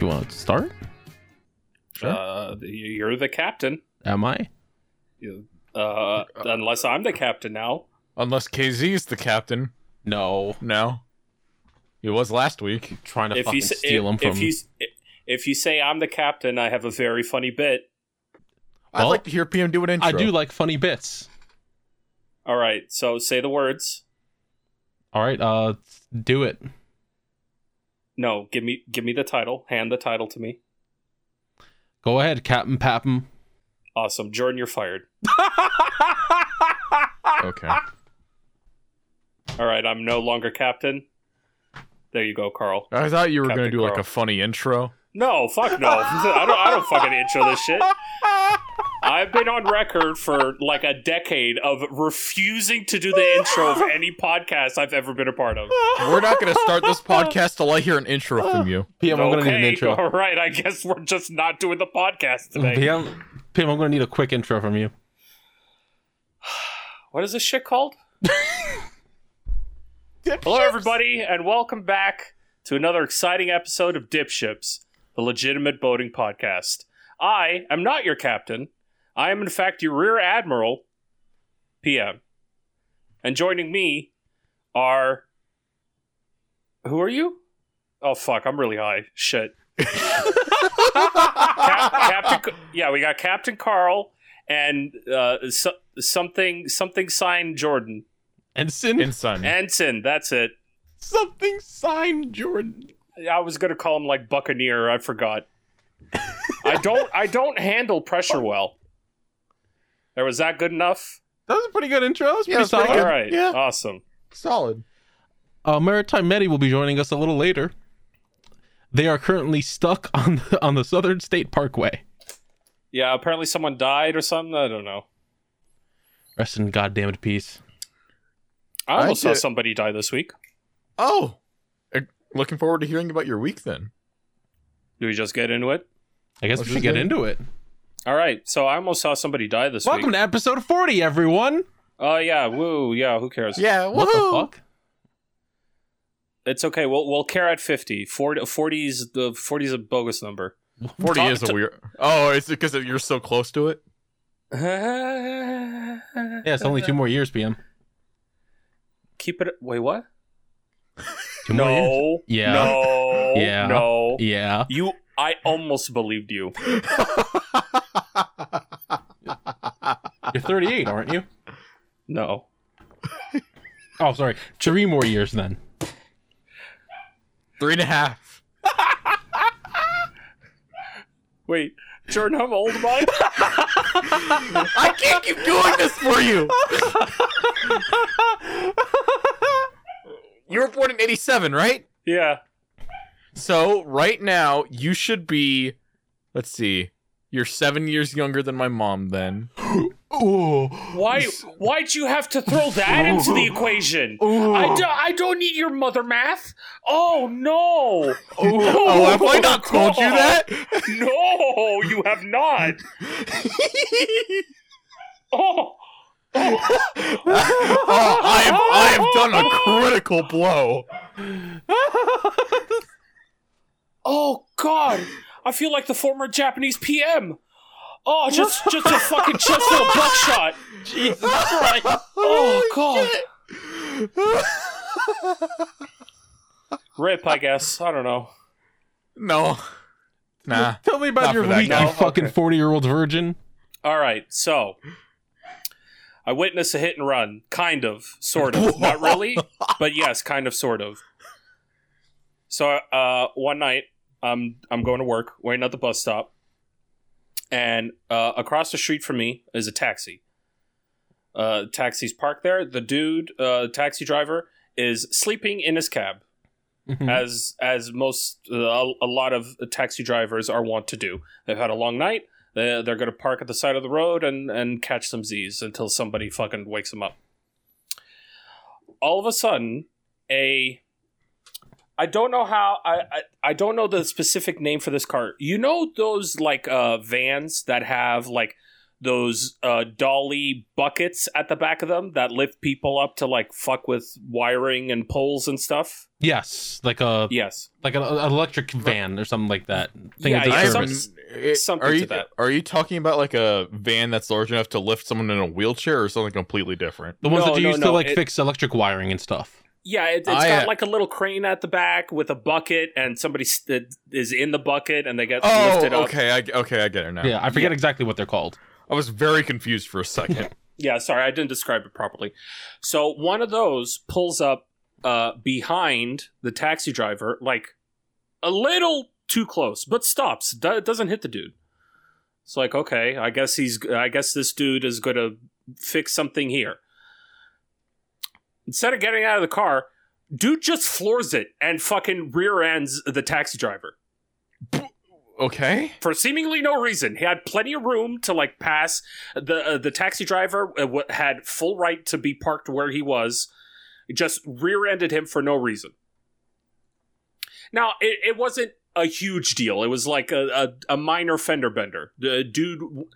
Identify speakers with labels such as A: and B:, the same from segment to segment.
A: know, start? Sure.
B: Uh, you're the captain.
A: Am I?
B: You- Uh, unless I'm the captain now.
C: Unless KZ's the captain.
A: No.
C: No. He was last week.
A: trying to
B: If
A: fucking
B: you say,
A: steal
B: if,
A: them from
B: if you s- if you say I'm the captain, I have a very funny bit.
C: I'd
A: Well,
C: like to hear PM do an intro.
A: I do like funny bits.
B: All right, so say the words.
A: All right, uh do it.
B: No, give me give me the title. Hand the title to me.
A: Go ahead, Captain Pappum.
B: Awesome, Jordan, you're fired.
C: Okay.
B: All right, I'm no longer captain. There you go, Carl.
C: I thought you were going to
B: Captain
C: do like
B: Carl.
C: a funny intro.
B: No, fuck no. I don't. I don't fucking intro this shit. I've been on record for like a decade of refusing to do the intro of any podcast I've ever been a part of.
C: We're not going to start this podcast till I hear an intro from you.
A: PM, I'm gonna need an intro.
B: All right, I guess we're just not doing the podcast today.
A: PM, PM, I'm gonna need a quick intro from you.
B: What is this shit called? Hello, everybody, and welcome back to another exciting episode of Dip Ships, the legitimate boating podcast. I am not your captain. I am, in fact, your rear admiral, PM. And joining me are. Who are you? Oh, fuck, I'm really high. Shit. Cap- Captain, yeah, we got Captain Carl and uh, so- something something sign Jordan
A: And sin
C: Ensign.
B: ensign. That's it.
A: something signed Jordan.
B: I was gonna call him like Buccaneer. I forgot. I don't. I don't handle pressure well. There was that good enough.
A: That was a pretty good intro. That was
C: Yeah, it was pretty
B: All
C: good.
B: right.
C: Yeah.
B: Awesome.
C: Solid.
A: Uh, Maritime Medi will be joining us a little later. They are currently stuck on the, on the Southern State Parkway.
B: Yeah. Apparently, someone died or something. I don't know.
A: Rest in goddamned peace.
B: I almost
C: I
B: saw
C: did-
B: somebody die this week.
C: Oh. Uh, Looking forward to hearing about your week then.
B: Do we just get into it?
A: I guess
C: Let's
A: we
C: just
A: should get
C: do it.
A: into it.
B: All right. So I almost saw somebody die this
A: Welcome
B: week.
A: to episode 40, everyone.
B: Oh yeah. Woo. Yeah. Who cares?
C: Yeah.
A: What the fuck?
B: It's okay. We'll we'll care at 50. 40, 40 is the 40 is a bogus number.
C: 40
B: Talk
C: is a
B: to-
C: weird. Oh, is it because you're so close to it?
A: Yeah, it's only two more years, PM.
B: Keep it. Wait, what?
A: Two more years.
B: No.
A: Yeah.
B: No.
A: Yeah.
B: No.
A: Yeah.
B: You. I almost believed you.
A: You're 38, aren't you?
B: No.
A: Oh, sorry. Three more years then.
C: Three and a half.
B: Wait, Jordan, how old am I?
C: I can't keep doing this for you. you were born in 87, right?
B: yeah.
C: So right now you should be let's see. You're 7 years younger than my mom then.
A: Ooh.
B: Why? Why'd you have to throw that into the equation? I, do, I don't need your mother math. Oh no.
C: Oh, have I not told you that?
B: No, you have not. Oh.
C: Oh, I have I have done a critical blow.
B: Oh God! I feel like the former Japanese PM. Oh, just just a fucking chest full of buckshot.
A: Jesus Christ.
B: Oh God! Rip, I guess. I don't know.
C: No. Nah.
A: Tell me about
C: Not
A: your
C: for that
A: week,
B: guy.
A: you
B: No?
A: fucking
B: Okay.
A: 40 year old virgin.
B: All right, so I witnessed a hit and run, kind of, sort of, not really, but yes, kind of, sort of. So uh, one night, I'm I'm going to work, waiting at the bus stop, and uh, across the street from me is a taxi. Uh, taxi's parked there. The dude, uh, taxi driver, is sleeping in his cab
A: Mhm.
B: as as most uh, a a lot of taxi drivers are wont to do. They've had a long night. They, they're going to park at the side of the road and and catch some Z's until somebody fucking wakes them up. All of a sudden, a I don't know how I, I I don't know the specific name for this car. You know those like uh vans that have like those uh, dolly buckets at the back of them that lift people up to like fuck with wiring and poles and stuff.
A: Yes, like a
B: Yes.
A: like an, an electric van or something like that. Thing
B: Yeah,
A: at the
B: yeah,
C: I'm-
A: service.
B: some-
C: it-
B: something
C: are
B: to
C: you,
B: that.
C: Are you talking about like a van that's large enough to lift someone in a wheelchair or something completely different?
A: the ones
B: No,
A: that you
B: no,
A: use to
B: no,
A: like
B: it-
A: fix electric wiring and stuff.
B: Yeah, it, it's
C: I,
B: got
C: uh,
B: like a little crane at the back with a bucket, and somebody st- is in the bucket, and they get
C: Oh,
B: lifted up.
C: okay. I, okay, I get it now.
A: Yeah, I forget exactly what they're called.
C: I was very confused for a second.
B: Yeah, sorry, I didn't describe it properly. So one of those pulls up uh, behind the taxi driver, like a little too close, but stops. Do- doesn't hit the dude. It's like, okay, I guess he's. I guess this dude is going to fix something here. Instead of getting out of the car, dude just floors it and fucking rear ends the taxi driver
C: okay.
B: for seemingly no reason. He had plenty of room to like pass. the uh, The taxi driver uh, w- had full right to be parked where he was. It Just rear-ended him for no reason. Now it, it wasn't a huge deal. It was like a a, a minor fender bender. The dude w-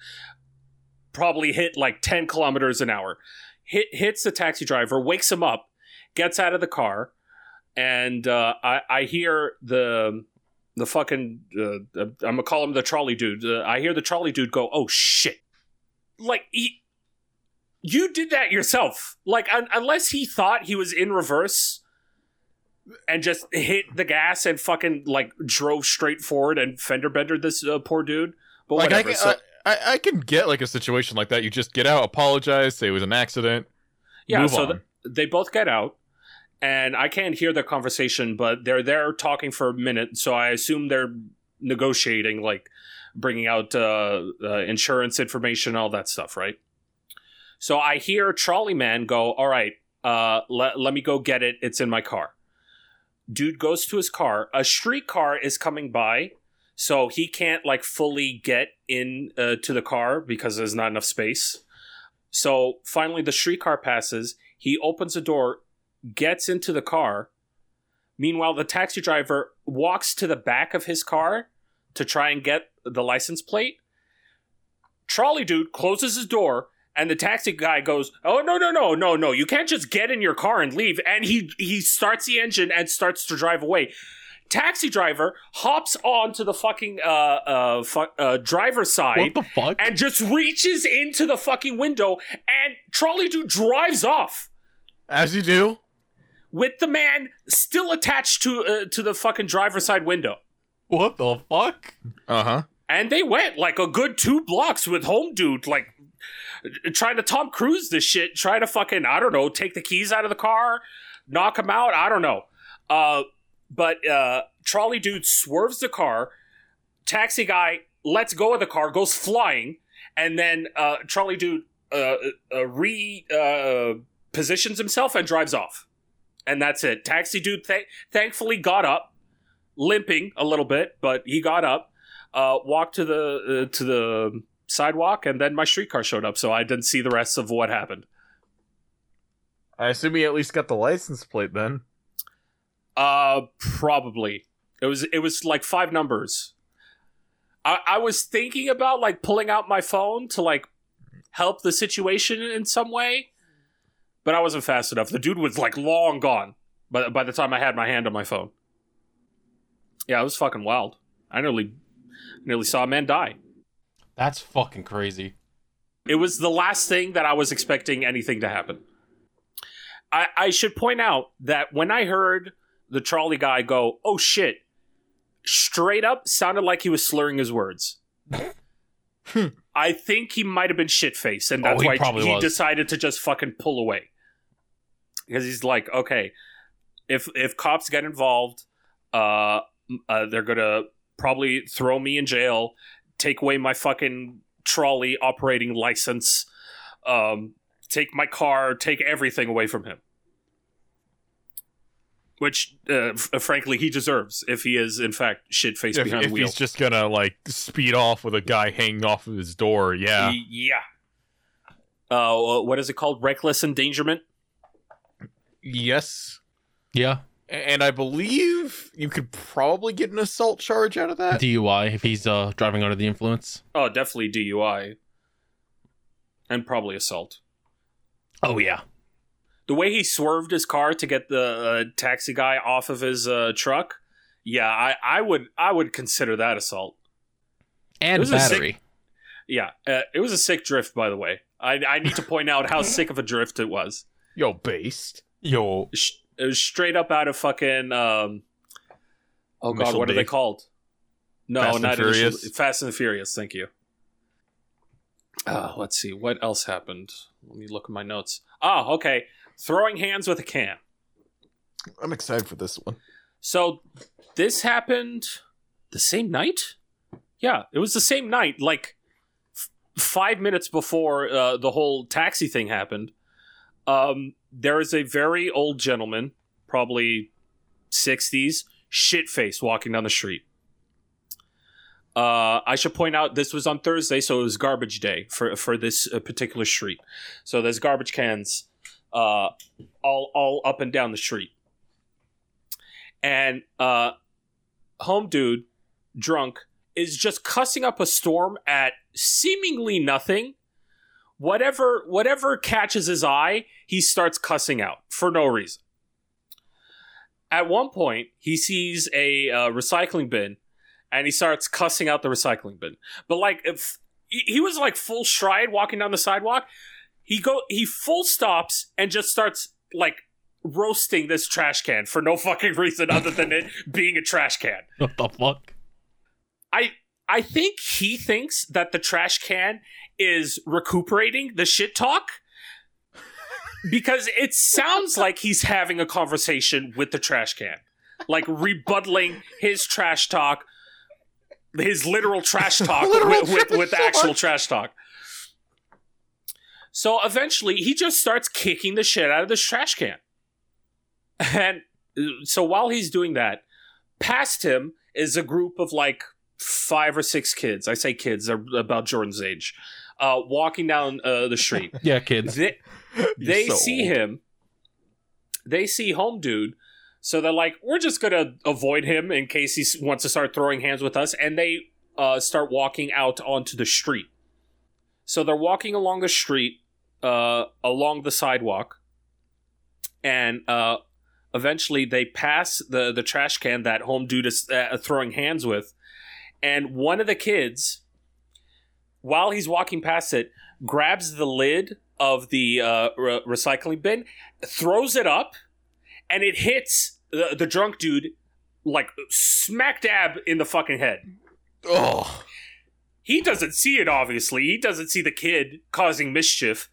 B: probably hit like ten kilometers an hour. Hit hits the taxi driver, wakes him up, gets out of the car, and uh, I I hear the the fucking uh, I'm gonna call him the trolley dude. Uh, I hear the trolley dude go, "Oh shit!" Like he, you did that yourself. Like un- unless he thought he was in reverse and just hit the gas and fucking like drove straight forward and fender bender this uh, poor dude. But
C: Like I
B: whatever.
C: can, uh,
B: so,
C: I, I- I can get like a situation like that. You just get out, apologize, say it was an accident.
B: yeah,
C: move
B: so
C: on.
B: th- they both get out. And I can't hear their conversation, but they're there talking for a minute, so I assume they're negotiating, like bringing out uh, uh, insurance information, all that stuff, right? So I hear Trolley Man go, All right, uh, le- let me go get it. It's in my car. Dude goes to his car. A street car is coming by, so he can't like fully get in uh, to the car because there's not enough space. So finally, the street car passes. He opens the door, gets into the car. Meanwhile, the taxi driver walks to the back of his car to try and get the license plate. Trolley dude closes his door, and the taxi guy goes, "Oh no, no, no, no, no! You can't just get in your car and leave." And he he starts the engine and starts to drive away. Taxi driver hops onto the fucking uh uh, fu- uh driver's side
A: What the fuck?
B: and just reaches into the fucking window and trolley dude drives off
C: As you do.
B: with the man still attached to uh, to the fucking driver's side window
A: What the fuck?
C: Uh huh.
B: and they went like a good two blocks with home dude like trying to tom cruise this shit trying to fucking i don't know take the keys out of the car knock him out i don't know uh but uh trolley dude swerves the car taxi guy lets go of the car goes flying and then uh trolley dude uh, uh re uh positions himself and drives off and that's it taxi dude th- thankfully got up limping a little bit but he got up uh, walked to the uh, to the sidewalk, and then my streetcar showed up, so I didn't see the rest of what happened.
C: I assume he at least got the license plate then.
B: Uh, probably it was it was like five numbers. I, I was thinking about like pulling out my phone to like help the situation in some way, but I wasn't fast enough. The dude was like long gone by by the time I had my hand on my phone. Yeah, it was fucking wild. I nearly nearly saw a man die.
A: That's fucking crazy.
B: It was the last thing that I was expecting anything to happen. I, I should point out that when I heard the trolley guy go, oh shit, straight up sounded like he was slurring his words. I think he might have been shit faced, and
A: Hmm. Oh,
B: that's
A: he
B: why
A: probably
B: he
A: was.
B: decided to just fucking pull away. Because he's like, okay, if if cops get involved, uh, uh, they're gonna probably throw me in jail, take away my fucking trolley operating license, um, take my car, take everything away from him. Which, uh, f- frankly, he deserves if he is in fact shit faced
C: If,
B: behind
C: if
B: the wheel.
C: he's just gonna like speed off with a guy hanging off of his door, yeah.
B: Y- yeah. Uh, what is it called? Reckless endangerment.
C: yes.
A: Yeah,
C: And I believe you could probably get an assault charge out of that.
A: uh, DUI if he's uh driving under the influence.
B: Oh, definitely DUI. and probably assault.
A: Oh yeah.
B: The way he swerved his car to get the uh, taxi guy off of his uh, truck, yeah, I, I would I would consider that assault. It
A: And
B: was a sick-
A: battery.
B: Yeah, uh, it was a sick drift, by the way. I, I need to point out how sick of a drift it was.
C: Yo, based.
A: Yo.
B: Sh- It was straight up out of fucking. Um, oh god,
C: Missile
B: what are they
C: Dave.
B: called? No,
C: Fast and
B: not Initial-
C: Furious?
B: Fast and Furious. Thank you. Uh, let's see what else happened. Let me look at my notes. Ah, okay. Throwing hands with a can.
D: I'm excited for this one.
B: So this happened the same night? Yeah, it was the same night, like f- five minutes before uh, the whole taxi thing happened. Um, there is a very old gentleman, probably 60s, shit face walking down the street. Uh, I should point out this was on Thursday, so it was garbage day for, for this uh, particular street. So there's garbage cans uh, all, all up and down the street and uh home dude drunk is just cussing up a storm at seemingly nothing whatever whatever catches his eye he starts cussing out for no reason at one point he sees a uh, recycling bin and he starts cussing out the recycling bin but like if he he was like full stride walking down the sidewalk he go he full stops and just starts like roasting this trash can for no fucking reason other than it being a trash can.
A: What the fuck?
B: I I think he thinks that the trash can is recuperating the shit talk because it sounds like he's having a conversation with the trash can, like rebuttaling his trash talk, his literal trash talk
D: Literal
B: with, with,
D: trash
B: with
D: talk.
B: actual trash talk. So eventually, he just starts kicking the shit out of this trash can. And uh, so while he's doing that, past him is a group of like five or six kids. I say kids, they're about Jordan's age, uh, walking down uh, the street.
A: Yeah, kids.
B: They,
C: You're
B: they
C: so
B: see
C: old.
B: him. They see home dude. So they're like, we're just gonna avoid him in case he s- wants to start throwing hands with us, and they uh, start walking out onto the street. So they're walking along the street, uh, along the sidewalk, and uh, eventually they pass the the trash can that home dude is uh, throwing hands with, and one of the kids, while he's walking past it, grabs the lid of the uh, re- recycling bin, throws it up, and it hits the, the drunk dude like smack dab in the fucking head.
D: Oh,
B: He doesn't see it, obviously. He doesn't see the kid causing mischief.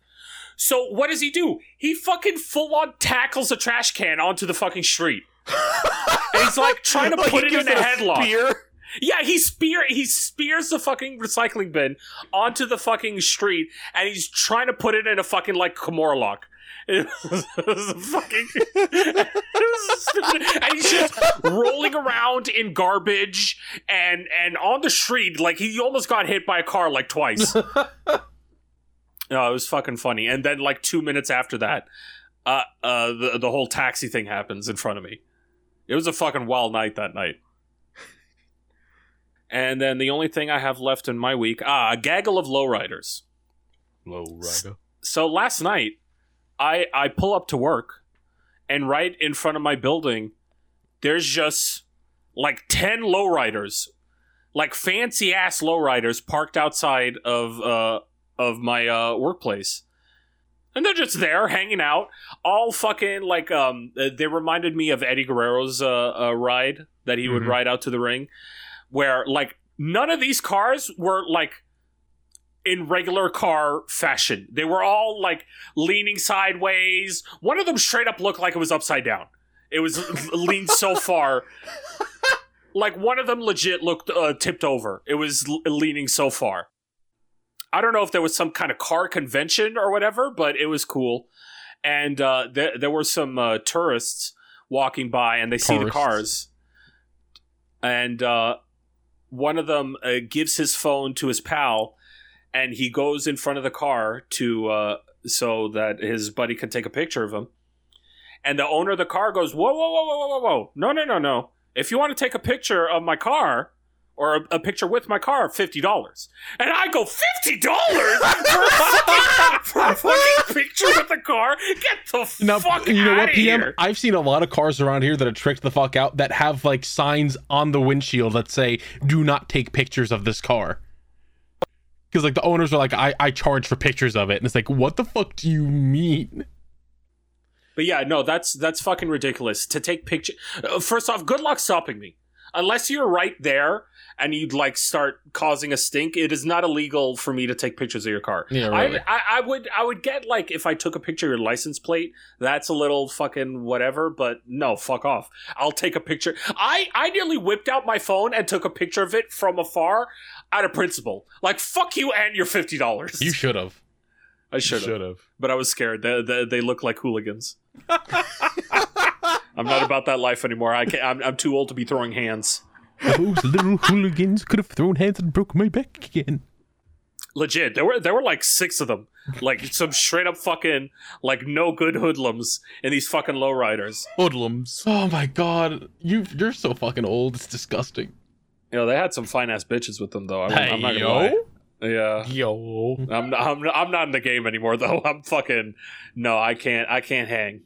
B: So what does he do? He fucking full on tackles a trash can onto the fucking street. and he's like trying to
D: Like,
B: put
D: he
B: it
D: gives
B: in a
D: it a
B: headlock.
D: spear?
B: Yeah, he spear he spears the fucking recycling bin onto the fucking street, and he's trying to put it in a fucking like Kimura lock. It was, it was a fucking. it was stupid. And he's just rolling around in garbage and and on the street. Like he almost got hit by a car like twice. No, it was fucking funny. And then like two minutes after that, uh, uh, the the whole taxi thing happens in front of me. It was a fucking wild night that night. And then the only thing I have left in my week, ah, a gaggle of lowriders.
C: Low rider.
B: So last night, I I pull up to work, and right in front of my building, there's just like ten lowriders, like fancy ass lowriders parked outside of uh of my uh workplace. And they're just there hanging out, all fucking like um. uh, They reminded me of Eddie Guerrero's uh, uh ride that he would
C: Mhm.
B: ride out to the ring, where like none of these cars were like in regular car fashion. They were all like leaning sideways. One of them straight up looked like it was upside down. It was leaned so far. Like one of them legit looked uh, tipped over. It was l- leaning so far. I don't know if there was some kind of car convention or whatever, but it was cool. And uh, there, there were some uh, tourists walking by, and they see the
A: Tourists.
B: cars. And uh, one of them uh, gives his phone to his pal, and he goes in front of the car to uh, so that his buddy can take a picture of him. And the owner of the car goes, "Whoa, whoa, whoa, whoa, whoa, whoa, whoa! No, no, no, no! If you want to take a picture of my car." Or a, a picture with my car, fifty dollars, and I go fifty dollars for a fucking car. Get the
A: Now,
B: fuck
A: you know
B: out
A: what,
B: of
A: PM?
B: here.
A: I've seen a lot of cars around here that are tricked the fuck out that have like signs on the windshield that say, do not take pictures of this car. Because like the owners are like, I, I charge for pictures of it. And it's like, what the fuck do you mean?
B: But yeah, no, that's that's fucking ridiculous to take picture. uh, First off, good luck stopping me. Unless you're right there and you'd like start causing a stink, it is not illegal for me to take pictures of your car.
C: Yeah,
B: I, I, I would I would get like if I took a picture of your license plate, that's a little fucking whatever, but no, fuck off. I'll take a picture. I, I nearly whipped out my phone and took a picture of it from afar out of principle. Like fuck you and your fifty dollars.
A: You should have.
B: I should have.
C: have.
B: But I was scared. They, they, they look like hooligans. I'm not about that life anymore. I can't, I'm, I'm too old to be throwing hands.
A: Those little hooligans could have thrown hands and broke my back again.
B: legit there were there were like six of them like some straight up fucking like no good hoodlums in these fucking lowriders
C: Hoodlums.
A: Oh my god, you you're so fucking old. It's disgusting.
B: you know they had some fine ass bitches with them though I, am not gonna lie. yeah
C: Yo.
B: I'm, I'm i'm not in the game anymore though i'm fucking no i can't i can't hang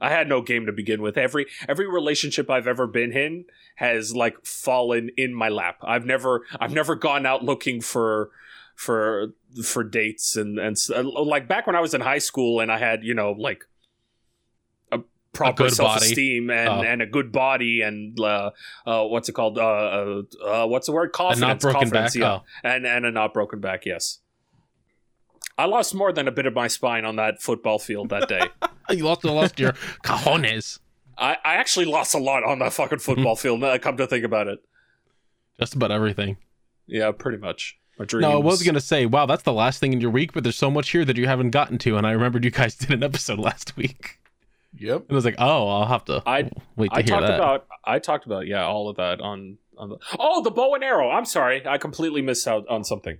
B: i had no game to begin with every every relationship i've ever been in has like fallen in my lap i've never i've never gone out looking for for for dates and and s- uh, like back when I was in high school and I had you know like a proper
A: good
B: self
A: body.
B: esteem and
A: Oh.
B: and a good body and uh, uh what's it called uh, uh uh, what's the word
A: And
B: confidence
A: not broken
B: confidence,
A: back.
B: yeah
A: Oh.
B: and and a not broken back yes. I lost more than a bit of my spine on that football field that day.
A: Oh, You lost you lost your cajones.
B: I, I actually lost a lot on that fucking football field. Now I come to think about it,
A: Just about everything.
B: yeah, pretty much. My dreams.
A: No, I was gonna say, wow, that's the last thing in your week, but there's so much here that you haven't gotten to, and I remembered you guys did an episode last week.
D: Yep.
A: And I was like, oh, I'll have to
B: I-
A: wait to
B: I
A: hear
B: talked
A: that.
B: about I talked about yeah all of that on on the oh the bow and arrow. I'm sorry, I completely missed out on something.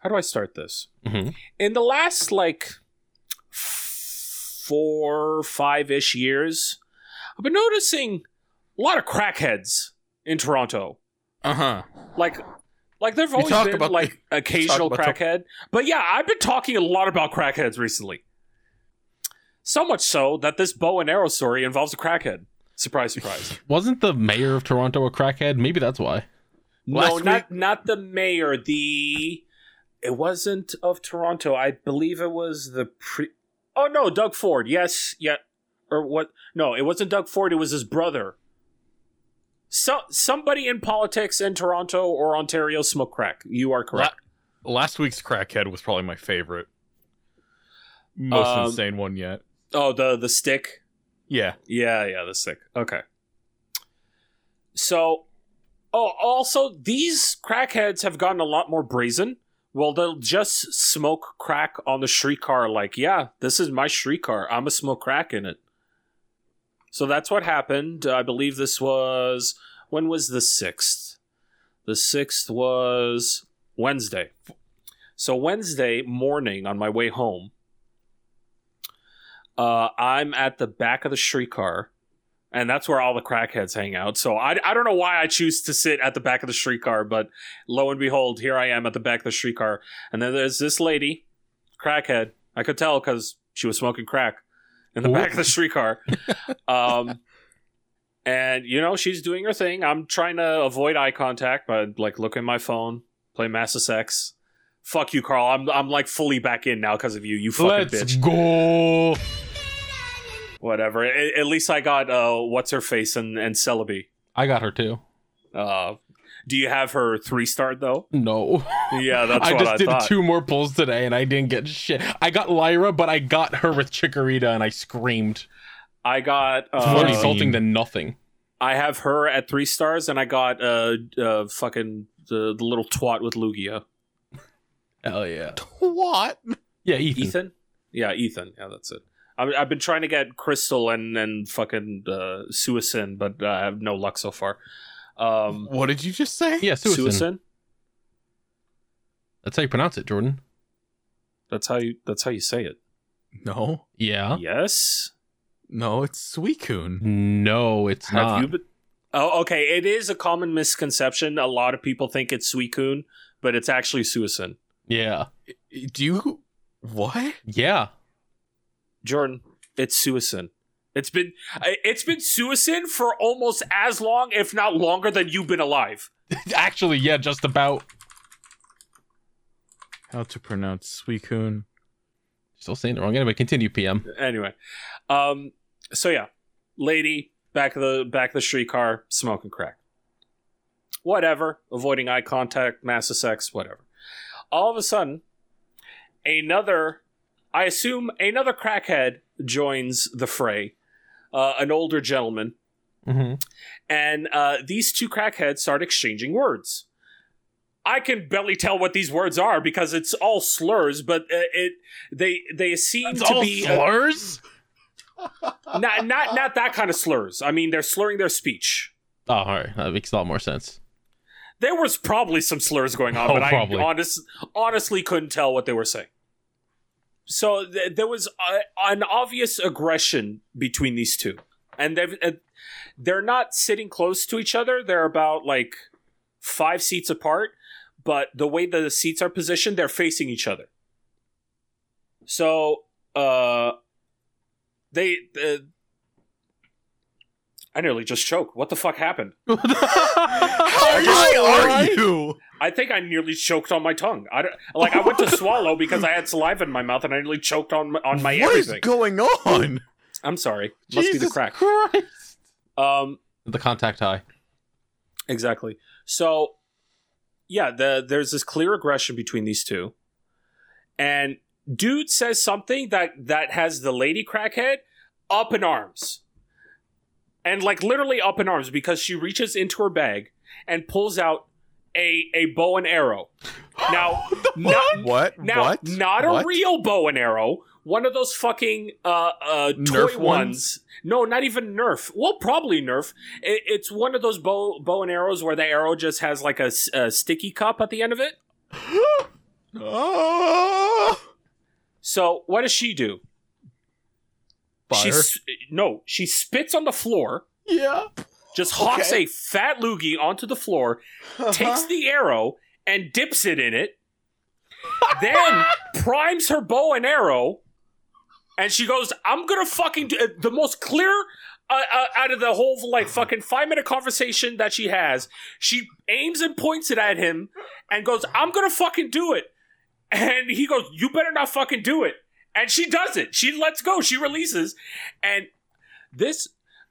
B: How do I start this?
A: Mhm.
B: In the last like four five ish years, I've been noticing a lot of crackheads in Toronto.
C: Uh huh.
B: Like. Like there've always
C: talk
B: been
C: about-
B: like occasional
C: talk about-
B: crackhead, but yeah, I've been talking a lot about crackheads recently. So much so that this bow and arrow story involves a crackhead. Surprise, surprise.
A: Wasn't the mayor of Toronto a crackhead? Maybe that's why.
B: No,
C: Last
B: not not the mayor. The it wasn't of Toronto. I believe it was the pre. Oh no, Doug Ford. Yes, yeah, or what? No, it wasn't Doug Ford. It was his brother. So somebody in politics in Toronto or Ontario smoked crack. You are correct.
C: Last week's crackhead was probably my favorite. Most
B: Um,
C: insane one yet.
B: oh, the the stick.
C: Yeah.
B: Yeah, yeah, the stick. Okay. So, oh, also these crackheads have gotten a lot more brazen. Well, they'll just smoke crack on the streetcar. Like, yeah, this is my streetcar. I'm a smoke crack in it. So that's what happened. I believe this was when was the sixth? The sixth was Wednesday. So Wednesday morning on my way home, uh, I'm at the back of the streetcar, and that's where all the crackheads hang out. So I, I don't know why I choose to sit at the back of the streetcar, but lo and behold, here I am at the back of the streetcar. And then there's this lady, crackhead. I could tell because she was smoking crack in the
A: Ooh.
B: back of the streetcar. um, and, you know, she's doing her thing. I'm trying to avoid eye contact, but, like, look at my phone, play Mass Effect. Fuck you, Carl. I'm, I'm like fully back in now because of you, you fucking bitch
A: Let's go.
B: whatever. A- at least I got uh, what's her face and and Celebi.
A: I got her too.
B: Uh, do you have her three star though?
A: No.
B: Yeah, that's
A: I
B: what
A: just
B: I
A: did
B: thought.
A: two more pulls today and I didn't get shit. I got Lyra, but I got her with Chikorita and I screamed.
B: I got
A: It's more
C: Funny.
B: uh,
A: insulting than nothing.
B: I have her at three stars, and I got uh, uh fucking the, the little twat with Lugia,
A: Hell yeah.
D: What?
A: Yeah, Ethan.
B: Ethan. Yeah, Ethan. Yeah, that's it. I, I've been trying to get Crystal and and fucking uh, Suisin, but uh, I have no luck so far. Um,
C: What did you just say?
A: Yeah, Suicide.
B: Suisin.
A: That's how you pronounce it, Jordan.
B: That's how you. That's how you say it.
C: No.
A: Yeah.
B: Yes.
C: No, it's Suicune.
A: No, it's
B: Have
A: not.
B: you been? Oh, okay. It is a common misconception. A lot of people think it's Suicune, but it's actually Suisun.
A: Yeah.
C: Do you
D: What?
A: Yeah.
B: Jordan, it's Suisin. It's been I- it's been Suisin for almost as long, if not longer, than you've been alive.
A: Actually, yeah, just about.
C: How to pronounce Suicune.
A: Still saying it wrong. Anyway, continue, PM.
B: Anyway, um, so yeah, lady back of the back of the street car, smoking crack. Whatever, avoiding eye contact, massive sex, whatever. All of a sudden, another, I assume another crackhead joins the fray, uh, an older gentleman
A: Mm-hmm.
B: and uh, these two crackheads start exchanging words. I can barely tell what these words are because it's all slurs, but uh, it they they seem to be uh,
A: slurs?
B: not not not that kind of slurs. I mean, they're slurring their speech.
A: Oh, all right. That makes a lot more sense.
B: There was probably some slurs going on,
A: Oh,
B: but
A: probably.
B: I honest, honestly couldn't tell what they were saying. So th- there was uh an obvious aggression between these two, and they've, uh, they're not sitting close to each other. They're about like five seats apart, but the way the seats are positioned, they're facing each other. So uh, they. Uh, I nearly just choked. What the fuck happened?
D: How high are you?
B: I think I nearly choked on my tongue. I don't, like I went to swallow because I had saliva in my mouth and I nearly choked on my- on my
D: What is
B: everything.
D: going on?
B: I'm sorry. Must be the crack.
A: Christ.
B: Um
A: The contact high.
B: exactly. So yeah, the there's this clear aggression between these two. And dude says something that that has the lady crackhead up in arms. And like literally up in arms because she reaches into her bag and pulls out a a bow and arrow. Now, not,
D: What?
B: Now,
D: what?
B: not a
D: what?
B: real bow and arrow. One of those fucking uh, uh, toy
C: Nerf
B: ones.
C: ones?
B: No, not even Nerf. Well, probably Nerf. I- it's one of those bow bow and arrows where the arrow just has like a, s- a sticky cup at the end of it.
D: Oh,
B: So what does she do? She
D: fire.
B: s- no, she spits on the floor.
D: yeah.
B: Just hawks
D: Okay.
B: a fat loogie onto the floor.
D: Uh-huh.
C: Uh-huh.
B: Takes the arrow and dips it in it. then primes her bow and arrow, and she goes, "I'm gonna fucking do the most clear." Uh, uh, out of the whole like fucking five minute conversation that she has, she aims and points it at him and goes, "I'm gonna fucking do it," and he goes, "You better not fucking do it," and she does it. She lets go. She releases, and this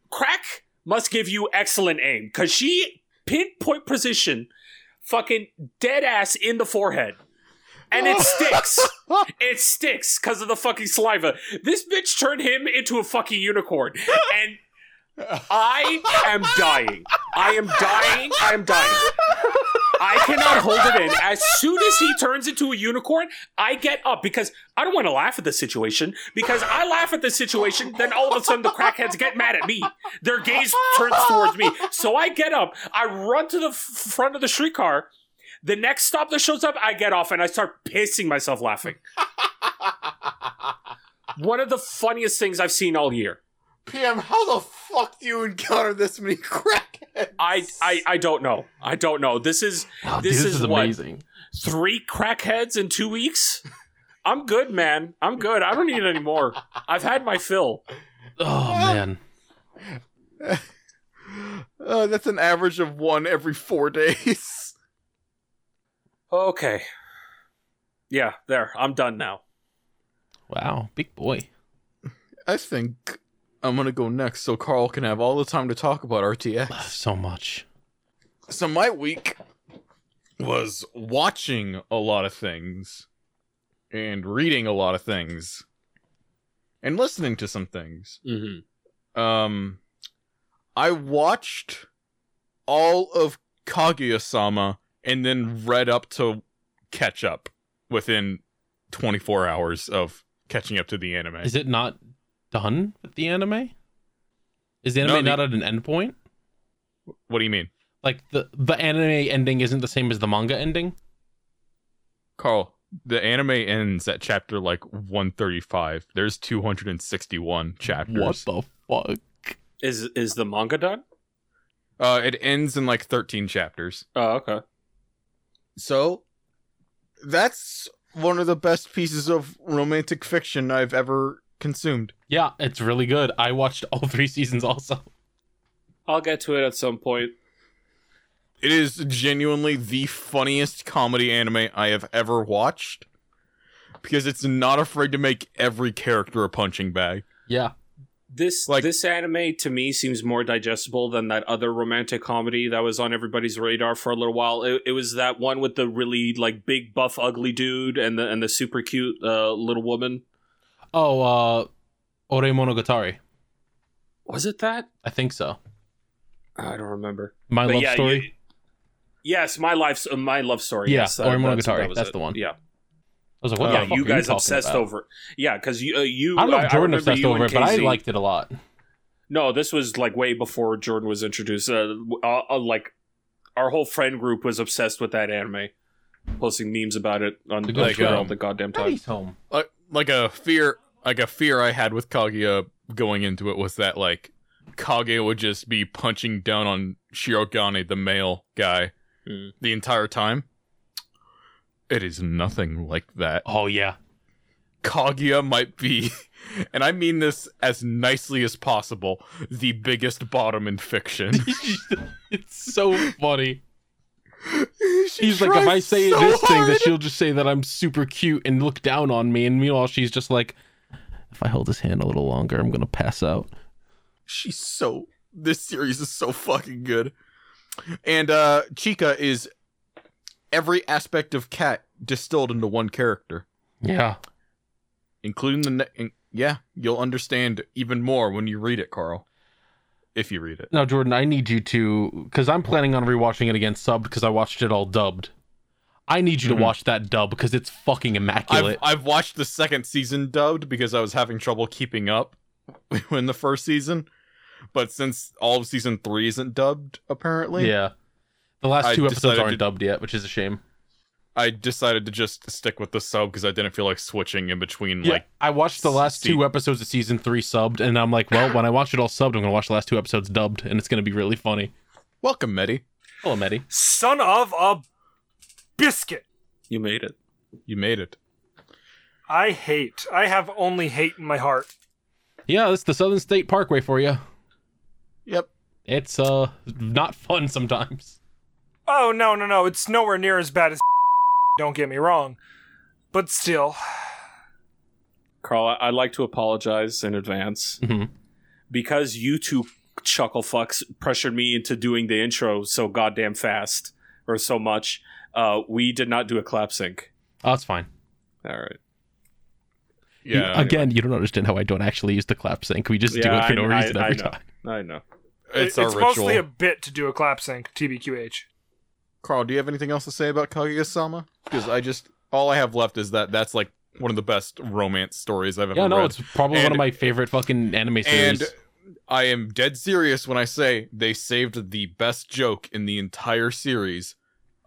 B: crack must give you excellent aim because she pinpoint precision, fucking dead ass in the forehead, and it sticks. It sticks because of the fucking saliva. This bitch turned him into a fucking unicorn, and I am dying. I am dying. I am dying. I cannot hold it in. As soon as he turns into a unicorn, I get up because I don't want to laugh at the situation. Because I laugh at the situation, then all of a sudden the crackheads get mad at me. Their gaze turns towards me. So I get up. I run to the f- front of the streetcar. The next stop that shows up, I get off and I start pissing myself laughing. One of the funniest things I've seen all year.
D: PM, how the fuck do you encounter this many crackheads?
B: I, I, I don't know. I don't know. This is
A: Wow,
B: This
A: dude,
B: is what-
A: amazing.
B: three crackheads in two weeks. I'm good, man. I'm good. I don't need any more. I've had my fill.
A: Oh man.
D: Uh, that's an average of one every four days.
B: Okay. Yeah, there. I'm done now.
A: Wow, big boy.
C: I think I'm gonna go next so Carl can have all the time to talk about RTX.
A: So much.
C: So my week was watching a lot of things and reading a lot of things and listening to some things.
B: Mm-hmm.
C: Um I watched all of Kaguya-sama and then read up to catch up within 24 hours of catching up to the anime.
A: Is it not done with the anime? Is the
C: No,
A: anime
C: the-
A: not at an endpoint?
C: what do you mean?
A: Like the the anime ending isn't the same as the manga ending?
C: Carl, the anime ends at chapter like 135. There's 261 chapters.
A: What the fuck?
B: Is is the manga done?
C: Uh, it ends in
A: Oh,
C: like 13 chapters.
B: Oh, okay.
D: So, that's
C: one of the best pieces of romantic fiction I've ever consumed.
A: Yeah, it's really good. I watched all three seasons also.
B: I'll get to it at some point.
C: It is genuinely the funniest comedy anime I have ever watched because it's not afraid to make every character a punching bag.
A: Yeah.
B: This
C: Like-
B: this anime to me seems more digestible than that other romantic comedy that was on everybody's radar for a little while. It, it was that one with the really like big buff ugly dude and the and the super cute uh, little woman.
A: Oh, uh Ore Monogatari.
B: Was it that?
A: I think so.
B: I don't remember.
A: My
B: But
A: love
B: yeah,
A: story.
B: you- yes, my life, uh, my love story.
A: Yeah,
B: yes,
A: Ori
B: that's-
A: Monogatari,
B: that was
A: that's
B: it.
A: the one.
B: Yeah,
A: I was like, what
B: yeah,
A: the fuck
B: you
A: are
B: guys
A: talking
B: obsessed
A: about?
B: over. Yeah, because you, uh, you.
A: I don't know if Jordan
B: remember
A: obsessed
B: you
A: over
B: and
A: it, but I
B: Casey-
A: liked it a lot.
B: No, this was like way before Jordan was introduced. Uh, w- uh, uh, like our whole friend group was obsessed with that anime, posting memes about it on
A: The
B: on
A: good
B: Twitter
C: show.
B: all the goddamn time.
A: Daddy's home.
C: Like, Uh, like a fear, like a fear I had with Kaguya going into it was that like Kaguya would just be punching down on Shirogane, the male guy,
B: Hmm.
C: the entire time. It is nothing like that.
A: Oh yeah.
C: Kaguya might be, and I mean this as nicely as possible, the biggest bottom in fiction.
A: it's so funny.
C: She
A: She's like, if I
C: tries
A: say
C: so
A: this thing,
C: hard.
A: that she'll just say that I'm super cute and look down on me. And meanwhile, she's just like, if I hold his hand a little longer, I'm gonna pass out.
C: she's so this series is so fucking good and uh chica is every aspect of cat distilled into one character
A: Yeah.
C: including the ne- in- yeah you'll understand even more when you read it carl if you read it
A: Now, Jordan, I need you to, because I'm planning on rewatching it again subbed because I watched it all dubbed. I need you
C: Mhm.
A: to watch that dub because it's fucking
C: I've,
A: immaculate.
C: I've watched the second season dubbed because i was having trouble keeping up in the first season but since all of season three isn't dubbed apparently
A: yeah. The last
C: I
A: two episodes
C: decided
A: aren't
C: to-
A: dubbed yet, which is a shame.
C: i decided to just stick with the sub because i didn't feel like switching in between
A: Yeah,
C: Mm, like
A: I watched the last
C: see-
A: two episodes of season three subbed, and I'm like, well, when I watch it all subbed, I'm gonna watch the last two episodes dubbed, and it's gonna be really funny.
C: welcome Medi.
A: Hello, Medi.
E: Son of a biscuit.
B: You made it.
C: You made it.
E: I hate. I have only hate in my heart.
A: Yeah, that's the Southern State Parkway for you.
C: Yep.
A: It's uh not fun sometimes.
E: Oh no, no, no! It's nowhere near as bad as. Don't get me wrong, but still,
B: Carl, I- I'd like to apologize in advance
A: Mhm.
B: because you two chuckle fucks pressured me into doing the intro so goddamn fast or so much. Uh, we did not do a clap sync.
A: Oh, it's fine.
B: All right.
A: You-
C: Yeah.
A: again, you don't understand how I don't actually use the clap sync. We just do
B: Yeah,
A: it for no
B: I- I-
A: reason
B: I
A: every
B: know.
A: time.
B: I know.
C: it's,
E: it's,
C: our ritual.
E: mostly a bit to do a clap sync. Tbqh.
C: Carl, do you have anything else to say about Kaguya-sama? Because I just all I have left is that that's like one of the best romance stories I've ever
A: Yeah, no,
C: read.
A: it's probably one
C: And-
A: of my favorite fucking anime series.
C: and I am dead serious when I say they saved the best joke in the entire series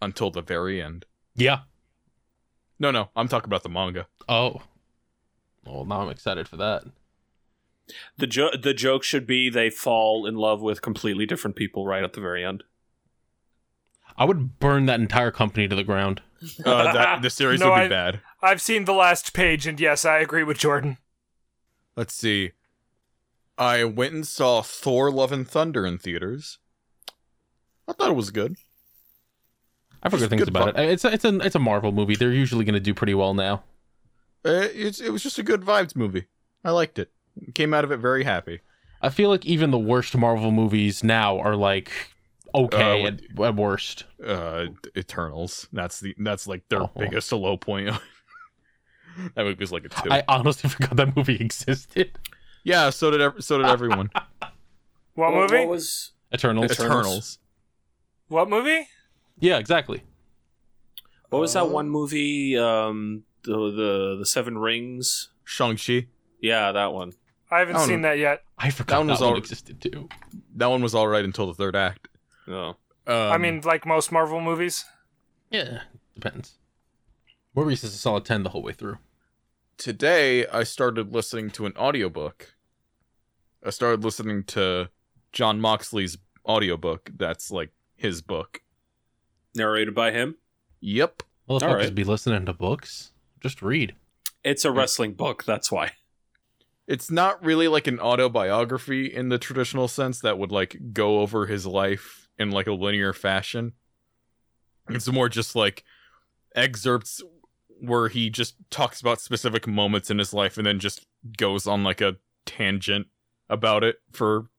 C: until the very end.
A: yeah.
C: No, no, I'm talking about the manga.
A: Oh. Well, now I'm excited for that.
B: The jo- the joke should be they fall in love with completely different people right at the very end.
A: I would burn that entire company to the ground.
C: Uh, that, the series
E: No,
C: would be
E: I-
C: bad.
E: I've seen the last page, and yes, I agree with Jordan.
C: Let's see. I went and saw Thor: Love and Thunder in theaters. I thought it was good.
A: I've heard good
C: Just
A: things
C: good
A: about
C: fun.
A: it. It's a, it's a it's a Marvel movie. They're usually going to do pretty well now.
C: Uh, it's, it was just a good vibes movie. I liked it. Came out of it very happy.
A: I feel like even the worst Marvel movies now are like okay
C: Uh,
A: at, at worst.
C: Uh, Eternals. That's the that's like their
A: Oh.
C: biggest low point. that movie was like a two.
A: I honestly forgot that movie existed.
C: yeah, so did ev- so did everyone.
E: What movie? What,
B: was
A: Eternals.
C: Eternals.
E: movie?
A: Yeah, exactly.
B: what was
C: Uh,
B: that one movie? Um, the the the Seven Rings.
C: Shang Chi.
B: Yeah, that one.
E: I haven't
C: I don't
E: seen that yet.
A: I
C: That
A: forgot
C: one
A: that
C: was
A: one
C: all-
A: existed too.
C: That one was all right until the third act.
B: No,
C: Um,
E: I mean, like most Marvel movies.
A: Yeah, depends. Morbius is a solid ten the whole way through.
C: today I started listening to an audiobook. I started listening to John Moxley's audiobook. That's like his book.
B: narrated by him.
C: Yep.
A: Motherfuckers
B: All right.
A: be listening to books. Just read.
B: It's a wrestling book, that's why.
C: It's not really like an autobiography in the traditional sense that would like go over his life in like a linear fashion. It's more just like excerpts where he just talks about specific moments in his life and then just goes on like a tangent about it for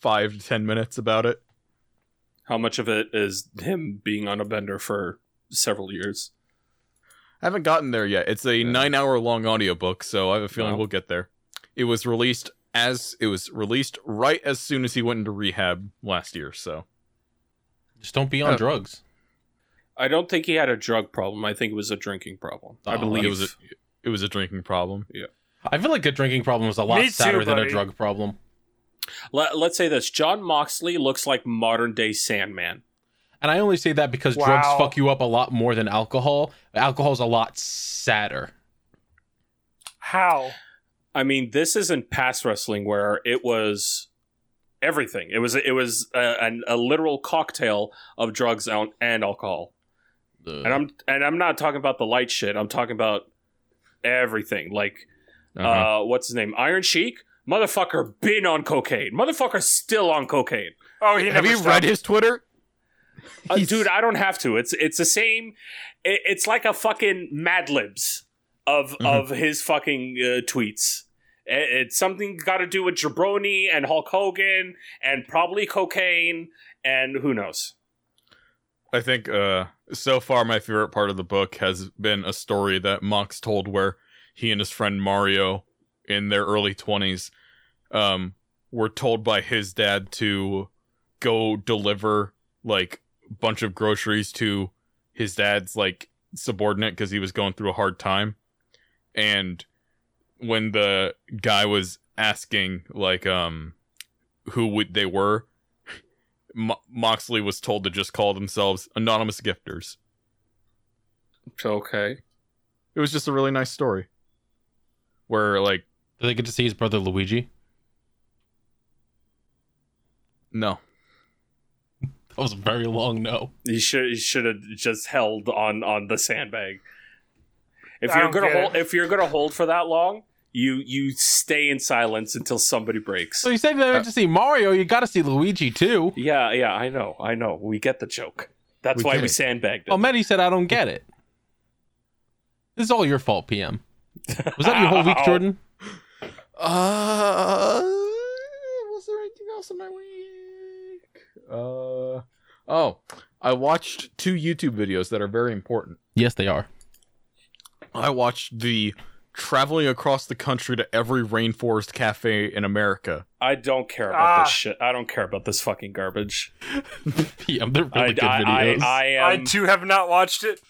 C: five to ten minutes about it.
B: How much of it is him being on a bender for several years?
C: I haven't gotten there yet. It's a
B: Yeah.
C: nine hour long audiobook, so I have a feeling
B: Wow.
C: we'll get there. It was released as it was released right as soon as he went into rehab last year, so
A: Just don't be on
C: Oh.
A: drugs.
B: I don't think he had a drug problem. I think it was a drinking problem. I
A: Oh,
B: believe
C: it was a it was a drinking problem.
A: I feel like a drinking problem is a lot
E: Me too,
A: sadder than a
E: buddy.
A: drug problem.
B: Let, let's say this: John Moxley looks like modern day Sandman.
A: And I only say that because drugs
E: Wow.
A: fuck you up a lot more than alcohol. Alcohol's a lot sadder.
E: How?
B: I mean, this isn't past wrestling where it was everything. It was it was a, an, a literal cocktail of drugs and, and alcohol. And I'm and I'm not talking about the light shit. I'm talking about everything. Like,
C: Uh-huh.
B: uh, what's his name? Iron Sheik. Motherfucker been on cocaine. Motherfucker still on cocaine.
E: Oh, he
C: have
E: never
C: you
E: stopped.
C: read his Twitter?
B: Uh,
C: He's-
B: dude, I don't have to. It's it's the same. It, it's like a fucking Mad Libs of
C: Mm-hmm.
B: of his fucking uh, tweets. It- it's something got to do with jabroni and Hulk Hogan and probably cocaine and who knows.
C: I think uh, so far my favorite part of the book has been a story that Mox told where he and his friend Mario in their early 20s um, were told by his dad to go deliver like a bunch of groceries to his dad's like subordinate because he was going through a hard time and when the guy was asking like um who would they were Mo- Moxley was told to just call themselves anonymous gifters.
B: Okay.
C: It was just a really nice story. Where like
A: Did they get to see his brother Luigi?
C: no,
A: That was a very long no.
B: You should you should have just held on on the sandbag. If
E: I
B: you're
E: don't
B: gonna
E: get
B: hold,
E: it.
B: if you're gonna hold for that long, you you stay in silence until somebody breaks.
E: Oh,
A: So you said they
B: Uh,
A: got to see Mario, you got to see Luigi too.
B: Yeah, yeah, I know, I know. We get the joke. That's
C: We
B: why
C: get
B: we
C: it.
B: sandbagged it.
A: Oh, Maddie said I don't get it. This is all your fault, PM. Was that your whole week,
B: Ow.
A: Jordan?
C: Uh, was there anything else in my week? Uh, oh, I watched two YouTube videos that are very important.
A: Yes, they are.
C: I watched the traveling across the country to every rainforest cafe in America.
B: I don't care about this
E: Ah.
B: shit. I don't care about this fucking garbage.
A: PM, they're really
B: I,
A: good
B: I, I,
A: videos.
B: I
E: I
B: am.
E: too have not watched it,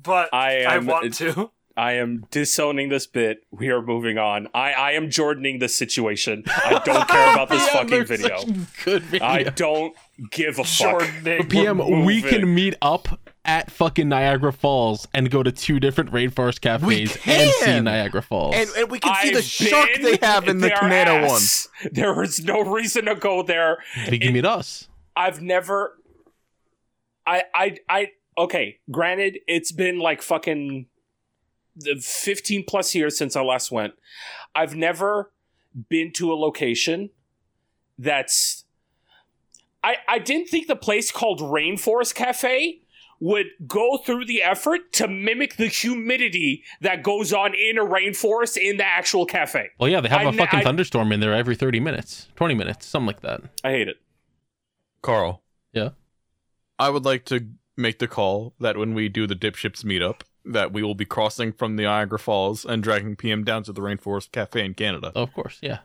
E: but I,
B: I am.
E: want
B: it's-
E: to.
B: I am disowning this bit. We are moving on. I, I am Jordaning this situation. I don't care about this
A: PM,
B: fucking
A: they're
B: video.
A: such good video.
B: I don't give a fuck.
E: Jordan,
A: PM, we
B: moving.
A: can meet up at fucking Niagara Falls and go to two different rainforest cafes and see
C: can!
A: Niagara Falls.
D: And and we can see the
B: I've
D: shark
B: been
D: they have in the
B: their
D: Kaneda one.
B: ass. There was no reason to go there.
A: They can meet us.
B: I've never. I I I okay. Granted, it's been like fucking the fifteen plus years since I last went. I've never been to a location that's. I I didn't think the place called Rainforest Cafe would go through the effort to mimic the humidity that goes on in a rainforest in the actual cafe.
A: Well, yeah, they have
B: I
A: a
B: ne-
A: fucking
B: I-
A: thunderstorm in there every 30 minutes, 20 minutes, something like that.
B: I hate it.
C: Carl.
A: Yeah?
C: I would like to make the call that when we do the dipships meetup, that we will be crossing from the Niagara Falls and dragging PM down to the Rainforest Cafe in Canada.
A: Oh, of course, yeah.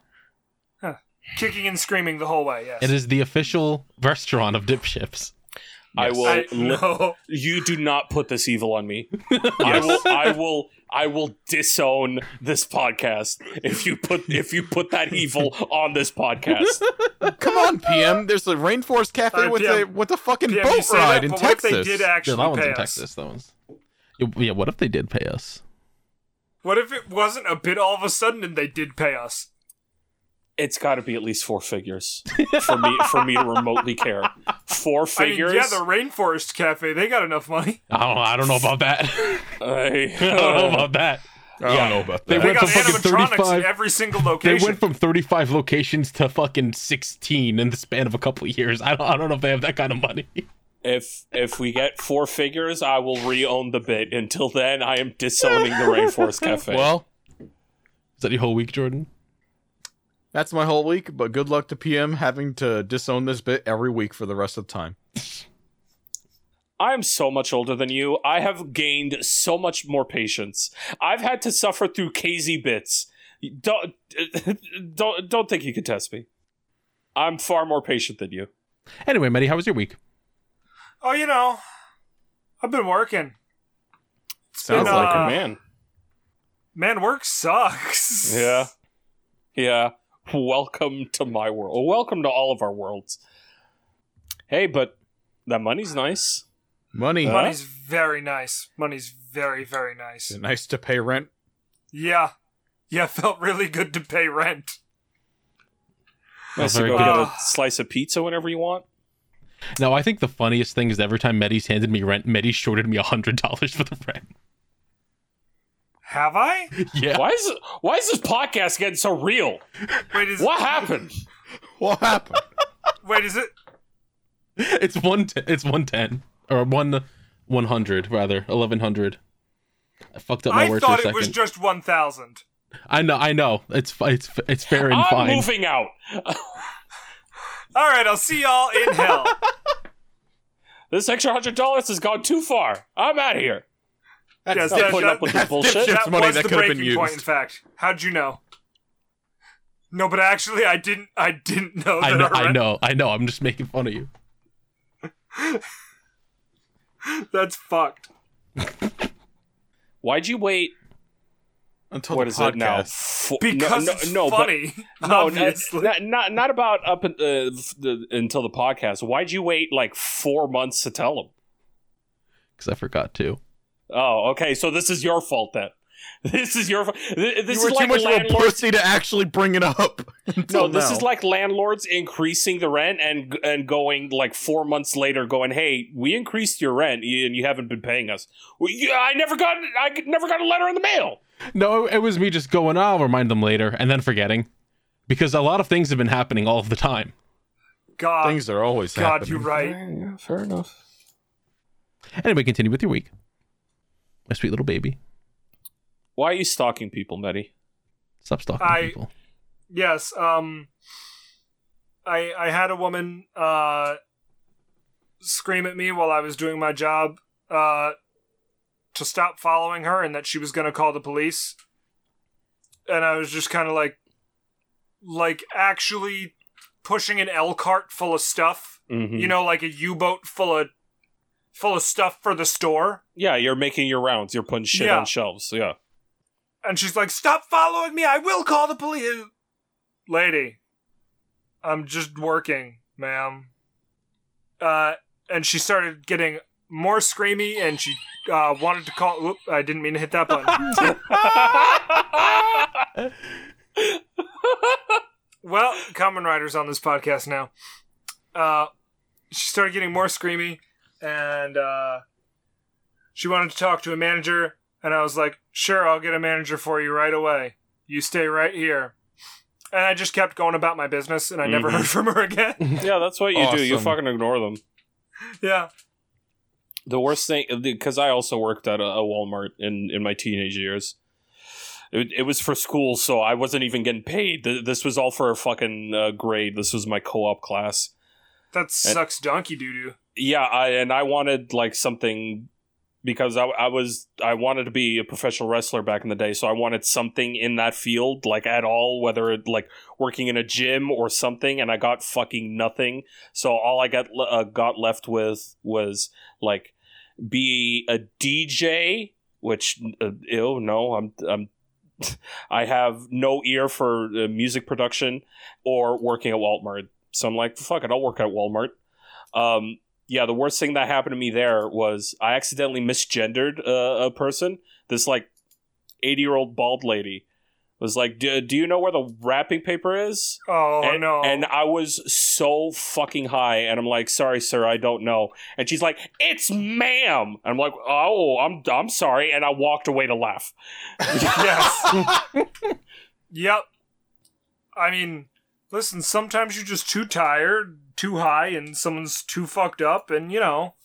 E: kicking and screaming the whole way. Yes,
A: It is the official restaurant of dip ships.
B: I
C: Yes.
B: will.
E: I,
B: li-
E: no.
B: you do not put this evil on me. I will I will I will disown this podcast if you put if you put that evil on this podcast.
C: Come on, PM. There's a Rainforest Cafe
E: Uh,
C: with
E: PM.
C: a with a fucking
E: PM, you
C: boat
E: say that,
C: ride in
E: but
C: Texas.
E: What if they did
A: Yeah,
E: actually
A: that one's
E: pay
A: in
E: us?
A: Texas. That one's. Yeah, what if they did pay us?
E: What if it wasn't a bit all of a sudden and they did pay us?
B: It's got to be at least four figures for me for me to remotely care. four
E: I mean,
B: figures.
E: yeah, the Rainforest Cafe, they got enough money.
A: I don't know. I don't know about that.
B: I- uh,
A: I don't know about that.
C: I don't
B: Yeah.
C: know about
A: They
C: that.
E: They
A: went
E: got
A: from fucking
E: animatronics
A: 35
E: in every single
A: They
E: location.
A: went from 35 locations to fucking 16 in the span of a couple of years. I don't, I don't know if they have that kind of money.
B: if if we get four figures, I will re-own the bit. Until then, I am disowning the Rainforest Cafe.
C: well,
A: Is that your whole week, Jordan?
C: that's my whole week, but good luck to PM having to disown this bit every week for the rest of the time.
B: I am so much older than you. I have gained so much more patience. I've had to suffer through KZ bits. Don't don't don't think you can test me. I'm far more patient than you.
A: Anyway, Maddie, how was your week?
E: oh, you know, I've been working.
C: Sounds
E: been,
C: like
E: uh,
C: it.
B: man.
E: Man, work sucks.
B: Yeah. Yeah. Welcome to my world. Welcome to all of our worlds. Hey, but that money's nice.
C: Money.
B: Uh,
E: Money's very nice. Money's very, very nice.
C: Is it nice to pay rent?
E: Yeah. Yeah, felt really good to pay rent.
B: Nice to
A: very
B: go
E: good.
B: get a
E: Ah.
B: slice of pizza whenever you want.
A: No, I think the funniest thing is every time Medi's handed me rent, Medi shorted me $100 for the rent.
E: Have I?
A: Yeah.
B: Why is why is this podcast getting so real?
E: Wait, is
B: What happened?
C: What happened?
E: wait, is it
A: It's one. T- it's 110. Or one, 100, rather. 1100. I fucked up my
E: I
A: words
E: thought
A: for a
E: it was
A: second.
E: just 1000.
A: I know, I know. It's fi- it's f- it's fair and
B: I'm
A: fine.
B: moving out.
E: All right, I'll see y'all in hell.
B: This extra hundred dollars has gone too far. I'm out of here.
E: yes,
B: Stop
E: that,
B: putting
E: that,
B: up with this
C: that's
B: bullshit.
C: dipshit.
E: that
C: It's money
E: was
C: that
E: the
C: could've
E: breaking
C: been
E: point in
C: used.
E: fact. How'd you know? No, but actually I didn't I didn't know that
A: I know,
E: our
A: I
E: rent-
A: know, I know. I'm just making fun of you.
E: That's fucked.
B: Why'd you wait?
C: Until
B: What
C: the
B: is
C: podcast.
B: it now? Fo- no,
E: Because
B: no,
E: it's
B: no, but-
E: funny.
B: no,
E: obviously.
B: Not, not not about up in, uh, f- the, until the podcast. Why'd you wait like four months to tell him?
A: Because I forgot to.
B: Oh, okay. So this is your fault then. This is your. fault. This
C: You
B: is
C: were too
B: like
C: much of a
B: landlords.
C: pussy to actually bring it up.
B: No,
C: until
B: this
C: now.
B: is like landlords increasing the rent and and going like four months later, going, "Hey, we increased your rent and you haven't been paying us." Well, yeah, I never got I never got a letter in the mail.
A: No, it was me just going. I'll remind them later, and then forgetting, because a lot of things have been happening all of the time.
E: God,
C: things are always
E: Uh, God,
C: happening.
E: you're right.
B: Yeah, fair enough.
A: Anyway, continue with your week, my sweet little baby.
B: Why are you stalking people, Meddy?
A: Stop stalking
E: I-
A: people.
E: Yes, um I I had a woman uh scream at me while I was doing my job uh to stop following her and that she was going to call the police. And I was just kind of like like actually pushing an L cart full of stuff,
B: Mm-hmm.
E: you know, like a U-boat full of full of stuff for the store.
B: yeah, you're making your rounds. You're putting shit
E: Yeah.
B: on shelves. Yeah.
E: And she's like, "Stop following me! I will call the police." Lady, I'm just working, ma'am. Uh, and she started getting more screamy, and she uh, wanted to call. Oop, I didn't mean to hit that button. well, common writers on this podcast now. Uh, she started getting more screamy, and uh, she wanted to talk to a manager. And I was like, "Sure, I'll get a manager for you right away. You stay right here." And I just kept going about my business, and I never
B: Mhm.
E: heard from her again.
B: yeah, that's what you do. You
C: Awesome.
B: fucking ignore them.
E: yeah.
B: the worst thing because I also worked at a, a Walmart in in my teenage years. It, it was for school, so I wasn't even getting paid. Th- This was all for a fucking uh, grade. This was my co-op class.
E: That sucks donkey doo doo.
B: Yeah, I, and I wanted like something because I, I was I wanted to be a professional wrestler back in the day, so I wanted something in that field, like at all, whether it like working in a gym or something. And I got fucking nothing. So all I got le- uh, got left with was like be a DJ, which uh, ew, no, I'm I'm I have no ear for uh, music production or working at Walmart. So I'm like, fuck it, I'll work at Walmart. Um, yeah, the worst thing that happened to me there was I accidentally misgendered uh, a person. This like 80 year old bald lady was like, "Do do you know where the wrapping paper is?"
E: Oh
B: and,
E: no!
B: And I was so fucking high, and I'm like, "Sorry, sir, I don't know." And she's like, "It's ma'am." I'm like, "Oh, I'm I'm sorry," and I walked away to laugh.
E: yes. yep. I mean, listen. Sometimes you're just too tired, too high, and someone's too fucked up, and you know.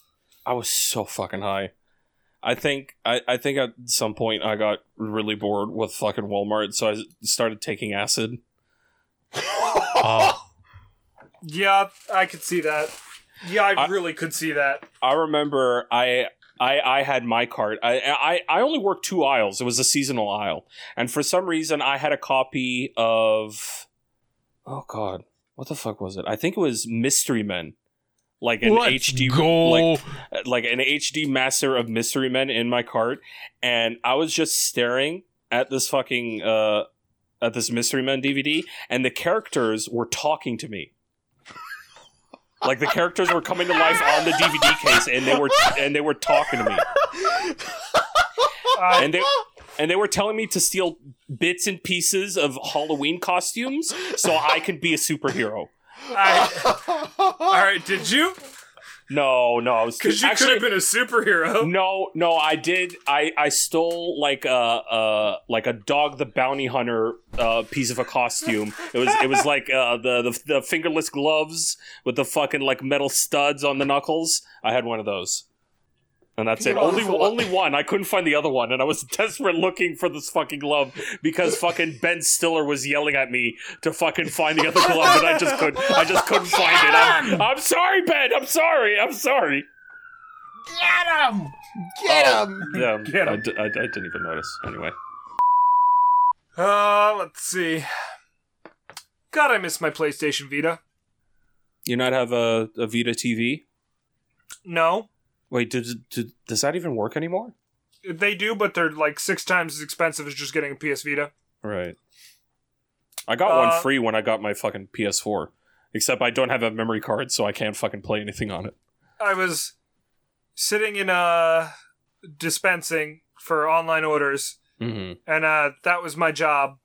B: I was so fucking high. I think I, I think at some point I got really bored with fucking Walmart, so I s- started taking acid.
A: Oh,
E: Yeah, I could see that. Yeah, I,
B: I-
E: really could see that.
B: I remember I I I had my cart. I I I only worked two aisles. It was a seasonal aisle, and for some reason I had a copy of. Oh God, what the fuck was it? I think it was Mystery Men, like an
A: let's
B: HD
A: go.
B: like like an HD master of Mystery Men in my cart, and I was just staring at this fucking uh, at this Mystery Men DVD, and the characters were talking to me. Like the characters were coming to life on the DVD case, and they were and they were talking to me,
E: Uh,
B: and they and they were telling me to steal bits and pieces of Halloween costumes so I could be a superhero.
E: I, all right, did you?
B: No, no, I was
E: Because you
B: actually-
E: could have been a superhero.
B: No, no, I did. I I stole like a uh like a dog the bounty hunter uh piece of a costume. It was it was like uh the, the the fingerless gloves with the fucking like metal studs on the knuckles. I had one of those. And that's it.
D: You're
B: Only
D: awful.
B: only one. I couldn't find the other one and I was desperate looking for this fucking glove because fucking Ben Stiller was yelling at me to fucking find the other glove and I just couldn't I just couldn't find it. I'm, I'm sorry, Ben. I'm sorry. I'm sorry.
D: Get him! Get
B: Oh.
D: him!
B: Yeah,
E: Get
B: I,
E: him.
B: d- I, I didn't even notice. Anyway,
E: Uh, let's see. God, I miss my PlayStation Vita.
B: you not have a, a Vita TV?
E: No,
B: Wait, did, did, does that even work anymore?
E: they do, but they're like six times as expensive as just getting a PS Vita.
B: Right. I got
E: Uh,
B: one free when I got my fucking PS4. Except I don't have a memory card, so I can't fucking play anything on it.
E: I was sitting in uh dispensing for online orders,
B: Mm-hmm.
E: and uh, that was my job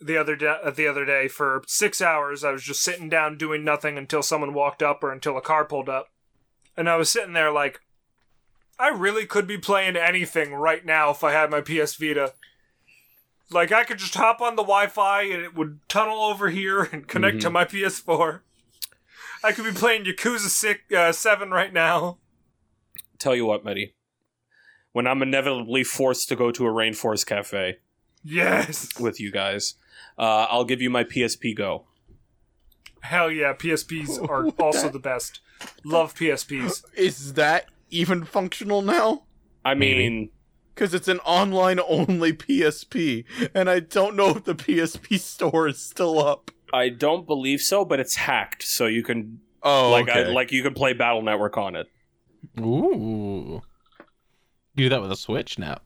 E: the other day. uh, the other day for six hours, I was just sitting down doing nothing until someone walked up or until a car pulled up, and I was sitting there like, I really could be playing anything right now if I had my PS Vita. Like I could just hop on the Wi-Fi and it would tunnel over here and connect to my PS4. I could be playing Yakuza Six uh, Seven right now.
B: Tell you what, Medi. When I'm inevitably forced to go to a rainforest cafe
E: Yes,
B: with you guys, uh, I'll give you my PSP Go.
E: hell yeah! PSPs are also the best. Love PSPs.
C: Is that even functional now?
B: I
A: Maybe.
B: mean,
C: Because it's an online only PSP, and I don't know if the PSP store is still up.
B: I don't believe so, but it's hacked, so you can
C: Oh,
B: like I, like you can play Battle Network on it.
A: Ooh. You do that with a Switch now.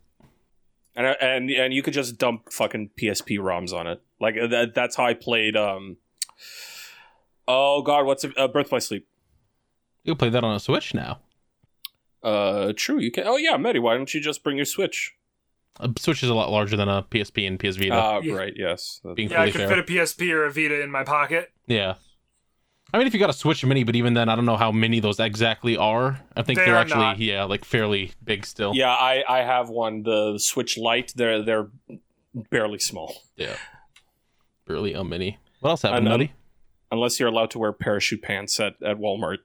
B: and uh, and and you could just dump fucking PSP ROMs on it. Like uh, that, that's how I played. Um, oh God, what's a, uh, Birth by Sleep?
A: You can play that on a Switch now.
B: Uh, true. You can. Oh yeah, Medi, why don't you just bring your Switch?
A: A Switch is a lot larger than a PSP and PS Vita.
B: Uh,
E: Yeah.
B: right. Yes. That-
A: being
E: Yeah, I
A: fully
E: could
A: fair.
E: fit a PSP or a Vita in my pocket.
A: yeah. I mean, if you got a Switch Mini, but even then, I don't know how many those exactly are. I think
E: They
A: they are
E: are
A: actually,
E: not.
A: yeah, like fairly big still.
B: yeah, I I have one. The Switch Lite. They're they're barely small,
A: Barely a mini. What else
B: I
A: happened,
B: know.
A: Nutty?
B: unless you're allowed to wear parachute pants at at Walmart.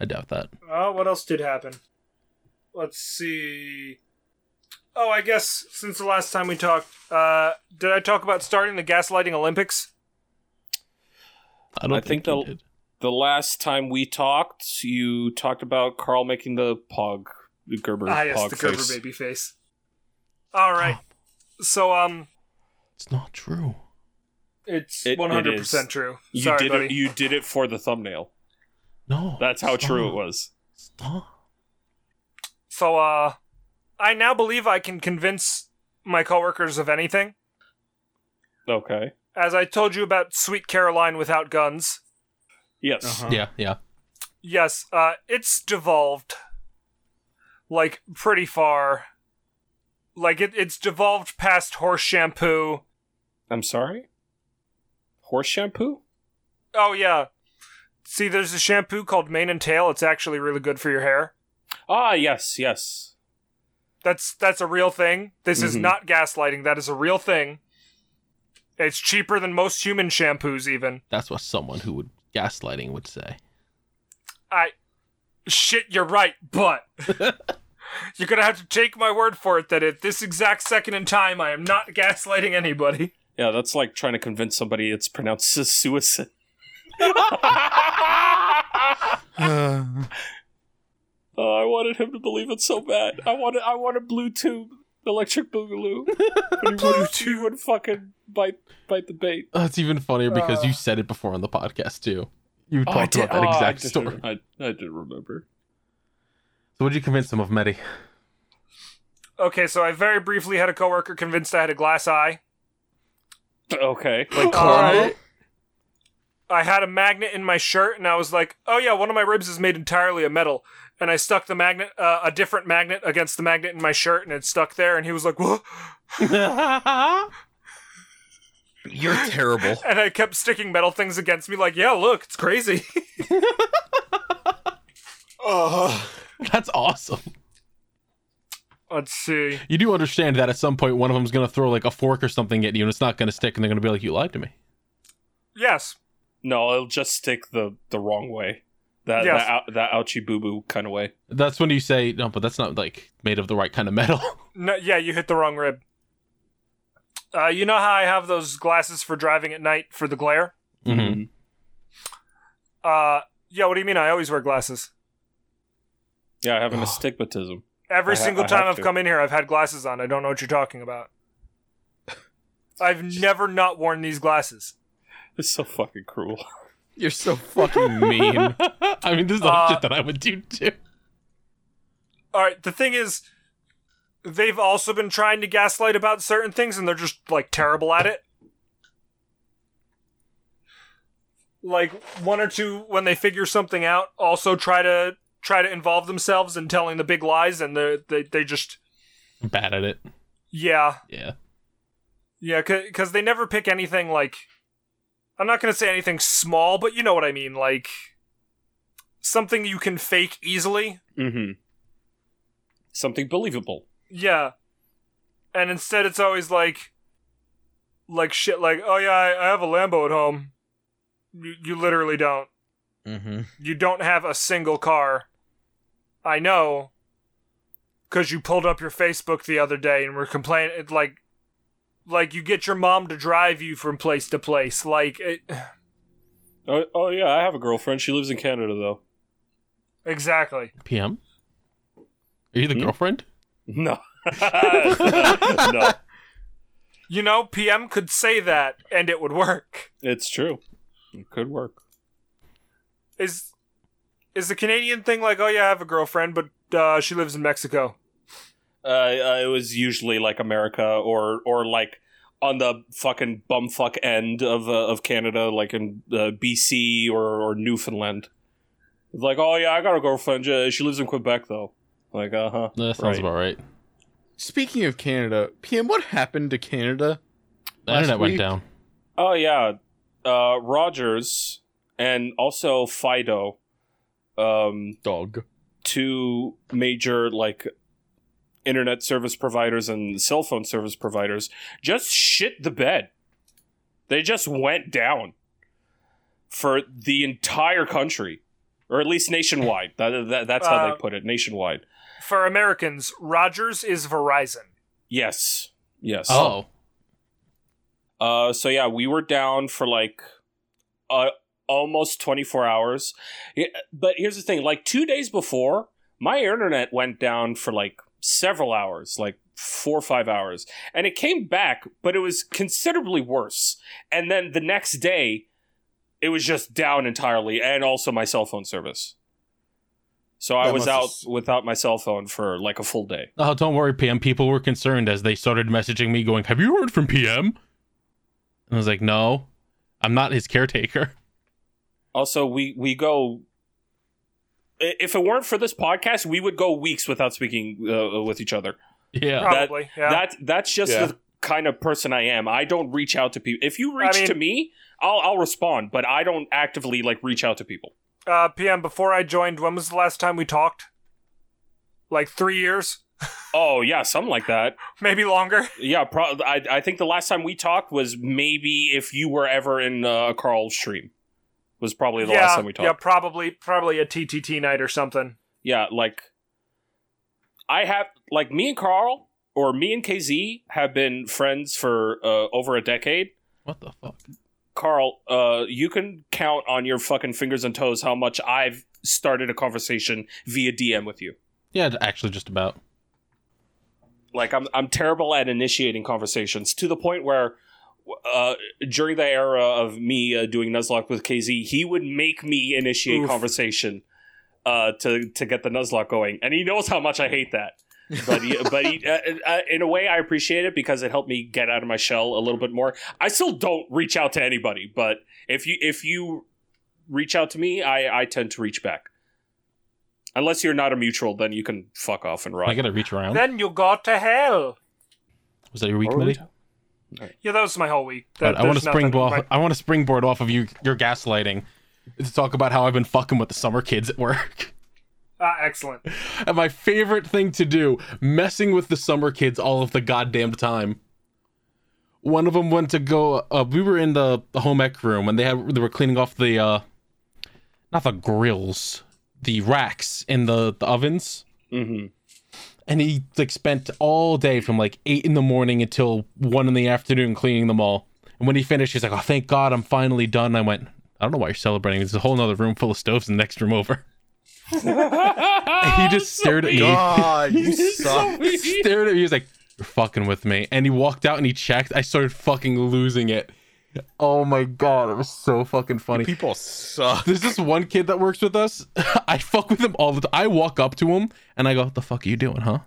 A: I doubt that.
E: Oh, what else did happen? Let's see. Oh, I guess since the last time we talked, uh, did I talk about starting the gaslighting Olympics?
A: I don't
B: I
A: think,
B: think
A: you
B: they'll-
A: did.
B: The last time we talked, you talked about Carl making the pog the Gerber
E: ah, yes,
B: pog
E: the Gerber
B: face.
E: baby face. All right. So, um,
A: It's not true.
E: it's
B: It- it
E: one hundred percent
B: is.
E: true.
B: You
E: Sorry,
B: did
E: buddy.
B: it. You did it for the thumbnail.
A: No.
B: That's how true it
A: stop.
B: was.
A: Stop.
E: So, uh, I now believe I can convince my coworkers of anything.
B: Okay.
E: As I told you about Sweet Caroline without guns.
B: Yes.
C: Uh-huh.
A: Yeah, yeah.
E: Yes, uh, it's devolved. Like, pretty far. Like, it, it's devolved past horse shampoo
B: I'm sorry? Horse shampoo?
E: Oh yeah. See, there's a shampoo called Mane and Tail. It's actually really good for your hair.
B: Ah, yes, yes.
E: That's that's a real thing. This is
B: Mhm.
E: not gaslighting. That is a real thing. It's cheaper than most human shampoos even.
A: That's what someone who would gaslighting would say.
E: I shit, you're right, but you're going to have to take my word for it that at this exact second in time I am not gaslighting anybody.
B: Yeah, that's like trying to convince somebody it's pronounced as suicide. Uh. Oh, I wanted him to believe it so bad. I wanted, I wanted blue tube, electric boogaloo. But he wouldn't, he would fucking bite, bite the bait.
A: Oh, it's even funnier because
E: Uh.
A: you said it before on the podcast too. You
B: Oh, I
A: talked
B: did-
A: about that
B: oh, I
A: exact
B: did-
A: story.
B: I, I did remember.
A: So what'd you convince them of, Medi?
E: Okay, so I very briefly had a coworker convinced I had a glass eye.
B: Okay.
E: Alright. I had a magnet in my shirt, and I was like, "Oh yeah, one of my ribs is made entirely of metal." And I stuck the magnet, uh, a different magnet, against the magnet in my shirt, and it stuck there. And he was like, "What?"
C: You're terrible.
E: And I kept sticking metal things against me, like, "Yeah, look, it's crazy."
D: Uh,
A: That's awesome.
E: Let's see.
A: You do understand that at some point one of them's gonna throw like a fork or something at you, and it's not gonna stick, and they're gonna be like, "You lied to me."
E: Yes,
B: No, it'll just stick the the wrong way. That
E: Yes.
B: that, ou- that ouchie boo boo kind of way.
A: That's when you say, "No, but that's not like made of the right kind of metal."
E: no, yeah, you hit the wrong rib. Uh, you know how I have those glasses for driving at night for the glare?
B: Mm-hmm.
A: Mhm.
E: Uh, yeah. What do you mean? I always wear glasses.
B: Yeah, I have an astigmatism.
E: Every
B: I ha-
E: single
B: I
E: time
B: have
E: I've
B: to.
E: come in here, I've had glasses on. I don't know what you're talking about. I've never not worn these glasses.
B: It's so fucking cruel.
C: You're so fucking mean.
A: I mean, this is the
E: Uh,
A: shit that I would do too.
E: All right, the thing is, they've also been trying to gaslight about certain things, and they're just like terrible at it. Like one or two, when they figure something out, also try to try to involve themselves in telling the big lies, and they they they just
A: I'm bad at it.
E: yeah
A: Yeah.
E: Yeah, because they never pick anything like. I'm not going to say anything small, but you know what I mean. Like. Something you can fake easily.
B: Mm-hmm. Something believable.
E: Yeah. And instead, it's always like. Like shit, like, oh yeah, I, I have a Lambo at home. You, you literally don't.
C: mm-hmm.
E: You don't have a single car. I know. Because you pulled up your Facebook the other day and were complaining, it- like, like you get your mom to drive you from place to place. Like, it,
B: Oh, oh yeah, I have a girlfriend. She lives in Canada though.
E: Exactly.
A: PM. Are you the
B: Hmm?
A: girlfriend?
B: No. no.
E: You know, PM could say that and it would work.
B: It's true. It could work.
E: Is is the Canadian thing like, oh yeah, I have a girlfriend, but uh, she lives in Mexico.
B: Uh, uh, it was usually like America or or like on the fucking bumfuck end of uh, of Canada, like in uh, BC or, or Newfoundland. It's like, oh yeah, I got a girlfriend. Uh, she lives in Quebec though. Like, uh huh.
A: That sounds
B: Right.
A: about right.
C: Speaking of Canada, PM, what happened to Canada?
A: The
C: Last
A: internet went
C: week-
A: down.
B: Oh yeah, uh, Rogers and also Fido, um,
C: Dog.
B: two major like internet service providers and cell phone service providers, just shit the bed. They just went down for the entire country, or at least nationwide. That, that, that's how
E: Uh,
B: they put it, nationwide.
E: For Americans, Rogers is Verizon.
B: Yes, yes.
A: Oh,
B: Uh, so yeah, we were down for like uh, almost 24 hours. Yeah, but here's the thing: like two days before, my internet went down for like several hours, like four or five hours, and it came back, but it was considerably worse. And then the next day, it was just down entirely, and also my cell phone service. So I
D: That
B: was
D: must
B: out
D: have s-
B: without my cell phone for like a full day.
A: oh, don't worry, PM. People were concerned as they started messaging me, going, "Have you heard from PM?" And I was like, "No, I'm not his caretaker."
B: Also, we we go. i- If it weren't for this podcast, we would go weeks without speaking uh, with each other.
A: Yeah.
E: Probably. yeah.
B: That that's just
C: Yeah.
B: the kind of person I am. I don't reach out to people. If you reach
E: mean-
B: to me, I'll I'll respond, but I don't actively like reach out to people.
E: Uh, PM, before I joined, when was the last time we talked? Like three years?
B: Oh yeah, something like that.
E: Maybe longer?
B: Yeah, pro- I I think the last time we talked was maybe if you were ever in uh, Carl's stream was probably the
E: yeah,
B: last time we
E: yeah,
B: talked.
E: probably, probably a TTT night or something.
B: Yeah, like I have like me and Carl or me and KZ have been friends for uh, over a decade.
A: What the fuck?
B: Carl, uh, you can count on your fucking fingers and toes how much I've started a conversation via DM with you.
A: Yeah, actually, just about.
B: Like I'm, I'm terrible at initiating conversations to the point where, uh, during the era of me uh, doing Nuzlocke with KZ, he would make me initiate
E: Oof.
B: conversation, uh, to to get the Nuzlocke going, and he knows how much I hate that. but he, but he, uh, uh, in a way, I appreciate it because it helped me get out of my shell a little bit more. I still don't reach out to anybody, but if you if you reach out to me, I I tend to reach back. Unless you're not a mutual, then you can fuck off and
A: Am I
B: run.
A: gonna reach around?
E: Then you go to hell.
A: Was that your weak
B: Or we-
A: committee?
E: Yeah, that was my whole week. That,
A: I want to
E: there's nothing.
A: springboard.
E: My-
A: I want to springboard off of you your gaslighting to talk about how I've been fucking with the summer kids at work.
E: Ah, excellent.
A: and my favorite thing to do, messing with the summer kids all of the goddamn time. One of them went to go. Uh, we were in the, the home ec room, and they had they were cleaning off the, uh, not the grills, the racks in the, the ovens.
B: hmm
A: and he like spent all day from like eight in the morning until one in the afternoon cleaning them all. And when he finished, he's like, "Oh, thank God, I'm finally done." I went, "I don't know why you're celebrating. There's a whole other room full of stoves in the next room over." he just stared at me,
D: God, you suck.
A: stared at me. He was like, "You're fucking with me." And he walked out and he checked. I started fucking losing it. Oh my god, it was so fucking funny.
C: People suck.
A: There's this one kid that works with us. I fuck with him all the time. I walk up to him and I go, "What the fuck are you doing, huh?"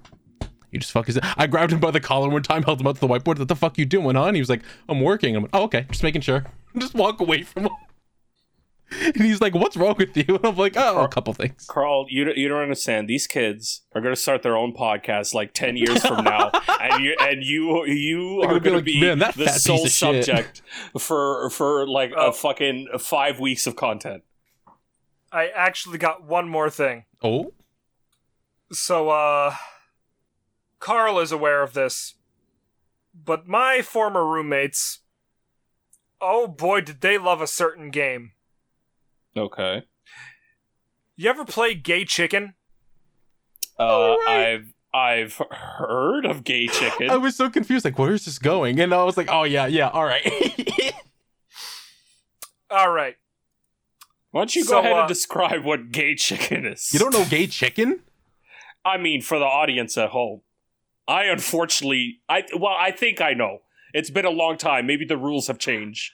A: You just fuck his. I grabbed him by the collar one time, held him up to the whiteboard. What the fuck you doing, huh? And he was like, "I'm working." I'm like, "Oh, okay, just making sure." Just walk away from him. And he's like, "What's wrong with you?" And I'm like, "Oh, a couple things."
B: Carl, you don't- you don't understand. These kids are going to start their own podcast like ten years from now, and you and you you
A: They're gonna
B: are
A: be
B: going
A: like,
B: to be,
A: "Man, that
B: the
A: fat piece
B: sole
A: of shit."
B: subject for for like
E: Oh.
B: a fucking five weeks of content.
E: I actually got one more thing.
A: Oh,
E: So, uh, Carl is aware of this, but my former roommates, oh boy, did they love a certain game.
B: Okay,
E: You ever play Gay Chicken?
B: uh, I've I've heard of gay chicken.
A: I was so confused. Like, where is this going? And I was like, "Oh yeah, yeah, all right."
E: All right.
B: Why don't you go
E: So,
B: ahead
E: uh,
B: and describe what gay chicken is?
A: you don't know gay chicken?
B: I mean, for the audience at home, I unfortunately, I well, I think I know. It's been a long time. Maybe the rules have changed.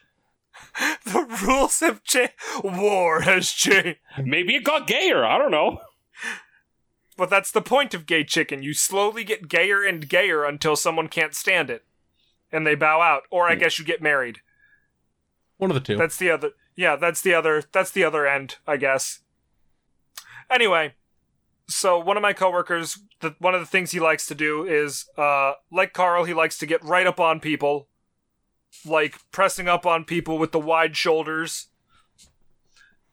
E: The rules have changed. War has changed.
B: Maybe it got gayer. I don't know.
E: But that's the point of Gay Chicken. You slowly get gayer and gayer until someone can't stand it. And they bow out. Or I guess you get married.
A: One of the two.
E: That's the other. Yeah, that's the other. That's the other end, I guess. Anyway, so one of my coworkers, the, one of the things he likes to do is, uh, like Carl, he likes to get right up on people, like pressing up on people with the wide shoulders.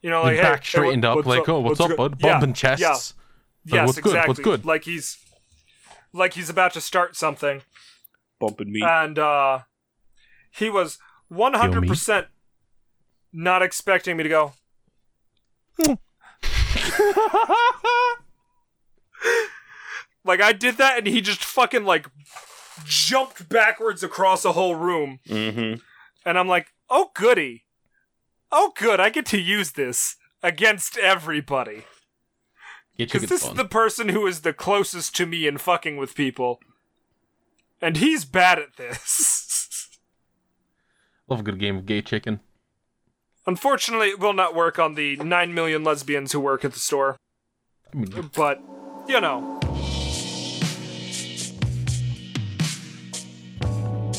E: You know,
A: Like,
E: like hey,
A: back
E: hey,
A: straightened
E: what-
A: up, like, "Oh, what's, up,
E: good?"
A: bud?"
E: Yeah,
A: Bumping chests.
E: yeah.
A: Like,
E: yes,
A: what's good?
E: exactly.
A: What's good?
E: Like he's, like he's about to start something
B: Bumping me.
E: and uh he was 100% not expecting me to go like i did that and he just fucking like jumped backwards across a whole room
B: mm-hmm.
E: and i'm like oh goody oh good i get to use this against everybody
A: Gay
E: because
A: chicken's
E: this
A: fun.
E: is the person who is the closest to me in fucking with people and he's bad at this
A: Love a good game of gay chicken.
E: Unfortunately, it will not work on the 9 million lesbians who work at the store,
A: I mean,
E: but, you know.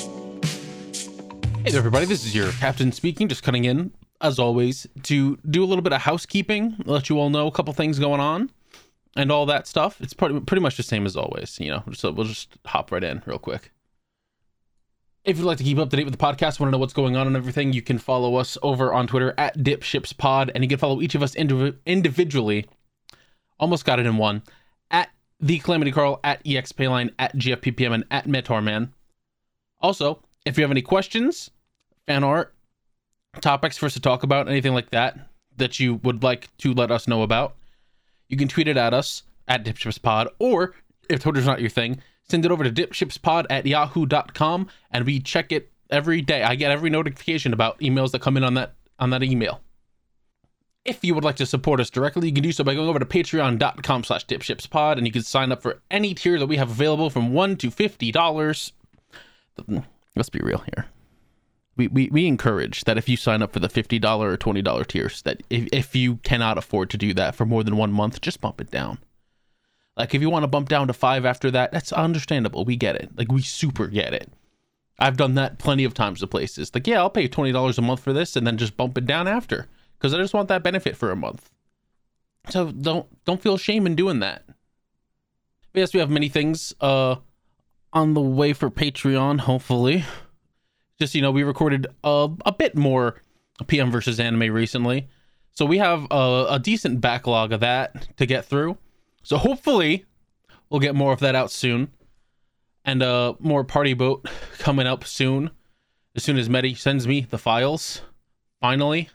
A: hey there, everybody. This is your captain speaking, just cutting in, as always, to do a little bit of housekeeping, let you all know a couple things going on and all that stuff. It's pretty, pretty much the same as always, you know, so we'll just hop right in real quick. If you'd like to keep up to date with the podcast, want to know what's going on and everything, you can follow us over on Twitter at DipshipsPod, and you can follow each of us indiv- individually. Almost got it in one. At the Calamity Carl, at EXPayline, at GFPPM, and at Metorman. Also, if you have any questions, fan art, topics for us to talk about, anything like that that you would like to let us know about, you can tweet it at us at DipshipsPod, or if Twitter's not your thing, send it over to dipshipspod at yahoo.com and we check it every day. I get every notification about emails that come in on that on that email. If you would like to support us directly, you can do so by going over to patreon.com slash dipshipspod and you can sign up for any tier that we have available from one to fifty dollars. Let's be real here. We, we, we encourage that if you sign up for the $50 or $20 tiers, that if, if you cannot afford to do that for more than one month, just bump it down. Like if you want to bump down to five after that, that's understandable. We get it. Like we super get it. I've done that plenty of times to places. Like, yeah, I'll pay twenty dollars a month for this and then just bump it down after. Because I just want that benefit for a month. So don't don't feel shame in doing that. But yes, we have many things uh on the way for Patreon, hopefully. Just you know, we recorded uh, a bit more PM versus anime recently. So we have a, a decent backlog of that to get through. So hopefully we'll get more of that out soon. And uh more party boat coming up soon. As soon as Medi sends me the files. Finally.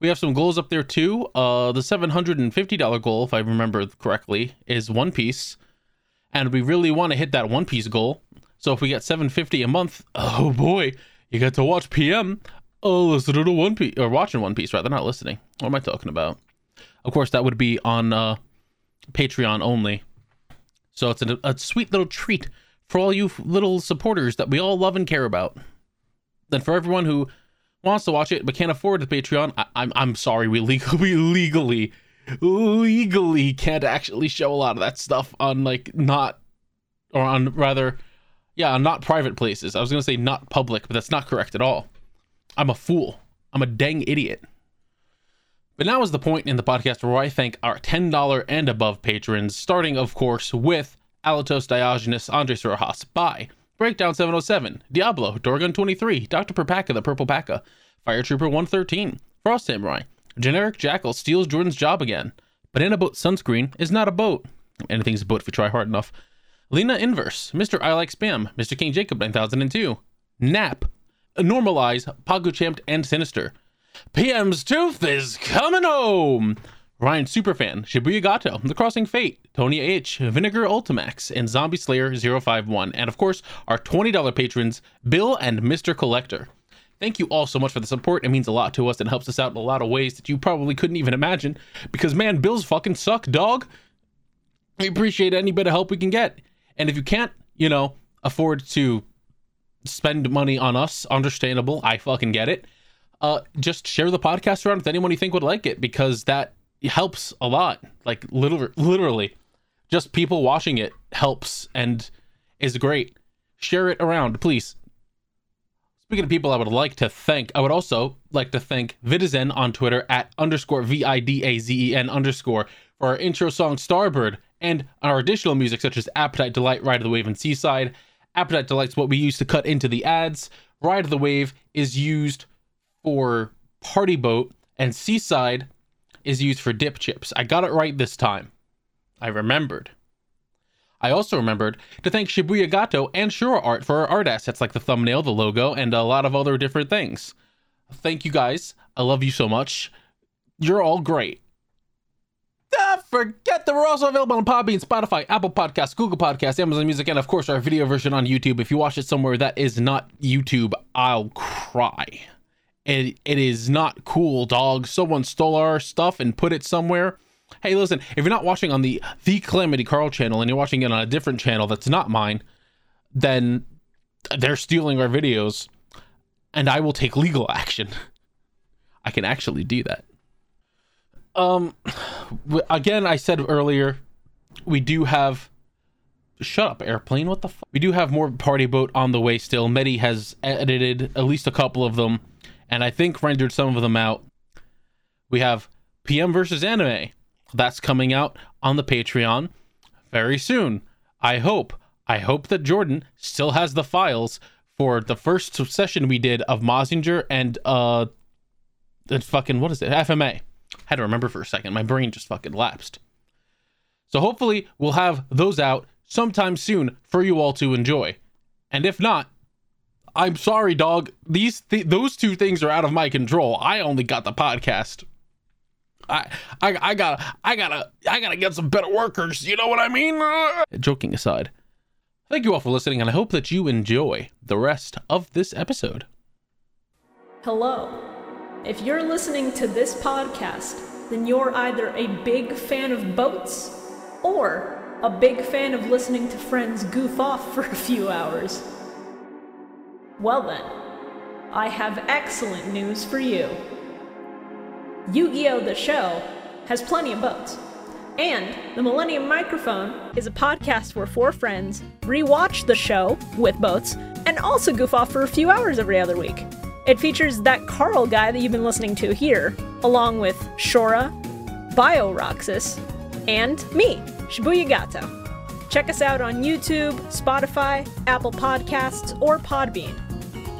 A: We have some goals up there too. Uh the $750 goal, if I remember correctly, is One Piece. And we really want to hit that One Piece goal. So if we get 750 a month, oh boy, you get to watch PM. Oh, listen to One Piece or watching One Piece rather, not listening. What am I talking about? Of course, that would be on uh, Patreon only. So it's a, a sweet little treat for all you f- little supporters that we all love and care about. Then for everyone who wants to watch it but can't afford the Patreon, I, I'm I'm sorry, we legally we legally legally can't actually show a lot of that stuff on like not or on rather yeah on not private places. I was gonna say not public, but that's not correct at all. I'm a fool. I'm a dang idiot. But now is the point in the podcast where I thank our $10 and above patrons, starting, of course, with Alatos Diogenes, Andres Rojas, By, Breakdown 707, Diablo, Dorgon 23, Dr. Perpaka, the Purple Paka, Fire Trooper 113, Frost Samurai, Generic Jackal steals Jordan's job again, Banana Boat Sunscreen is not a boat. Anything's a boat if you try hard enough. Lena Inverse, Mr. I Like Spam, Mr. King Jacob 9002, Nap, Normalize, Paguchamped, and Sinister. PM's Tooth is coming home. Ryan Superfan, Shibuya Gato, The Crossing Fate, Tony H, Vinegar Ultimax, and Zombie Slayer 051, and of course, our $20 patrons, Bill and Mr. Collector. Thank you all so much for the support. It means a lot to us and helps us out in a lot of ways that you probably couldn't even imagine because, man, Bills fucking suck, dog. We appreciate any bit of help we can get. And if you can't, you know, afford to spend money on us, understandable. I fucking get it uh, just share the podcast around with anyone you think would like it because that helps a lot. Like literally, literally, just people watching it helps and is great. Share it around, please. Speaking of people I would like to thank, I would also like to thank Vidazen on Twitter at underscore V I D A Z E N underscore for our intro song Starbird and our additional music such as Appetite Delight, Ride of the Wave, and Seaside. Appetite Delight's what we use to cut into the ads. Ride of the Wave is used for party boat and seaside is used for dip chips. I got it right this time. I remembered. I also remembered to thank Shibuya Gato and Shura Art for our art assets like the thumbnail, the logo, and a lot of other different things. Thank you guys. I love you so much. You're all great. Ah, forget that we're also available on Podbean, Spotify, Apple Podcasts, Google Podcasts, Amazon Music, and of course our video version on YouTube. If you watch it somewhere that is not YouTube, I'll cry it, it is not cool, dog. Someone stole our stuff and put it somewhere. Hey, listen, if you're not watching on the the Calamity Carl channel and you're watching it on a different channel that's not mine, then they're stealing our videos, and I will take legal action. I can actually do that. Um, w- again, I said earlier, we do have Shut up, airplane. What the fuck? We do have more party boat on the way still. Medi has e-, edited at least a couple of them, and I think rendered some of them out. We have PM versus anime. That's coming out on the Patreon very soon. I hope. I hope that Jordan still has the files for the first session we did of Mozinger and uh, and fucking what is it? FMA. Had to remember for a second. My brain just fucking lapsed. So hopefully we'll have those out sometime soon for you all to enjoy. And if not, I'm sorry, dog. These th- those two things are out of my control. I only got the podcast. I, I I gotta I gotta I gotta get some better workers. You know what I mean? Uh, Joking aside, thank you all for listening, and I hope that you enjoy the rest of this episode.
F: Hello. If you're listening to this podcast, then you're either a big fan of boats or a big fan of listening to friends goof off for a few hours. Well, then, I have excellent news for you Yu Gi Oh! The Show has plenty of boats. And the Millennium Microphone is a podcast where four friends rewatch the show with boats and also goof off for a few hours every other week. It features that Carl guy that you've been listening to here, along with Shora, BioRoxus, and me, Shibuya Gato. Check us out on YouTube, Spotify, Apple Podcasts, or Podbean.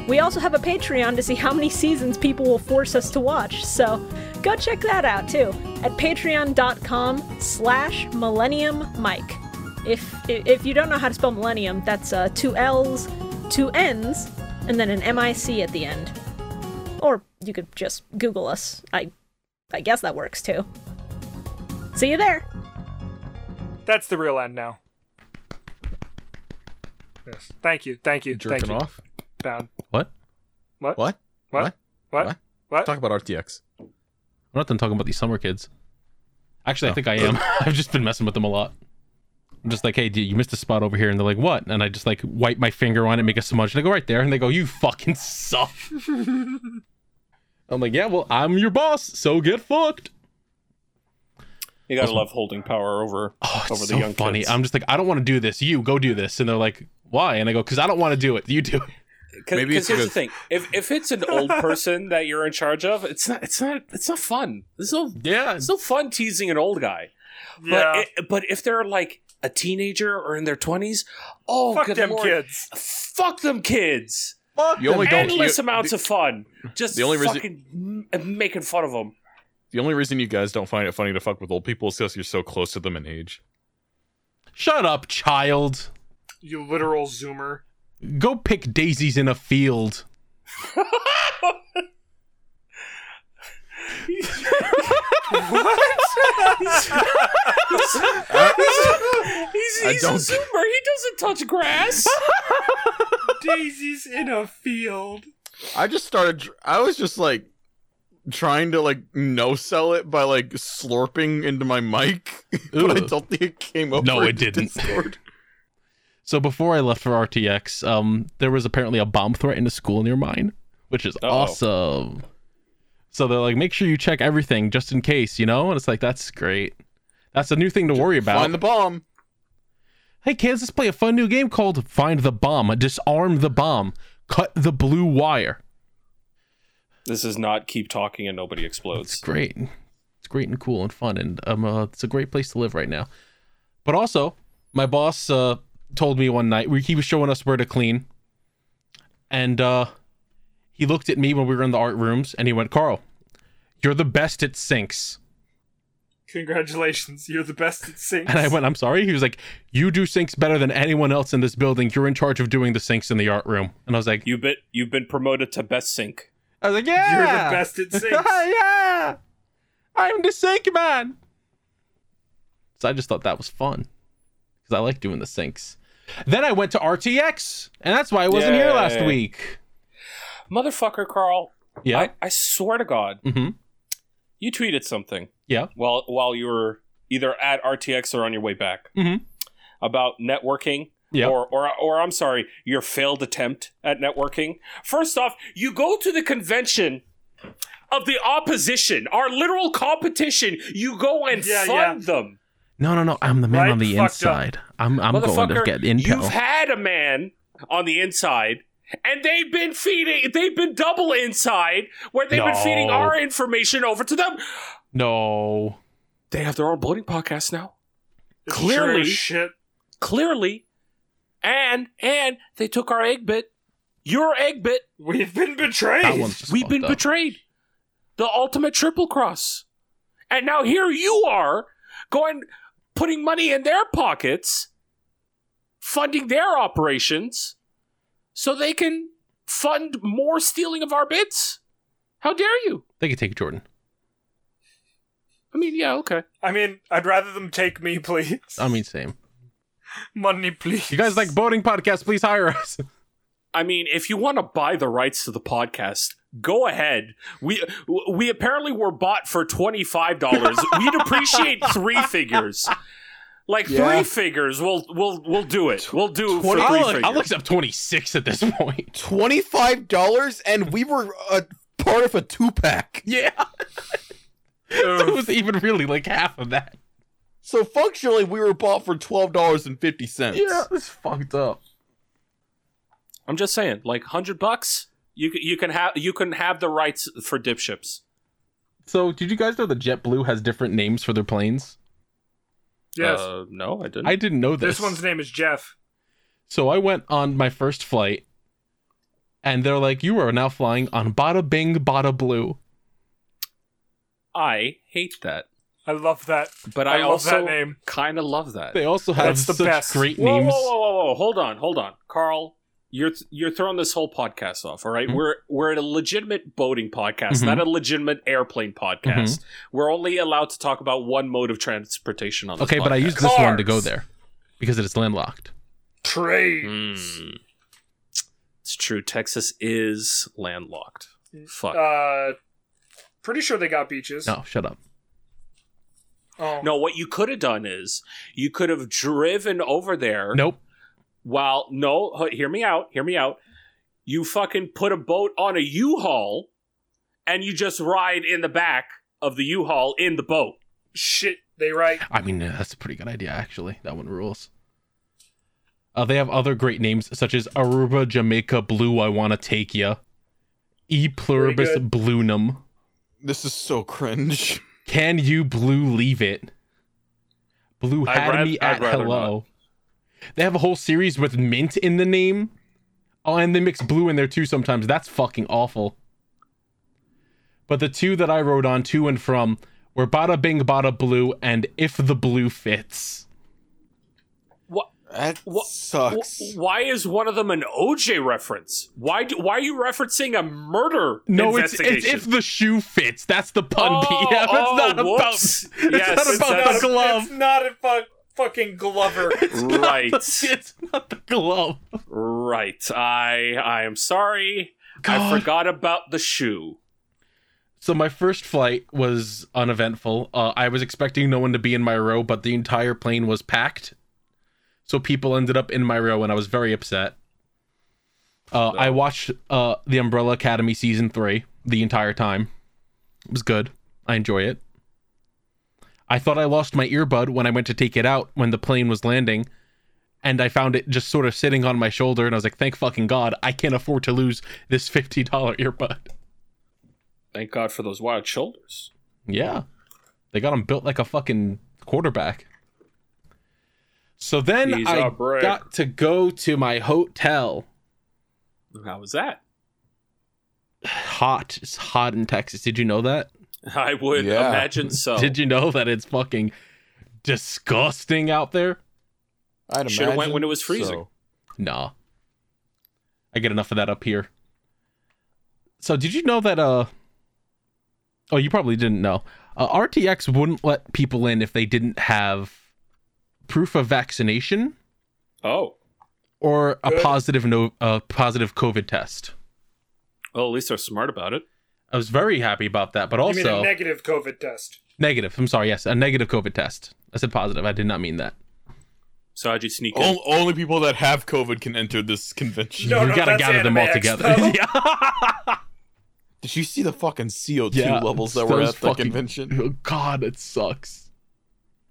F: We also have a Patreon to see how many seasons people will force us to watch, so go check that out too at patreon.com slash millennium mike. If, if you don't know how to spell millennium, that's uh, two L's, two N's, and then an M-I-C at the end. Or you could just Google us. I, I guess that works too. See you there!
E: That's the real end now. Yes. Thank you. Thank you.
C: Jerking
E: thank you.
C: off?
E: Down.
A: What?
E: What?
C: What?
E: What? What?
C: What?
E: What?
C: Talk about RTX.
A: I'm not done talking about these summer kids. Actually, I think I am. I've just been messing with them a lot. I'm just like, hey, dude, you missed a spot over here, and they're like, what? And I just like wipe my finger on it, make a smudge, and I go right there, and they go, you fucking suck. I'm like, yeah, well, I'm your boss, so get fucked.
B: You gotta love holding power over
A: Oh, it's
B: over the
A: so
B: young
A: funny.
B: kids.
A: I'm just like, I don't want to do this. You go do this, and they're like, why? And I go, because I don't want to do it. You do it.
B: Cause,
C: Maybe
B: 'cause
C: it's
B: here's
C: good.
B: the thing: if if it's an old person that you're in charge of, it's not it's not it's not fun. It's no
A: Yeah.
B: it's no fun teasing an old guy.
E: Yeah.
B: But it, but if they're like a teenager or in their twenties, oh
E: Fuck
B: good
E: them
B: lord,
E: kids.
B: fuck them kids!
C: You only don't. You,
B: Endless amounts of fun. Just
C: the only reason-
B: fucking m- making fun of them.
C: the only reason you guys don't find it funny to fuck with old people is because you're so close to them in age.
A: Shut up, child.
E: You literal zoomer.
A: Go pick daisies in a field.
B: He's,
C: I
B: he's a
C: don't-
B: zoomer. He doesn't touch grass.
E: Daisies in a field.
C: I just started. dr- I was just like trying to like no sell it by like slurping into my mic, but I
A: Ooh.
C: don't think it came over.
A: No, it
C: in
A: didn't.
C: Discord.
A: So before I left for RTX, um, there was apparently a bomb threat in a school near mine, which is
B: Uh-oh.
A: awesome. So they're like, make sure you check everything just in case, you know. And it's like, that's great. That's a new thing to worry about.
C: Find the bomb.
A: hey kids, let's play a fun new game called Find the Bomb, Disarm the Bomb, Cut the Blue Wire.
B: This is not keep talking and nobody
A: It's
B: explodes.
A: great. It's great and cool and fun, and um, uh, it's a great place to live right now. But also, my boss uh, told me one night we, he was showing us where to clean, and uh, he looked at me when we were in the art rooms, and he went, "Carl, you're the best at sinks."
E: Congratulations, you're the best at sinks.
A: And I went, "I'm sorry." He was like, "You do sinks better than anyone else in this building. You're in charge of doing the sinks in the art room." And I was like,
B: You bit you've been promoted to best sink.
A: "I was like,
E: You're
A: yeah,
E: the best at sinks.
A: yeah, I'm the sink man. So I just thought that was fun because I like doing the sinks. Then I went to RTX, and that's why I wasn't here last
B: Yay.
A: week.
B: Motherfucker Carl.
A: Yeah.
B: I, I swear to God,
A: mm-hmm.
B: you tweeted something.
A: Yeah.
B: While while you were either at RTX or on your way back.
A: Mhm.
B: About networking.
A: Yeah.
B: Or, or, or I'm sorry, your failed attempt at networking. First off, you go to the convention of the opposition, our literal competition. You go and
E: Yeah,
B: fund them.
A: No, no, no. I'm the man
E: Right?
A: on the
E: Fucked up.
A: inside. I'm I'm going to
B: Motherfucker,
A: get
B: you've
A: intel.
B: had a man on the inside, and they've been feeding, they've been double inside, where they've been feeding
A: No.
B: our information over to them.
A: no.
B: They have their own bloating podcast now.
E: It's
B: Clearly.
E: Sure as shit.
B: Clearly, And and they took our egg bit, your egg bit.
E: We've been
A: That
E: betrayed.
A: one's just
B: We've been
A: fucked up.
B: betrayed. The ultimate triple cross. And now here you are going putting money in their pockets, funding their operations so they can fund more stealing of our bits. How dare you?
A: They can take Jordan.
B: I mean, yeah, okay.
E: I mean, I'd rather them take me, please.
A: I mean, same.
E: Money, please.
A: You guys like boating podcasts? Please hire us.
B: I mean, if you want to buy the rights to the podcast, go ahead. We we apparently were bought for twenty five dollars. We'd appreciate three figures. Like
D: Yeah.
B: three figures, we'll we'll we'll do it. We'll do it for
A: 20,
B: 3
A: I'll,
B: figures.
A: I'll accept 26 at this point.
D: Twenty-five dollars, and we were
C: uh,
D: a part of a two-pack.
A: Yeah. so it was even really like half of that.
D: So functionally, we were bought for twelve dollars and fifty cents.
A: it's fucked up.
B: I'm just saying, like hundred bucks, you c- you can have you can have the rights for dip ships.
A: So, did you guys know that JetBlue has different names for their planes?
E: Yes.
B: Uh, no, I didn't.
A: I didn't know this.
E: this one's name is Jeff.
A: So I went on my first flight, and they're like, "You are now flying on Bada Bing Bada Blue."
B: I hate that,
E: I love that.
B: but
E: I
B: I,
E: love that
B: also
E: name.
B: kind of love that.
A: They also have
E: That's the
A: such
E: best.
A: great
B: Whoa,
A: names.
B: whoa, whoa, whoa, whoa! Hold on, hold on, Carl. You're you're throwing this whole podcast off. All right?
A: Mhm.
B: we're we're at a legitimate boating podcast,
A: Mhm.
B: not a legitimate airplane podcast.
A: Mm-hmm.
B: We're only allowed to talk about one mode of transportation on. This
A: Okay, but I
B: podcast.
A: used this one to go
E: Cars.
A: there because it is landlocked.
E: Trade.
A: Hmm.
B: Mm. It's true. Texas is landlocked. Fuck.
E: Uh, pretty sure they got beaches.
A: No, shut up.
E: Oh.
B: no, what you could have done is you could have driven over there.
A: Nope.
B: While no, h- hear me out. Hear me out. You fucking put a boat on a U-Haul, and you just ride in the back of the U-Haul in the boat.
E: Shit, they right.
A: I mean, uh, that's a pretty good idea, actually. That one rules. Uh, they have other great names such as Aruba Jamaica Blue. I wanna take ya. E pluribus
E: Pretty good.
A: blunum.
C: This is so cringe.
A: Can you blue leave it? Blue
B: I'd
A: had
B: rath-
A: me
B: I'd
A: at
B: rather
A: hello. They have a whole series with mint in the name. Oh, and they mix blue in there too sometimes. That's fucking awful. But the two that I rode on to and from were Bada Bing Bada Blue and If the Blue Fits.
B: What?
D: That
B: Wha-
D: sucks.
B: Wh- Why is one of them an OJ reference? Why do, why are you referencing a murder
A: No, it's,
B: investigation?
A: it's if the shoe fits. That's the pun,
B: Oh,
A: PM. It's
B: oh,
A: not about.
B: whoops.
A: It's
B: Yes,
A: not
B: it's
A: about
B: not-
A: the glove.
E: It's not a fuck, fucking Glover.
B: right,
A: It's not the glove.
B: right. I I am sorry. I
A: God.
B: forgot about the shoe.
A: So my first flight was uneventful. Uh, I was expecting no one to be in my row, but the entire plane was packed. So people ended up in my row, and I was very upset. Uh, I watched uh, the Umbrella Academy season three the entire time. It was good. I enjoy it. I thought I lost my earbud when I went to take it out when the plane was landing, and I found it just sort of sitting on my shoulder, and I was like, "Thank fucking god! I can't afford to lose this fifty dollar earbud."
B: Thank God for those wild shoulders.
A: Yeah. They got him built like a fucking quarterback. So then
B: He's
A: I
B: a brick.
A: got to go to my hotel.
B: How was that?
A: Hot. It's hot in Texas. Did you know that?
B: I would
D: Yeah.
B: imagine so.
A: Did you know that it's fucking disgusting out there?
D: I'd
B: Should've went
D: imagine
B: when it was freezing.
D: so.
A: Nah. I get enough of that up here. So did you know that uh Oh, you probably didn't know. Uh, RTX wouldn't let people in if they didn't have proof of vaccination.
B: Oh,
A: or a
E: Good.
A: positive no a positive COVID test.
B: well, at least they're smart about it.
A: I was very happy about that, but
E: you mean
A: also
E: a negative COVID test?
A: negative. I'm sorry, yes, a negative COVID test. I said positive. I did not mean that.
B: So how'd you sneak in?
A: Oh.
C: O- only people that have COVID can enter this convention.
E: No,
A: we
E: no,
A: gotta
E: that's
A: gather them all
E: Anime
A: together.
E: Expo.
C: Did you see the fucking CO2
A: Yeah,
C: levels
A: it's
C: that were
A: those
C: at the
A: fucking-
C: convention?
A: Oh, God, it sucks.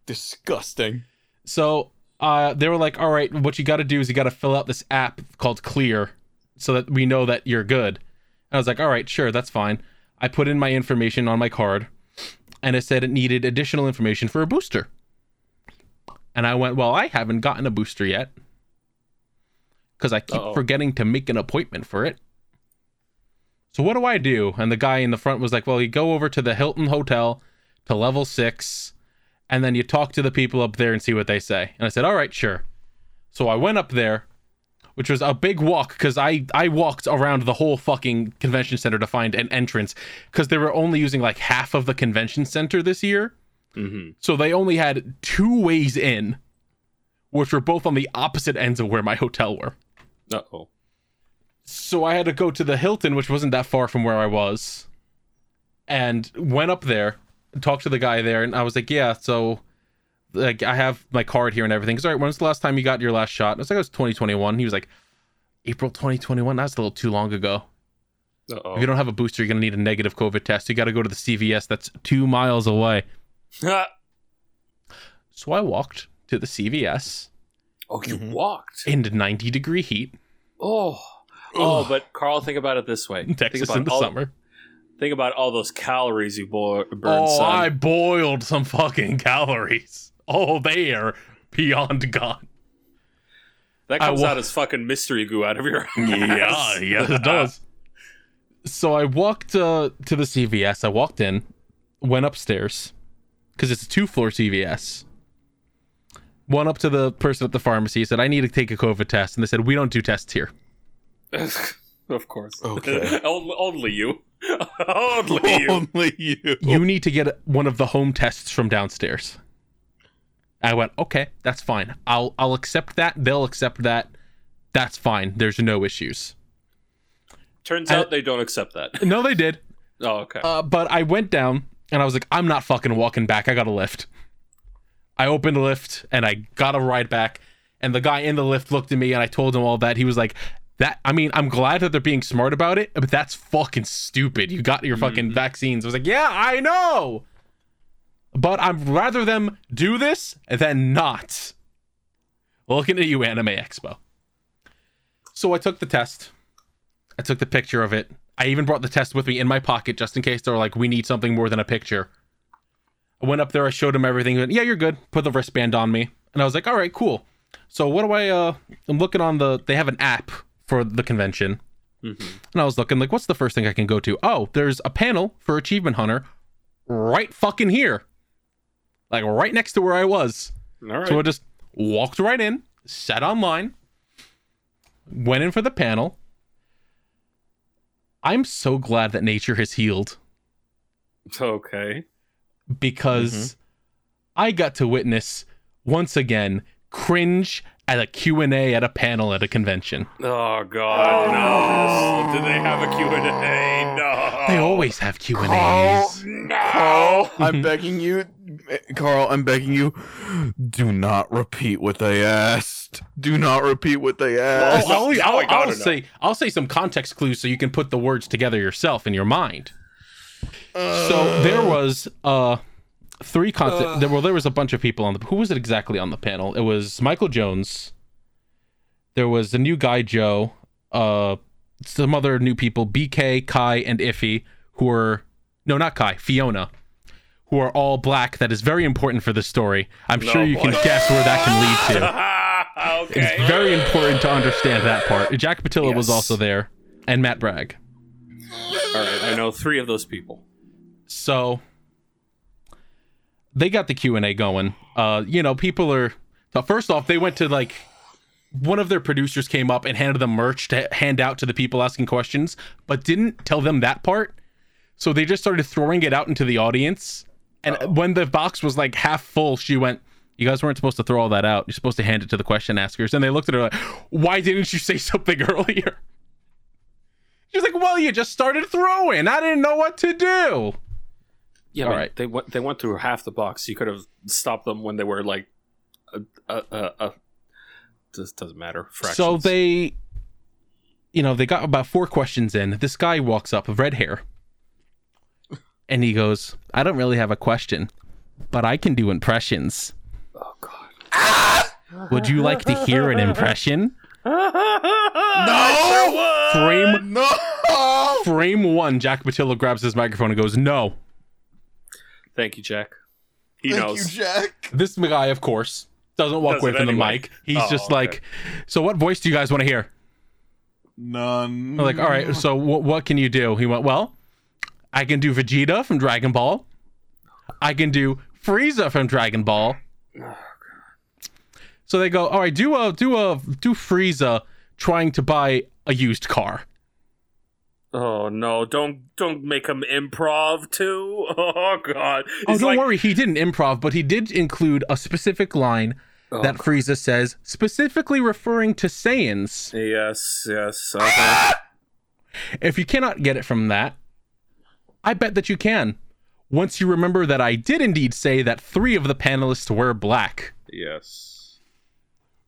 C: Disgusting.
A: So uh, they were like, "All right, what you got to do is you got to fill out this app called Clear, so that we know that you're good." And I was like, "All right, sure, that's fine." I put in my information on my card, and it said it needed additional information for a booster. And I went, "Well, I haven't gotten a booster yet." because I keep
B: Uh-oh.
A: forgetting to make an appointment for it. So what do I do? And the guy in the front was like, "Well, you go over to the Hilton Hotel to level 6 and then you talk to the people up there and see what they say." And I said, "All right, sure." So I went up there, which was a big walk cuz I I walked around the whole fucking convention center to find an entrance cuz they were only using like half of the convention center this year.
B: Mhm.
A: So they only had two ways in, which were both on the opposite ends of where my hotel were.
B: Uh-oh.
A: So I had to go to the Hilton, which wasn't that far from where I was, and went up there and talked to the guy there. And I was like, Yeah, so like I have my card here and everything. He's all right, when was the last time you got your last shot? And I was like, It was 2021. He was like, April 2021? That's a little too long ago. If you
B: Uh-oh.
A: don't have a booster, you're going to need a negative COVID test. You got to go to the CVS that's two miles away. So I walked to the CVS
B: oh, you
A: Mm-hmm.
D: Mhm.
B: walked.
A: in 90 degree heat,
B: Oh. Oh, but Carl, think about it this way.
A: in Texas
B: think about
A: in the
B: all,
A: summer.
B: Think about all those calories you bo- burn,
A: Oh,
B: son.
A: I boiled some fucking calories. Oh, they are beyond gone.
B: that
A: I
B: comes
A: wa-
B: out as fucking mystery goo out of your ass.
A: yes, it does. So I walked uh, to the CVS. I walked in, went upstairs because it's a two floor CVS. Went up to the person at the pharmacy, said, I need to take a COVID test. And they said, We don't do tests here.
B: of course.
D: Okay.
B: On- only you. only you.
D: Only you.
A: you need to get one of the home tests from downstairs. I went, okay, that's fine. I'll I'll accept that. They'll accept that. That's fine. There's no issues.
B: Turns
A: I-
B: out they don't accept that.
A: No, they did.
B: Oh, okay.
A: Uh, but I went down and I was like, I'm not fucking walking back. I got a lift. I opened the lift and I got a ride back. And the guy in the lift looked at me and I told him all that. He was like, that I mean, I'm glad that they're being smart about it, but that's fucking stupid. You got your fucking vaccines. I was like, yeah, I know. But I'd rather them do this than not. Looking at you, Anime Expo. So I took the test. I took the picture of it. I even brought the test with me in my pocket just in case they were like, we need something more than a picture. I went up there, I showed him everything. He went, yeah, you're good. Put the wristband on me. And I was like, all right, cool. So what do I uh I'm looking on the they have an app for the convention. And I was looking like, what's the first thing I can go to? Oh, there's a panel for Achievement Hunter right fucking here. Like right next to where I was.
B: All right.
A: So I just walked right in, sat online, went in for the panel. I'm so glad that nature has healed
B: okay.
A: because
B: Mm-hmm.
A: I got to witness once again cringe at a Q&A at a panel at a convention.
B: Oh God,
A: Oh.
B: no! Did they have a Q and A? No.
A: They always have Q&As.
D: Carl, I'm begging you, Carl, I'm begging you, do not repeat what they asked. Do not repeat what they asked.
A: I'll, I'll-
B: now
A: I'll-
B: Oh, I gotta
A: I'll
B: know.
A: say I'll say some context clues so you can put the words together yourself in your mind. so there was uh three content.
B: uh,
A: there, well, there was a bunch of people on the. Who was it exactly on the panel? It was Michael Jones. There was the new guy Joe, uh, some other new people BK, Kai, and Iffy, who are no, not Kai, Fiona, who are all black. That is very important for this story. I'm sure you can
B: boy.
A: guess where that can lead to.
B: Ah, okay.
A: It's very important to understand that part. Jack Patillo was
B: Yes.
A: also there, and Matt Bragg.
B: All right. I know three of those people.
A: So they got the Q and A going. Uh, you know, people are. But first off, they went to like one of their producers came up and handed them merch to hand out to the people asking questions, but didn't tell them that part. So they just started throwing it out into the audience. And when the box was like half full, she went, "You guys weren't supposed to throw all that out. You're supposed to hand it to the question askers." And they looked at her like, "Why didn't you say something earlier?" She's like, "Well, you just started throwing. I didn't know what to do."
B: Yeah.
A: All
B: man,
A: right.
B: They went. They went through half the box. You could have stopped them when they were like, uh, uh, uh, uh this doesn't matter. Fractions.
A: So they, you know, they got about four questions in. This guy walks up, red hair, and he goes, "I don't really have a question, but I can do impressions. Ah!
B: Oh God.
A: Would you like to hear an impression?"
D: no!
A: Frame
D: No!
A: frame one. Jack Patillo grabs his microphone and goes, "No."
B: Thank you, Jack. He
D: Thank
B: knows.
D: you, Jack.
A: This guy, of course, Doesn't walk
B: Does
A: away
B: it
A: from the
B: anyway.
A: mic. He's
B: Oh,
A: just
B: okay.
A: like, so what voice do you guys want to hear?
D: None.
A: I'm like, all
B: Mm-hmm.
A: right, so wh- what can you do? He went, well, I can do Vegeta from Dragon Ball. I can do Frieza from Dragon Ball. So they go, all right, do a do a do Frieza trying to buy a used car.
B: Oh no! Don't don't make him improv too. Oh god!
A: Oh,
B: He's
A: don't
B: like-
A: worry, he didn't improv, but he did include a specific line
B: Oh,
A: that Frieza says, specifically referring to Saiyans.
B: Yes, yes. uh-huh. Okay.
A: If you cannot get it from that, I bet that you can. Once you remember that I did indeed say that three of the panelists were black,
B: yes.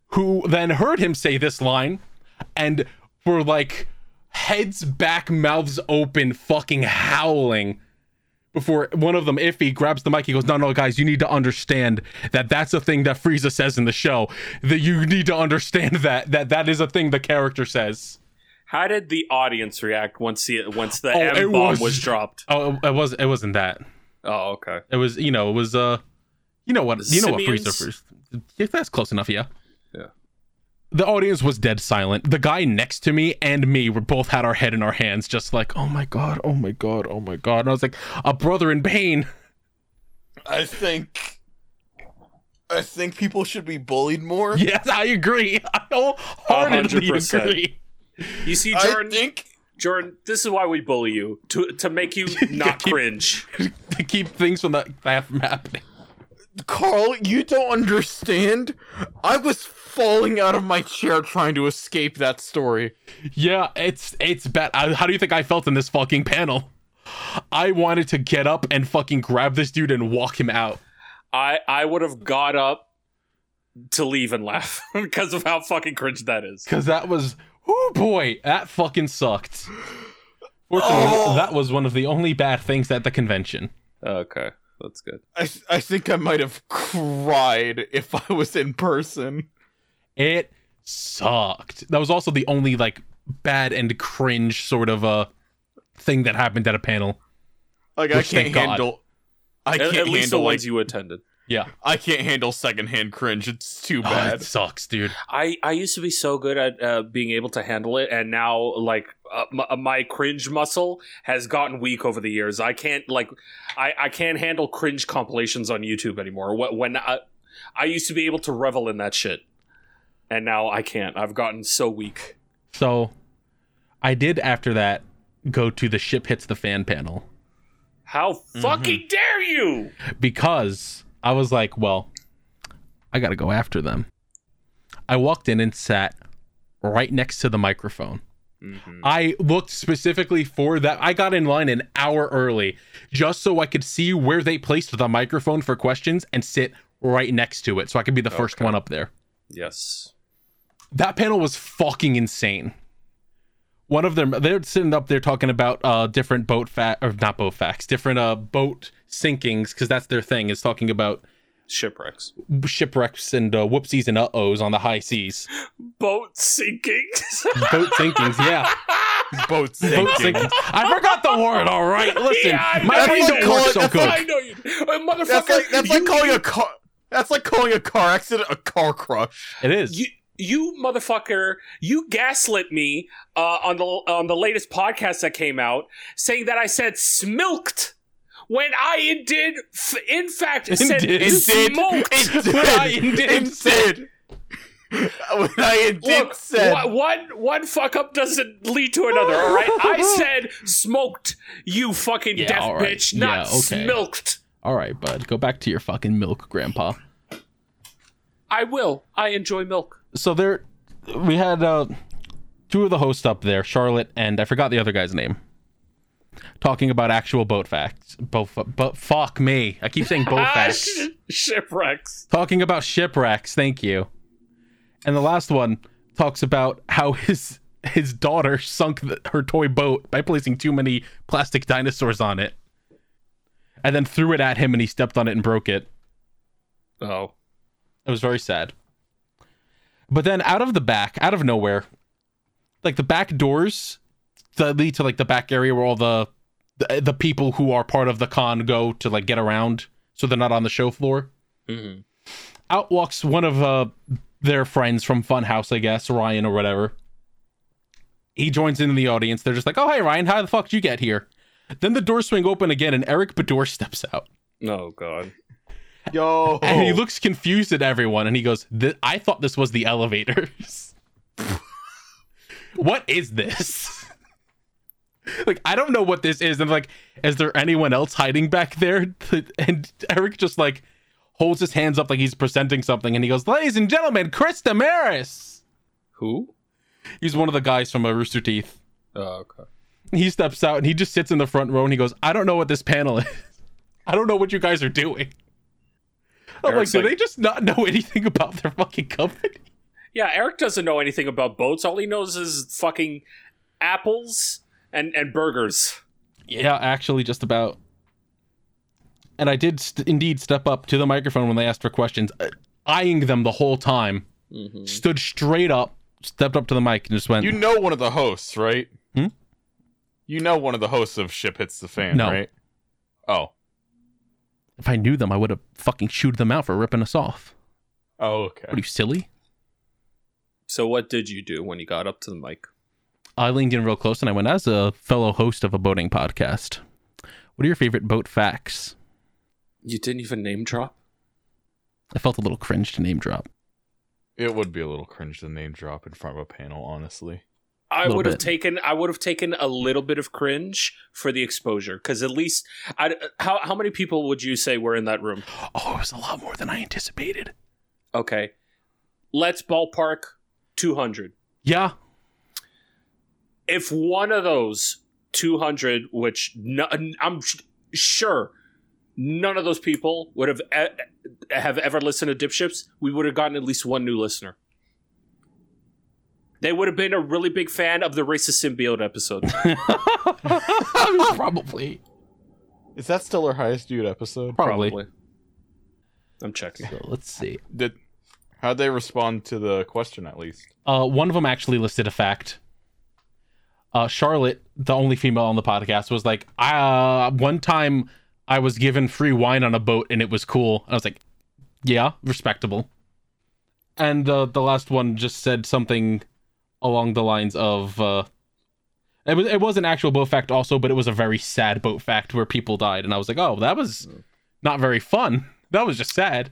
A: who then heard him say this line and were like heads back, mouths open, fucking howling. Before one of them, Iffy, grabs the mic, he goes, No, no, guys, you need to understand that that's a thing that Frieza says in the show. That you need to understand that, that that is a thing the character says.
B: How did the audience react once the once the
A: Oh, it
B: M bomb
A: was-
B: was... dropped?
A: Oh, it, it was it wasn't that.
B: Oh, okay.
A: It was you know it was uh you know what you know what Frieza
B: Simians?
A: first. If that's close enough, yeah.
B: Yeah.
A: The audience was dead silent. The guy next to me and me were both had our head in our hands, just like, oh my god, oh my god, oh my god. And I was like, a brother in pain.
D: I think. I think people should be bullied more.
A: Yes, I agree. I wholeheartedly
B: 100%.
A: agree.
B: You see,
D: I
B: Jordan,
D: think.
B: Jordan, this is why we bully you to to make you not cringe.
A: to keep things from that, that from happening.
D: Carl, you don't understand. I was falling out of my chair trying to escape that story.
A: Yeah, it's it's bad. I, how do you think I felt in this fucking panel? I wanted to get up and fucking grab this dude and walk him out.
B: I I would have got up to leave and laugh because of how fucking cringe that is.
A: Cause that was oh boy, that fucking sucked. Fortunately, that was one of the only bad things at the convention.
B: Okay, that's good.
D: I, I think I might have cried if I was in person.
A: It sucked. That was also the only like bad and cringe sort of uh thing that happened at a panel.
D: Like
A: Which,
D: I
A: thank
D: can't
A: God.
D: handle. I
B: At,
D: can't
B: at least the
D: handle like
B: ones you attended.
A: Yeah.
D: I can't handle secondhand cringe. It's too
A: Oh,
D: bad.
A: it sucks, dude.
B: I, I used to be so good at uh, being able to handle it, and now like uh, m- my cringe muscle has gotten weak over the years. I can't like I, I can't handle cringe compilations on YouTube anymore. Wh- When I, I used to be able to revel in that shit, and now I can't. I've gotten so weak.
A: So I did after that go to the ship hits the fan panel.
B: How
A: Mm-hmm.
B: fucking dare you!
A: because I was like, well, I got to go after them. I walked in and sat right next to the microphone. I looked specifically for that. I got in line an hour early just so I could see where they placed the microphone for questions and sit right next to it so I could be the first one up there.
B: Yes.
A: That panel was fucking insane. One of them, they're sitting up there talking about uh, different boat fact or not boat facts, different uh, boat sinkings because that's their thing is talking about
B: Shipwrecks.
A: shipwrecks and uh, whoopsies and uh-ohs on the high seas.
B: Boat sinkings.
A: Boat sinkings, yeah.
D: Boat sinking.
A: Boat sinkings. I forgot the word, all right. Listen,
B: Yeah, I
A: my
B: know
A: brain
B: you
A: don't
D: call
A: work
D: it-
A: so
D: that's
B: I
A: good.
B: know you, Uh, motherfucker.
D: That's like that's
B: you,
D: like calling a car. That's like calling a car accident a car crush.
A: It is.
B: you you motherfucker you gaslit me uh, on the on the latest podcast that came out saying that i said smilked when i did f- in fact said
A: Indeed.
D: Indeed.
B: smoked
D: It did.
A: I
D: It
A: did.
D: said. When I did
B: Look,
D: said.
B: one- one one fuck up doesn't lead to another. All right, I said smoked. You fucking
A: Yeah,
B: deaf
A: all right.
B: bitch,
A: Yeah,
B: not
A: okay.
B: smilked.
A: All right, bud. Go back to your fucking milk, grandpa.
B: I will. I enjoy milk.
A: So there we had uh two of the hosts up there, Charlotte and I forgot the other guy's name. Talking about actual boat facts. Boat but fuck me. I keep saying boat
B: Ah,
A: facts.
B: sh- shipwrecks.
A: talking about shipwrecks. Thank you. And the last one talks about how his his daughter sunk the, her toy boat by placing too many plastic dinosaurs on it, and then threw it at him, and he stepped on it and broke it.
B: Oh,
A: It was very sad. But then out of the back, out of nowhere, like the back doors that lead to like the back area where all the the, the people who are part of the con go to like get around so they're not on the show floor.
B: Mhm.
A: out walks one of uh, their friends from Funhouse, I guess, Ryan or whatever. He joins in the audience. They're just like, "Oh, hey, Ryan, how the fuck did you get here?" Then the doors swing open again, and Eric Bador steps out,
B: Oh god.
D: Yo.
A: and he looks confused at everyone, and he goes, "Th- "I thought this was the elevators. what is this?" Like I don't know what this is. And like, is there anyone else hiding back there? And Eric just like holds his hands up like he's presenting something, and he goes, "Ladies and gentlemen, Chris Damaris."
B: Who?
A: He's one of the guys from uh, Rooster Teeth.
B: Oh, okay.
A: He steps out and he just sits in the front row and he goes, "I don't know what this panel is. I don't know what you guys are doing." I'm
B: Eric's
A: like, do
B: like-
A: they just not know anything about their fucking company?
B: Yeah, Eric doesn't know anything about boats. All he knows is fucking apples and and burgers.
A: Yeah, actually, just about. And I did st- indeed step up to the microphone when they asked for questions, uh, eyeing them the whole time. Stood straight up, stepped up to the mic, and just went,
C: You know one of the hosts, right?
A: Hmm?
C: You know one of the hosts of Ship Hits the Fan,
A: No.
C: right? Oh.
A: "If I knew them, I would have fucking chewed them out for ripping us off."
C: Oh,
A: What are
C: okay.
A: you silly?
B: So what did you do when you got up to the mic?
A: I leaned in real close and I went, as a fellow host of a boating podcast, what are your favorite boat facts?
B: You didn't even name drop.
A: I felt a little cringe to name drop.
C: It would be a little cringe to name drop in front of a panel, honestly.
B: I
A: Little
B: would have
A: bit.
B: taken I would have taken a little bit of cringe for the exposure cuz at least I how how many people would you say were in that room?
A: Oh, it was a lot more than I anticipated.
B: Okay. Let's ballpark 200.
A: Yeah.
B: if one of those 200 which no, i'm sh- sure none of those people would have e- have ever listened to dipships we would have gotten at least one new listener they would have been a really big fan of the racist symbiote episode
A: Probably.
C: Is that still our highest viewed episode?
A: Probably.
B: i'm checking
A: So let's see.
C: Did how'd they respond to the question at least?
A: Uh, one of them actually listed a fact. Uh, Charlotte, the only female on the podcast, was like, uh, one time I was given free wine on a boat and it was cool. And I was like, yeah, respectable. And uh, the last one just said something along the lines of, uh, it was it was an actual boat fact also, but it was a very sad boat fact where people died, and I was like, oh, that was not very fun. That was just sad.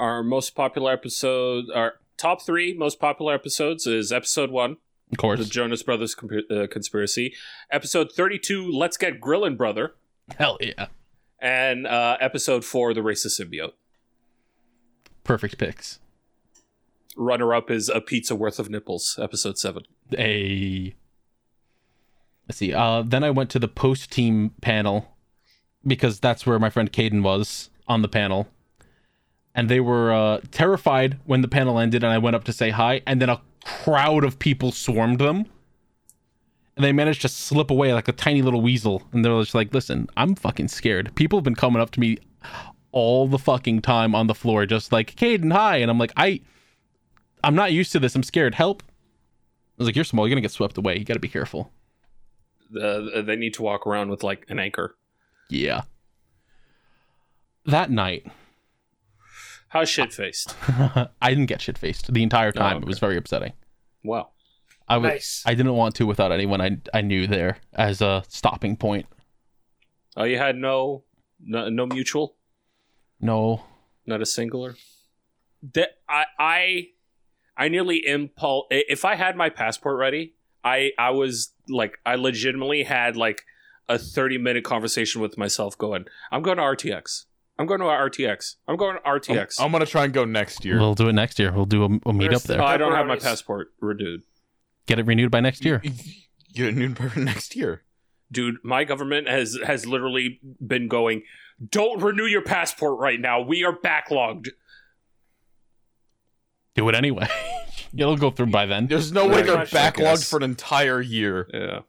B: our most popular episode our top three most popular episodes is episode one
A: Of
B: the
A: course,
B: jonas brothers Compu- uh, conspiracy episode 32 let's get grillin' brother
A: hell yeah,
B: and uh, episode four, the racist symbiote.
A: perfect picks.
B: Runner up is a pizza worth of nipples, episode seven.
A: a let's see uh then i went to the post team panel because that's where my friend caden was on the panel and they were uh terrified when the panel ended and i went up to say hi and then a crowd of people swarmed them and they managed to slip away like a tiny little weasel and they're just like listen i'm fucking scared people have been coming up to me all the fucking time on the floor just like caden hi and i'm like i i'm not used to this i'm scared help I was like, "You're small. You're gonna get swept away. You gotta be careful."
B: Uh, they need to walk around with like an anchor.
A: Yeah. That night,
B: How shit faced.
A: I didn't get shit faced the entire time. It was very upsetting.
B: Wow.
A: I was.
E: Nice.
A: I didn't want to without anyone I I knew there as a stopping point.
B: Oh, you had no, no, no mutual,
A: No.
B: not a singular. That I, I, I nearly impulse. If I had my passport ready, I, I was like, I legitimately had like a thirty minute conversation with myself, going, I'm going to RTX. I'm going to RTX. I'm going to
C: I'm-
B: RTX.
C: I'm, gonna try and go next year.
A: We'll do it next year. We'll do a, a meet up
E: Where's the-
A: there.
B: Oh, I don't have my
E: Pepperonis.
B: passport renewed.
A: Get it renewed by next year.
C: Get a new burger next year.
B: Dude, my government has has literally been going, don't renew your passport right now. We are backlogged.
A: Do it anyway. It'll go through by then.
C: There's no way
E: Yeah,
C: they're
E: I
C: backlogged
B: guess.
C: for an entire year.
B: Yeah.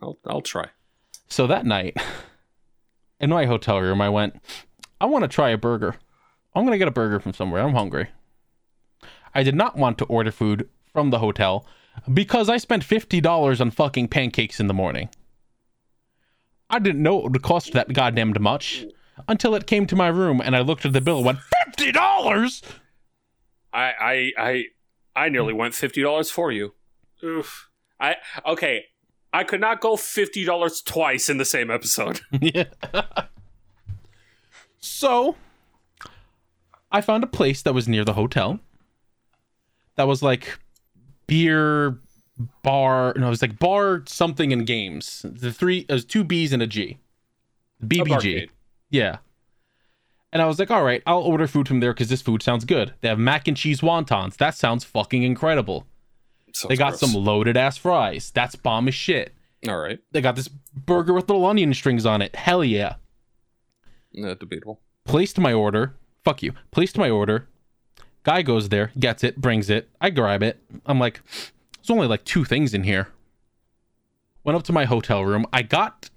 B: I'll I'll try.
A: So that night, in my hotel room, I went, I want to try a burger. I'm going to get a burger from somewhere. I'm hungry. I did not want to order food from the hotel because I spent $50 on fucking pancakes in the morning. I didn't know it would cost that goddamned much until it came to my room and I looked at the bill and went, fifty dollars.
B: I I I I nearly
A: Hmm.
B: went fifty dollars for you.
E: Oof.
B: I okay. I could not go fifty dollars twice in the same episode.
A: yeah. so I found a place that was near the hotel that was like beer bar no it was like bar something and games the three it was two b's and a g
B: A
A: bbg
B: barcade.
A: yeah and i was like all right i'll order food from there because this food sounds good they have mac and cheese wontons that sounds fucking incredible
B: Sounds
A: they got
B: gross.
A: some loaded ass fries that's bomb as shit
B: All right,
A: they got this burger with little onion strings on it hell yeah
B: yeah, Uh, debatable.
A: placed my order. Fuck you. Placed my order. Guy goes there, gets it, brings it. I grab it. I'm like, there's only like two things in here. Went up to my hotel room. I got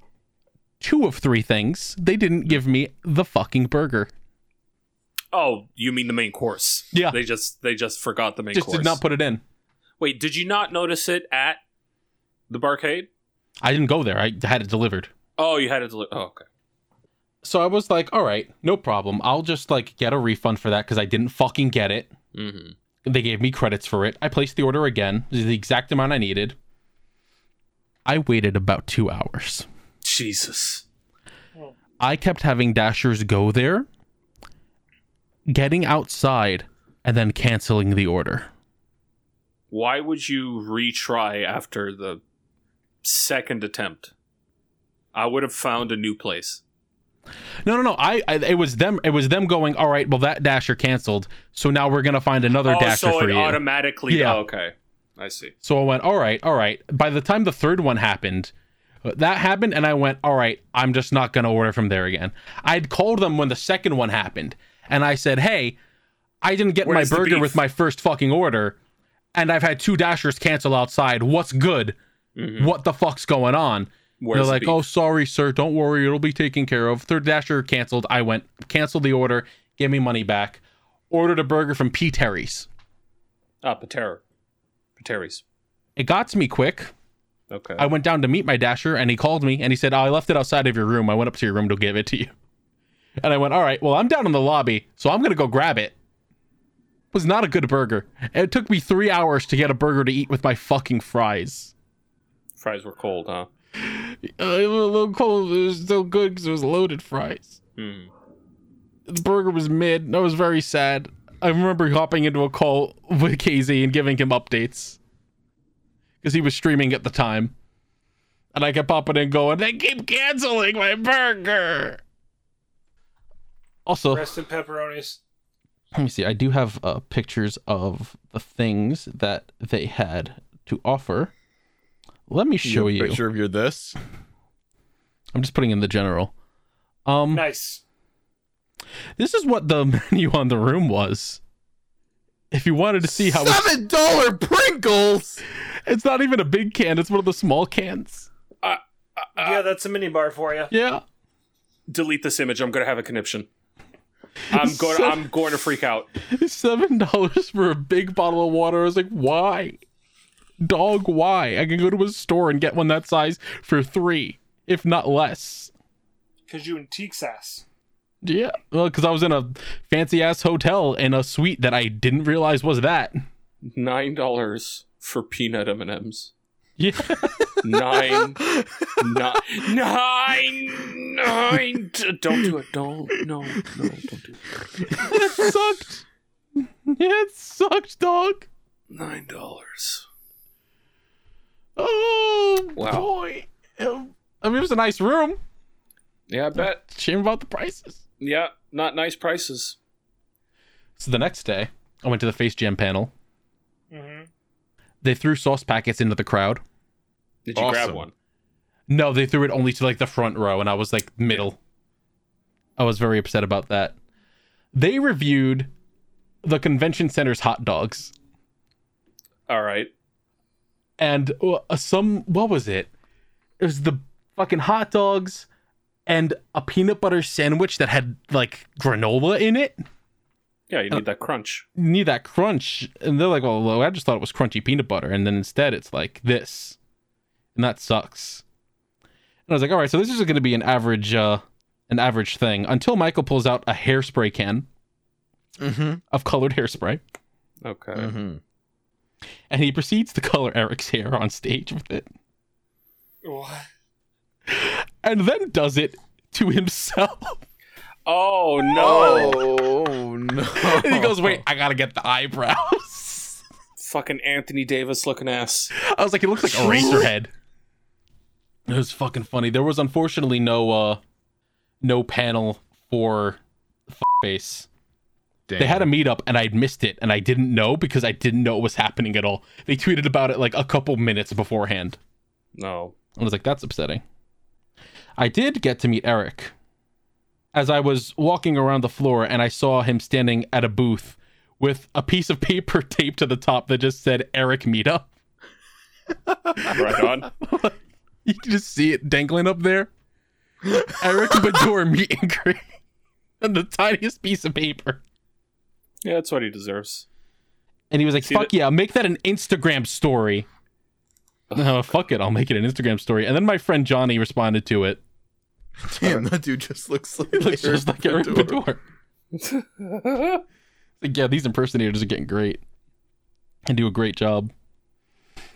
A: two of three things. They didn't give me the fucking burger.
B: Oh, you mean the main course?
A: Yeah.
B: They just they just forgot the main
A: Just
B: course.
A: did not put it in.
B: Wait, did you not notice it at the barcade?
A: I didn't go there. I had it delivered.
B: Oh, you had it. Deli- oh, okay.
A: So I was like, all right, no problem. I'll just like get a refund for that because I didn't fucking get it.
B: Mm-hmm.
A: They gave me credits for it. I placed the order again, the exact amount I needed. I waited about two hours.
B: Jesus.
A: I kept having dashers go there, getting outside, and then canceling the order.
B: Why would you retry after the second attempt? I would have found a new place.
A: No, no, no. I, I it was them. It was them going. All right. Well, that dasher canceled. So now we're gonna find another
B: oh,
A: dasher
B: so
A: for
B: it
A: you.
B: automatically.
A: Yeah.
B: oh, okay, I see.
A: so I went. All right. All right. By the time the third one happened, uh, that happened, and I went. All right. I'm just not gonna order from there again. I'd called them when the second one happened, and I said, Hey, I didn't get
B: Where's
A: my
B: the
A: burger
B: beef?
A: with my first fucking order, and I've had two dashers cancel outside. What's good?
B: Mhm.
A: what the fuck's going on?
B: Where's
A: They're
B: the
A: like,
B: beef?
A: oh, sorry, sir. Don't worry. It'll be taken care of. Third Dasher canceled. I went, canceled the order, gave me money back, ordered a burger from P. Terry's.
B: Ah, Patera. Pateris.
A: It got to me quick.
B: Okay.
A: I went down to meet my Dasher and he called me and he said, oh, I left it outside of your room. I went up to your room to give it to you. And I went, all right, well, I'm down in the lobby, so I'm going to go grab it. was not a good burger. It took me three hours to get a burger to eat with my fucking fries.
B: Fries were cold, huh?
A: Uh, it was a little cold. It was still good because it was loaded fries.
B: Hmm.
A: the burger was mid. and I was very sad. I remember hopping into a call with KZ and giving him updates because he was streaming at the time, and I kept popping in going, "They keep canceling my burger." Also,
E: Rest in pepperonis.
A: let me see. I do have uh, pictures of the things that they had to offer. Let me show you.
C: Picture of your this.
A: I'm just putting in the general. Um,
E: Nice.
A: this is what the menu on the room was. If you wanted to see how it
C: Seven dollar Pringles.
A: It's not even a big can. It's one of the small cans.
E: yeah, that's a mini bar for you.
A: Yeah.
B: Delete this image. I'm gonna have a conniption. I'm going. to I'm going to freak out.
A: Seven dollars for a big bottle of water. I was like, why? Dog, why? I can go to a store and get one that size for three, if not less.
E: Because you and Teek's ass.
A: Yeah. Well, because I was in a fancy ass hotel in a suite that I didn't realize was that.
B: Nine dollars for peanut M and M's.
A: Yeah.
B: Nine, nine, nine, nine. Don't do it. Don't. No. No. Don't do it.
A: it sucked. Yeah, it sucked, dog.
B: Nine dollars.
A: Oh,
B: Wow.
A: boy. Um, I mean, it was a nice room.
B: Yeah, I bet.
A: Shame about the prices.
B: Yeah, not nice prices.
A: So the next day, I went to the Face Jam panel.
E: Mm-hmm.
A: They threw sauce packets into the crowd.
B: Did you grab
C: Awesome.
B: one?
A: No, they threw it only to like the front row, and I was like middle. I was very upset about that. They reviewed the convention center's hot dogs,
B: All right.
A: and uh, some what was it? It was the fucking hot dogs and a peanut butter sandwich that had like granola in it.
B: Yeah,
A: Uh,
B: you need that crunch.
A: Need that crunch, and they're like, "Well, I just thought it was crunchy peanut butter," and then instead it's like this, and that sucks. And I was like, all right, so this is going to be an average, uh, an average thing until Michael pulls out a hairspray can
D: Mm-hmm.
A: of colored hairspray,
B: Okay.
D: Mm-hmm.
A: and he proceeds to color Eric's hair on stage with it,
E: What?
A: and then does it to himself.
B: Oh no!
D: Oh no!
A: and he goes, "Wait, I gotta get the eyebrows."
B: Fucking Anthony Davis looking ass.
A: I was like, "It looks like a racer head." It was fucking funny. There was unfortunately no uh, no panel for face. They had a meetup and I'd missed it and I didn't know because I didn't know it was happening at all. They tweeted about it like a couple minutes beforehand.
B: No.
A: I was like, that's upsetting. I did get to meet Eric as I was walking around the floor and I saw him standing at a booth with a piece of paper taped to the top that just said Eric meetup.
B: Right on.
A: You can just see it dangling up there. Eric Bador meet and greet on the tiniest piece of paper.
B: Yeah, that's what he deserves.
A: And he was like,
B: See
A: "Fuck
B: the-
A: yeah, make that an Instagram story." No, fuck it, I'll make it an Instagram story. And then my friend Johnny responded to it.
D: Damn, that dude just looks like
A: It looks just like Eric
D: Fedor.
A: Bador. Like, yeah, these impersonators are getting great and do a great job.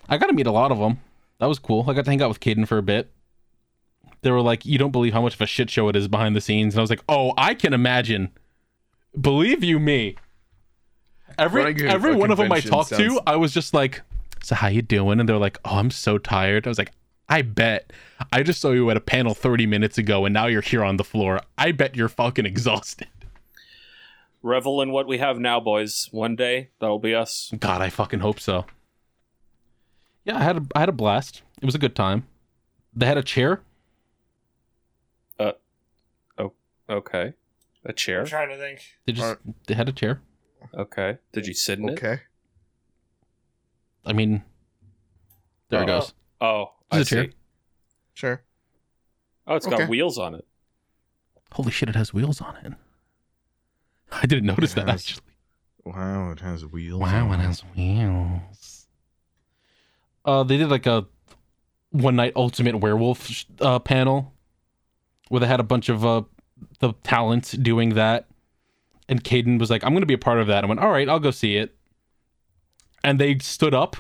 A: I got to meet a lot of them. That was cool. I got to hang out with Caden for a bit. They were like, "You don't believe how much of a shit show it is behind the scenes," and I was like, "Oh, I can imagine." Believe you me. Every
D: Running a
A: every one of them I
D: convention
A: talked
D: sounds-
A: to, I was just like, "So how you doing?" And they're like, "Oh, I'm so tired." I was like, "I bet. I just saw you at a panel 30 minutes ago, and now you're here on the floor. I bet you're fucking exhausted."
B: Revel in what we have now, boys. One day that'll be us.
A: God, I fucking hope so. Yeah, I had a, I had a blast. It was a good time. They had a chair.
B: Okay. A chair.
E: I'm trying to think.
A: They just they had a chair.
B: Okay. Did you sit in it?
D: Okay.
A: I mean, there it
B: Oh.
A: goes.
B: Oh,
A: It's
B: I
A: a chair.
B: see.
D: Sure.
B: Oh, it's
D: Okay.
B: got wheels on it.
A: Holy shit, it has wheels on it. I didn't notice
D: It
A: that
D: has-
A: actually.
D: Wow, it has wheels.
A: Wow, it has wheels. Uh, they did like a one night ultimate werewolf sh- uh, panel where they had a bunch of uh, the talents doing that, and Caden was like, "I'm gonna be a part of that." I went, "All right, I'll go see it." And they stood up,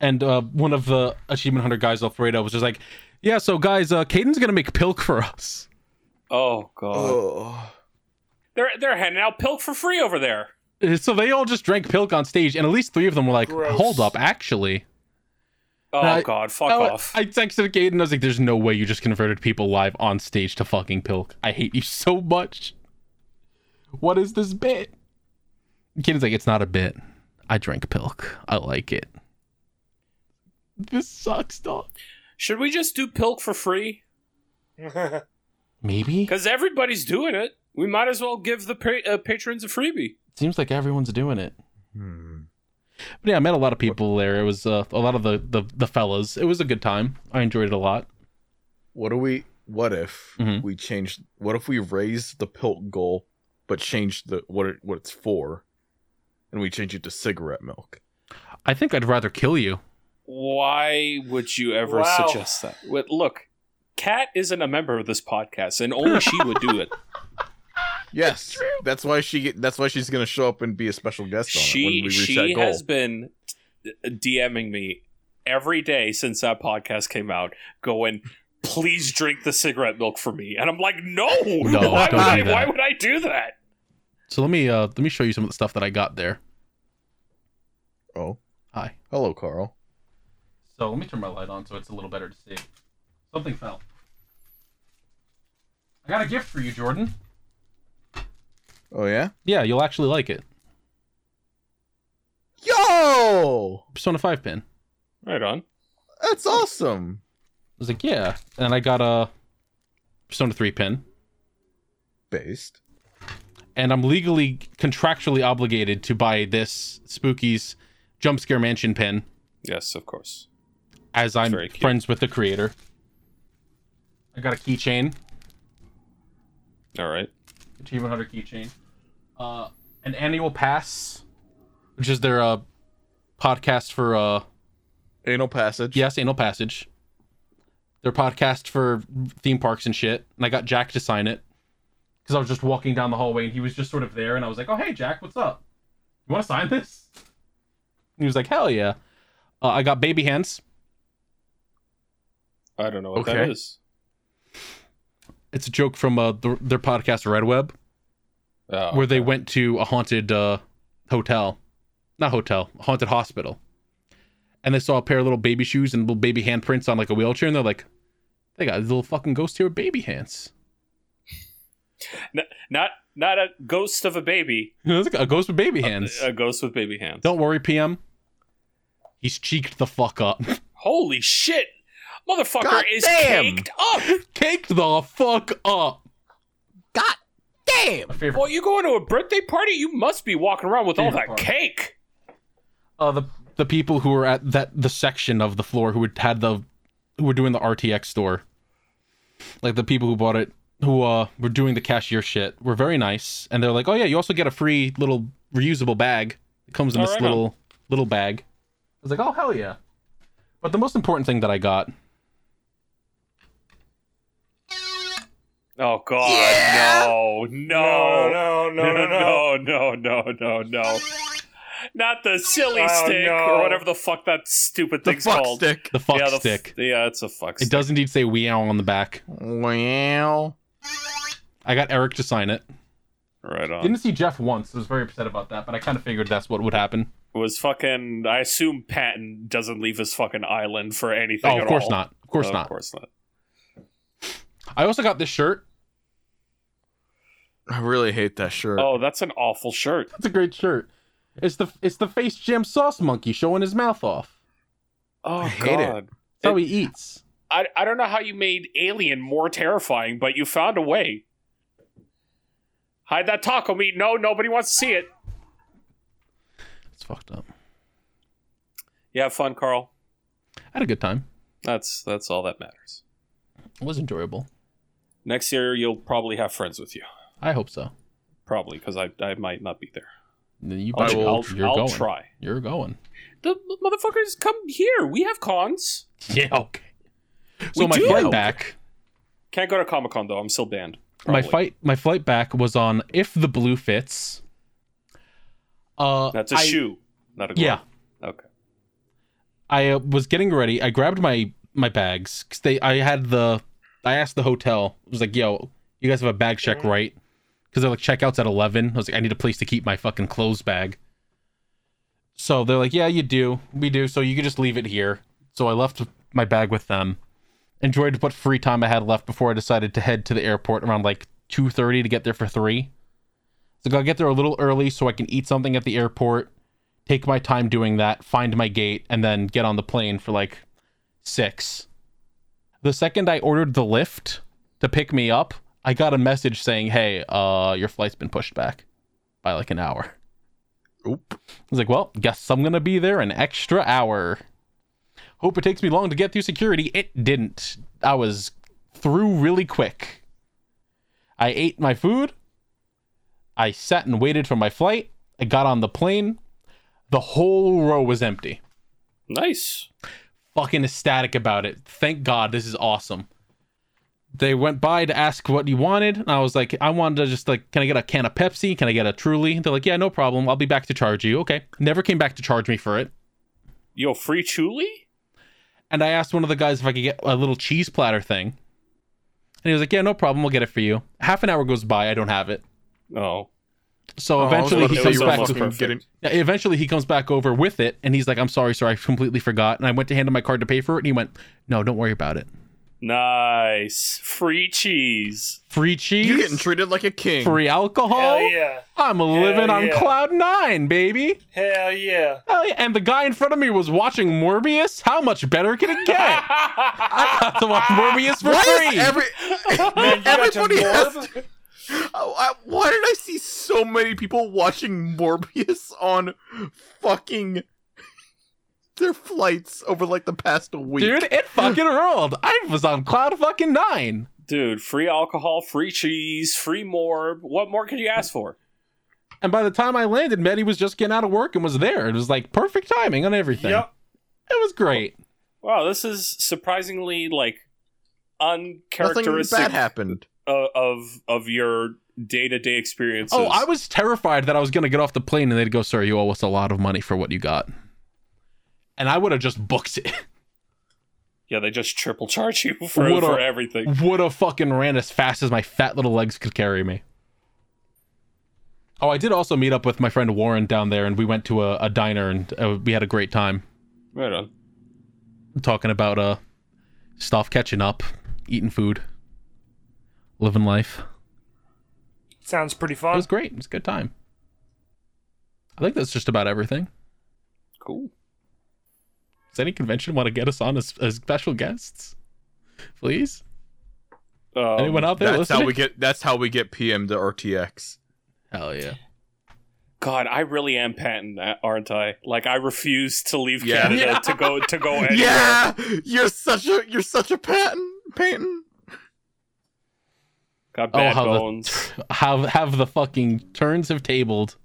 A: and uh, one of the achievement hunter guys, Alfredo, was just like, "Yeah, so guys, uh, Caden's gonna make pilk for us."
B: Oh god.
D: Oh.
B: They're they're handing out pilk for free over there.
A: And So they all just drank pilk on stage, and at least three of them were like,
E: Gross.
A: "Hold up, actually."
B: Oh
A: No, I-
B: god, fuck
A: I,
B: off.
A: I texted Caden. I was like, "There's no way you just converted people live on stage to fucking pilk. I hate you so much. What is this bit?" Caden's like, "It's not a bit. I drank pilk. I like it. This sucks, dog.
B: Should we just do pilk for free?
A: Maybe
B: Because everybody's doing it. We might as well give the pa- uh, patrons a freebie.
A: seems like everyone's doing it."
D: Hmm.
A: But yeah, I met a lot of people there. It was uh, a lot of the, the the fellas. It was a good time. I enjoyed it a lot.
D: What do we? What if
A: Mhm.
D: we changed? What if we raised the pilt goal, but changed the what it, what it's for, and we change it to cigarette milk?
A: I think I'd rather kill you.
B: Why would you ever
E: Wow.
B: suggest that? Wait, look, Kat isn't a member of this podcast, and only she would do it.
D: Yes, that's why she. That's why she's gonna show up and be a special guest on it when we
B: she
D: reach
B: she
D: that goal.
B: has been DMing me every day since that podcast came out, going, "Please drink the cigarette milk for me," and I'm like, "No,
A: No,
B: why,
A: don't
B: would I,
A: do that.
B: why would I do that?"
A: So let me uh let me show you some of the stuff that I got there.
D: oh,
A: Hi.
D: hello, Carl.
A: So let me turn my light on so it's a little better to see. Something fell. I got a gift for you, Jordan.
D: Oh yeah.
A: Yeah, you'll actually like it.
D: Yo,
A: Persona 5 pin. I
B: Right on.
D: that's awesome.
A: was like, yeah. And I got a Persona 3 pin.
D: Based.
A: And I'm legally, contractually obligated to buy this Spooky's Jump Scare Mansion pin
B: Yes, of course.
A: as I'm
B: Very cute.
A: friends with the creator. I got a keychain.
B: All right.
A: Achievement Hunter keychain. Uh, an annual pass, which is their uh, podcast for uh,
D: Anal passage.
A: yes, Anal Passage. Their podcast for theme parks and shit, and I got Jack to sign it. because I was just walking down the hallway and he was just sort of there and I was like, "Oh hey Jack, what's up? You want to sign this?" And he was like, "Hell yeah!" Uh, I got baby hands.
B: I don't know what that
C: Okay.
B: is.
A: It's a joke from uh, th- their podcast Red Web
B: Oh,
A: where they went to a haunted uh, hotel, not hotel, haunted hospital, and they saw a pair of little baby shoes and little baby handprints on like a wheelchair and they're like, "They got a little fucking ghost here with baby hands."
B: N- not not a ghost of a baby.
A: You know, it's like a ghost with baby
B: Uh,
A: hands.
B: A ghost with baby hands.
A: Don't worry, PM. He's cheeked the fuck up.
B: Holy shit, motherfucker
D: God
B: is
D: damn.
B: caked up.
A: Caked the fuck up.
D: God damn!
A: My favorite.
B: Well, you going to a birthday party? You must be walking around with all that cake.
A: Uh, the the people who were at that the section of the floor who had- had the who were doing the RTX store, like the people who bought it, who uh were doing the cashier shit, were very nice, and they're like, oh yeah, you also get a free little reusable bag. It comes in
B: Oh,
A: this
B: right on.
A: little little bag. I was like, oh hell yeah. But the most important thing that I got
B: Oh god, no,
E: No,
B: no,
E: no, no, no,
B: no,
E: no.
B: no, no, no. Not the silly
E: Oh,
B: stick
E: no.
B: or whatever the fuck that stupid
C: The
B: thing's
C: fuck
B: called.
C: stick.
A: the fuck
B: yeah, the f-
A: stick.
B: yeah, it's a fuck
A: it
B: stick.
A: does indeed say "Weow" on the back.
D: Well,
A: I got Eric to sign it.
B: Right on.
A: Didn't see Jeff once. I was very upset about that, but I kind of figured that's what would happen.
B: was fucking. I assume Patton doesn't leave his fucking island for anything.
A: Oh, of
B: at
A: course
B: all.
A: not. Of course
B: Oh,
A: not.
B: Of course not.
A: I also got this shirt.
D: I really hate that shirt.
B: Oh, that's an awful shirt.
A: That's a great shirt. It's the it's the face jam sauce monkey showing his mouth off.
B: Oh
D: hate it.
B: god.
A: That's how he eats.
B: I I don't know how you made Alien more terrifying, but you found a way. Hide that taco meat. No, nobody wants to see it.
A: It's fucked up.
B: You have fun, Carl.
A: I had a good time.
B: That's that's all that matters.
A: It was enjoyable.
B: Next year, you'll probably have friends with you.
A: I hope so.
B: Probably because I I might not be there.
A: You
B: I'll,
A: better-
B: I'll,
A: you're
B: I'll
A: going.
B: try.
A: You're going.
B: The motherfuckers come here. We have cons.
A: Yeah. Okay. So
B: We
A: my
B: do.
A: flight back.
B: Can't go to Comic Con though. I'm still banned.
A: My
B: Probably.
A: fight. My flight back was on if the blue fits. Uh,
B: That's a
A: I-
B: shoe, not a glove.
A: Yeah.
B: Okay.
A: I uh, was getting ready. I grabbed my my bags 'cause they. I had the. I asked the hotel. I was like, "Yo, you guys have a bag check,
B: Mm-hmm.
A: right?" Because they're like checkouts at eleven. I was like, "I need a place to keep my fucking clothes bag." So they're like, "Yeah, you do. We do. So you can just leave it here." So I left my bag with them. Enjoyed what free time I had left before I decided to head to the airport around like two thirty to get there for three. So I'll get there a little early so I can eat something at the airport take my time doing that, find my gate, and then get on the plane for like six. The second I ordered the lift to pick me up, I got a message saying, "Hey, uh, your flight's been pushed back by like an hour."
D: Oop.
A: I was like, "Well, guess I'm gonna be there an extra hour." Hope it takes me long to get through security. It didn't. I was through really quick. I ate my food. I sat and waited for my flight. I got on the plane. The whole row was empty.
B: Nice.
A: Fucking ecstatic about it. Thank God, this is awesome. They went by to ask what you wanted, and I was like, I wanted to just like, can I get a can of Pepsi? Can I get a Truly? They're like, yeah, no problem. I'll be back to charge you. Okay. Never came back to charge me for it.
B: Yo, free Chuli?
A: And I asked one of the guys if I could get a little cheese platter thing. And he was like, yeah, no problem. We'll get it for you. Half an hour goes by. I don't have it.
B: Oh.
A: So
D: Oh, I was
A: eventually
D: about
A: he
D: to
B: say
A: comes
B: you were
A: back
B: fucking
A: over.
B: getting-
A: Yeah, Eventually he comes back over with it, and he's like, "I'm sorry, sir, I completely forgot." And I went to hand him my card to pay for it, and he went, "No, don't worry about it.
B: Nice. Free cheese.
A: Free cheese,
D: You're getting treated like a king.
A: free alcohol.
E: Hell yeah.
A: I'm living on
E: yeah.
A: cloud nine, baby.
E: Hell yeah.
A: Hell yeah. And the guy in front of me was watching Morbius. How much better can it get? I got to watch Morbius for
D: Why
A: free.
D: is every
E: Man, you got to
D: everybody has
E: morph?
D: to- I- I- why did I see so many people watching Morbius on fucking their flights over like the past week?
A: Dude, it fucking rolled. I was on cloud fucking nine.
B: Dude, free alcohol, free cheese, free morb. What more could you ask for?
A: And by the time I landed, Maddie was just getting out of work and was there. It was like perfect timing on everything.
E: Yep.
A: It was great.
B: Wow, this is surprisingly like
D: nothing
B: uncharacteristic.
D: bad happened.
B: uh, of of your day to day experiences?
A: Oh, I was terrified that I was going to get off the plane and they'd go, sir, you owe us a lot of money for what you got. And I would have just booked it.
B: yeah. They just triple charge you for
A: What
B: for
A: a-
B: everything.
A: would have fucking ran as fast as my fat little legs could carry me. Oh, I did also meet up with my friend Warren down there, and we went to a, a diner, and uh, we had a great time
B: Right on.
A: talking about uh stuff, catching up, eating food, living life.
E: Sounds pretty
A: It
E: fun.
A: was great. It was a good time. I think that's just about everything.
B: Cool.
A: Does any convention want to get us on as, as special guests? Please,
B: Um,
A: anyone out there
C: that's
A: listening?
C: how we get. That's how we get PM to RTX.
A: Hell yeah!
B: God, I really am patent, uh, aren't I? Like, I refuse to leave
C: Yeah.
B: Canada to go to go anywhere.
C: Yeah, you're such a you're such a patent Peyton.
B: Got bad
A: how the-
B: bones.
A: Have have the fucking turns have tabled.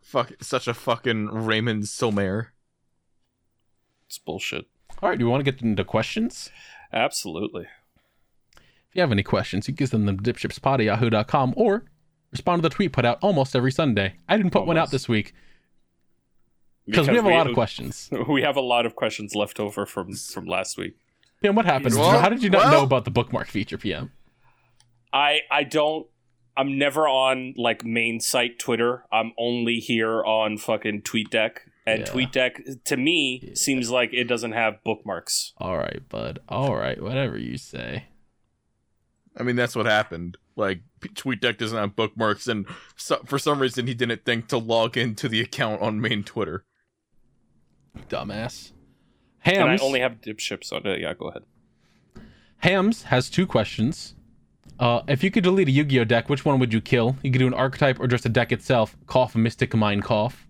C: Fuck, such a fucking Raymond Somare.
B: It's bullshit.
A: All right, do we want to get into questions?
B: Absolutely.
A: If you have any questions, you can send them to dipshipspod at yahoo.com or respond to the tweet put out almost every Sunday. I didn't put one out
B: Almost.
A: this week because we have a lot of questions.
B: We have a lot of questions left over from from last week.
A: PM, what happened?
C: Well-
A: How did you not know
C: well-
A: about the bookmark feature, PM?
B: I I don't. I'm never on like main site Twitter. I'm only here on fucking TweetDeck. And
A: Yeah.
B: TweetDeck to me seems like it doesn't have bookmarks.
A: All right, bud. All right, whatever you say.
C: I mean, that's what happened. Like, P- TweetDeck doesn't have bookmarks, and so, for some reason, he didn't think to log into the account on main Twitter.
A: Dumbass.
B: And I
A: Hams,
B: only have dipships on it. Yeah, go ahead.
A: Hams has two questions. Uh, if you could delete a Yu Gi Oh deck, which one would you kill? You could do an archetype or just a deck itself. Cough, Mystic Mind, cough.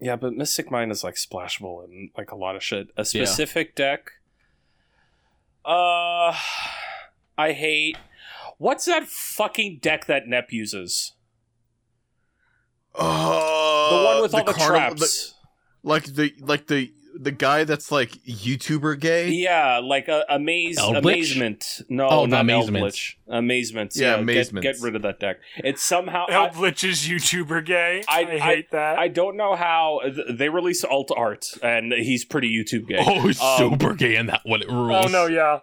B: Yeah, but Mystic Mine is like splashable and like a lot of shit. A
A: Yeah.
B: specific deck. Uh, I hate. What's that fucking deck that Nep uses? The
C: Oh,
B: one with all Uh, the
C: carnival-
B: traps.
C: the- like the like the the guy that's like YouTuber gay.
B: yeah, like a amaze,
A: Eldritch?
B: amazement. No,
A: Oh, the
B: not
A: amazement.
B: Eldritch. Amazement.
C: Yeah,
B: Yeah, get,
C: amazement.
B: get rid of that deck. It's somehow.
E: Help
B: I,
E: Lich's YouTuber gay.
B: I-
E: I,
B: I-
E: hate that.
B: I don't know how th- they release alt art, and he's pretty YouTube gay.
C: Oh.
A: Oh, he's
B: Um,
A: gay in that one. It rules.
E: oh no, yeah.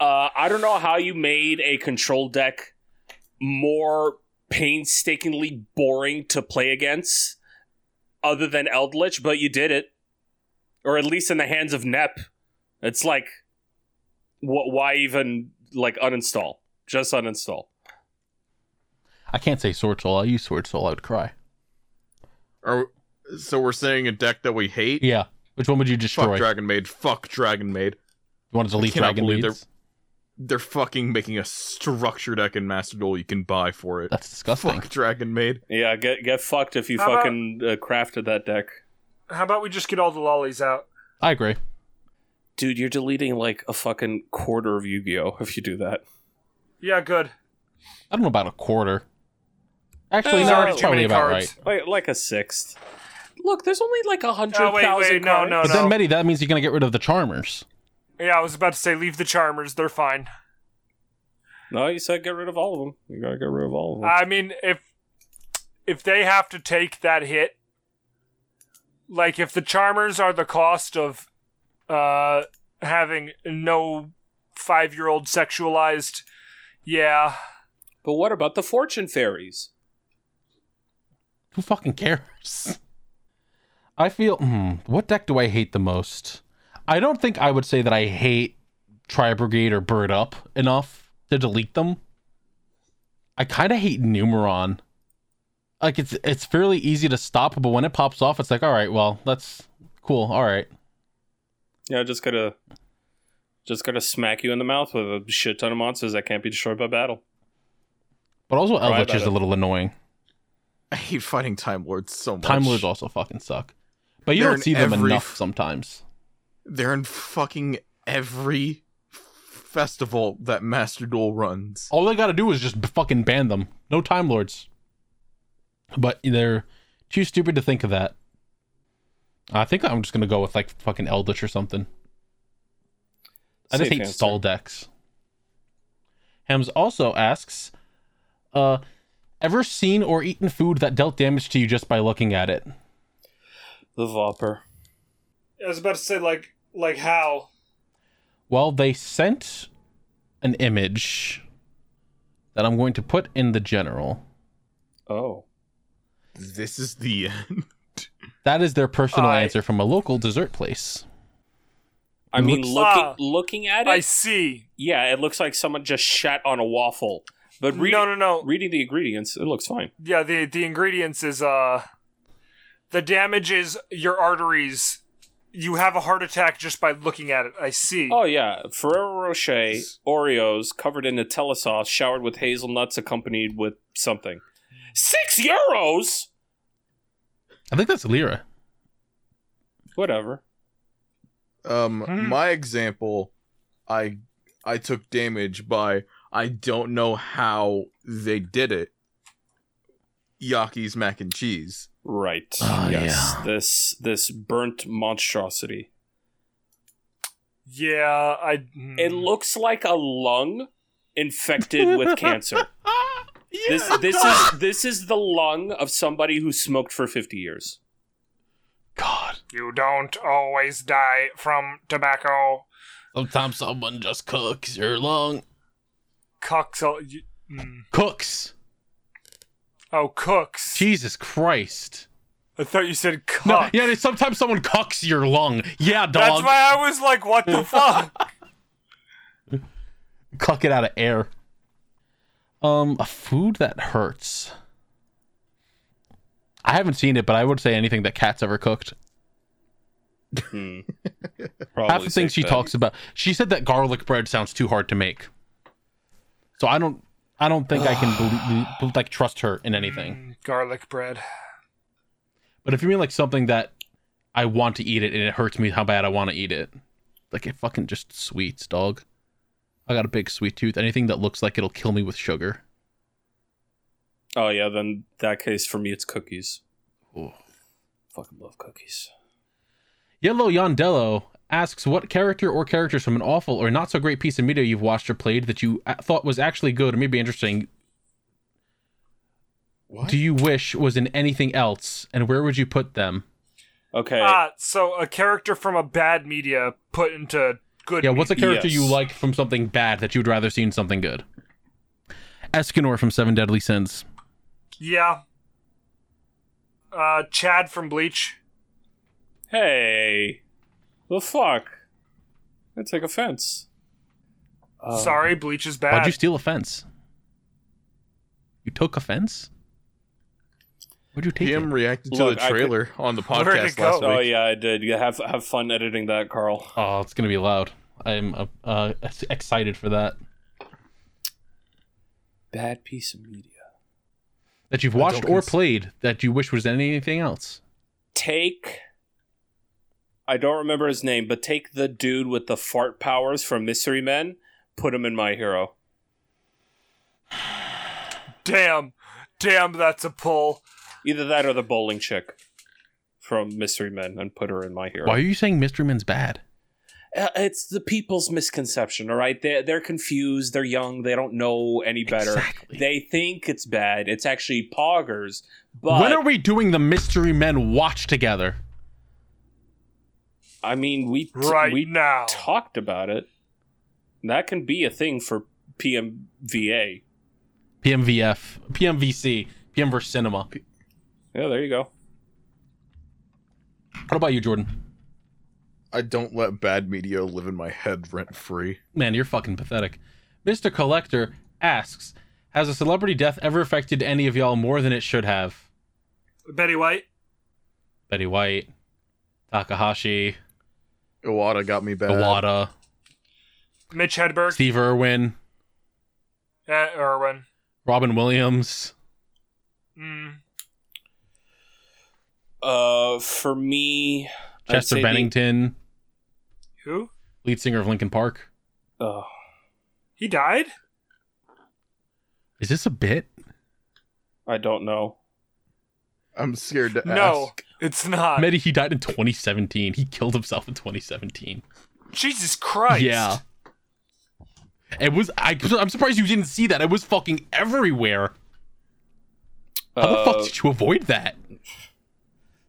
B: Uh, I don't know how you made a control deck more painstakingly boring to play against, other than Eldritch, but you did it, or at least in the hands of Nep. It's like, wh- why even like uninstall? Just uninstall.
A: I can't say Sword Soul. I use Sword Soul. I would cry.
C: Or so we're saying a deck that we hate.
A: Yeah. Which one would you
C: Fuck
A: destroy?
C: Dragon Maid. Fuck Dragon Maid.
A: you want to delete
C: cannot
A: Dragon
C: believe
A: Weeds?
C: they're- They're fucking making a structure deck in Master Duel you can buy for it.
A: That's disgusting.
C: Fuck Dragon Maid.
B: Yeah, get get fucked if you
E: How about-
B: fucking uh, crafted that deck,
E: How about we just get all the lollies out?
A: I agree.
B: dude. You're deleting like a fucking quarter of Yu-Gi-Oh if you do that.
E: Yeah, good.
A: I don't know about a quarter. Actually,
B: Eh,
E: There's
A: no,
B: already
A: it's
E: too
A: probably
E: many
A: about
E: cards.
A: right.
B: Like like a sixth. Look, there's only like a hundred
E: Oh, wait,
B: thousand.
E: wait, no,
B: cards.
E: no,
A: But
E: no.
A: then, Medi, that means you're gonna get rid of the Charmers.
E: Yeah, I was about to say leave the charmers. They're fine.
B: No, you said get rid of all of them. You gotta get rid of all of them.
E: I mean, if if they have to take that hit, like if the charmers are the cost of uh having no five year old sexualized, yeah,
B: but what about the fortune fairies?
A: Who fucking cares? I feel. Hmm, what deck do I hate the most? I don't think I would say that I hate Tri Brigade or Bird Up enough to delete them. I kind of hate Numeron. Like it's it's fairly easy to stop, but when it pops off, it's like, all right, well, that's cool. All right.
B: Yeah, just gotta just gotta smack you in the mouth with a shit ton of monsters that can't be destroyed by battle.
A: But also,
B: Right
A: Eldritch
B: about
A: is a
B: it.
A: little annoying.
C: I hate fighting Time Lords so much.
A: Time Lords also fucking suck. But you
C: They're
A: don't
C: in
A: see them
C: every
A: enough
C: f-
A: sometimes.
C: They're in fucking every festival that Master Duel runs.
A: All they gotta do is just b- fucking ban them. No Time Lords. But they're too stupid to think of that. I think I'm just gonna go with like fucking Eldritch or something. I just
B: Safe
A: hate
B: answer.
A: stall decks. Hems also asks, uh, ever seen or eaten food that dealt damage to you just by looking at it?
B: The Vopper.
E: I was about to say like like how.
A: Well, they sent an image that I'm going to put in the general.
B: Oh.
C: This is the end.
A: That is their personal
E: I-
A: answer from a local dessert place.
B: I mean,
E: looks-
B: looking
E: Ah.
B: looking at it,
E: I see.
B: yeah, it looks like someone just shat on a waffle. But read,
E: no, no, no.
B: reading the ingredients, it looks fine.
E: yeah, the the ingredients is uh the damage is your arteries. You have a heart attack just by looking at it. I see.
A: Mm.
B: Oh yeah, Ferrero Rocher Oreos covered in Nutella sauce, showered with hazelnuts, accompanied with something. Six euros.
A: I think that's Lyra.
B: Whatever.
D: Um,
E: Hmm.
D: my example, I I took damage by I don't know how they did it. Yaki's mac and cheese.
B: Right.
A: Oh,
B: yes.
A: yeah.
B: This this burnt monstrosity.
E: Yeah, I mm.
B: It looks like a lung infected with cancer. This this is this is the lung of somebody who smoked for 50 years.
A: God.
E: You don't always die from tobacco.
A: Sometimes someone just cooks your lung.
E: Coxel. You, mm.
A: Cooks.
E: Oh, cooks.
A: Jesus Christ.
E: I thought you said cuck.
A: No, yeah, it's- sometimes someone cucks your lung. Yeah,
E: That's
A: dog.
E: why I was like, what the fuck?
A: Cuck it out of air. Um, a food that hurts. I haven't seen it, but I would say anything that Kat's ever cooked.
B: Hmm.
A: Half the things she talks about. She said that garlic bread sounds too hard to make. So I don't, I don't think I can believe, like trust her in anything.
E: Mm, Garlic bread.
A: But if you mean like something that I want to eat it and it hurts me how bad I want to eat it, like it fucking just sweets, dog. I got a big sweet tooth. Anything that looks like it'll kill me with sugar.
B: Oh yeah, then that case for me it's cookies.
A: Ooh.
B: Fucking love cookies.
A: Yellow Yondello asks what character or characters from an awful or not so great piece of media you've watched or played that you a- thought was actually good or maybe interesting.
D: What?
A: Do you wish was in anything else, and where would you put them?
B: Okay.
E: Ah, so a character from a bad media put into good.
A: Yeah, what's a
E: media.
A: character you
B: Yes.
A: like from something bad that you'd rather see in something good? Escanor from Seven Deadly Sins.
E: Yeah. Uh, Chad from Bleach.
B: hey. The fuck? I take offense. Uh,
E: Sorry, Bleach is bad.
A: Why'd you steal offense? You took offense? Where'd you take
D: Him
A: it?
D: reacted to
B: Look,
D: the
B: I could-
D: trailer on the
E: Where'd it
D: podcast
E: go?
D: last
B: Oh
D: week.
B: yeah, I did. Yeah, have have fun editing that, Carl.
A: Oh, it's gonna be loud. I'm uh, uh, excited for that.
B: Bad piece of media.
A: That you've watched
D: don't
A: or
D: cons-
A: played that you wish was anything else.
B: Take. I don't remember his name, but take the dude with the fart powers from Mystery Men. Put him in my hero.
E: Damn. Damn, that's a pull.
B: Either that or the bowling chick from Mystery Men, and put her in my hero.
A: Why are you saying Mystery Man's bad?
B: Uh, it's the people's misconception all right they're, they're confused they're young they don't know any better
A: Exactly.
B: they think it's bad it's actually poggers but
A: when are we doing the Mystery Men watch together?
B: i mean we t-
E: Right
B: we
E: now.
B: talked about it that can be a thing for pmva
A: PMVF, PMVC, PM versus Cinema.
B: yeah there you go
A: What about you, Jordan?
D: I don't let bad media live in my head rent free.
A: Man, you're fucking pathetic. Mr. Collector asks, has a celebrity death ever affected any of y'all more than it should have?
E: Betty White.
A: Betty White, Takahashi,
D: Iwata got me bad.
A: Iwata,
E: Mitch Hedberg.
A: Steve Irwin,
E: Uh, Irwin.
A: Robin Williams.
E: Mm.
B: uh for me I'd
A: Chester
B: say the-
A: Bennington,
E: Who?
A: lead singer of Linkin Park.
B: oh,
E: He died?
A: Is this a bit?
B: i don't know
D: I'm scared to
E: No,
D: ask.
E: it's not.
A: Medi, he died in 2017. He killed himself in 2017.
E: Jesus Christ.
A: Yeah. It was. I, I'm surprised you didn't see that. It was fucking everywhere. How the
B: Uh,
A: fuck did you avoid that?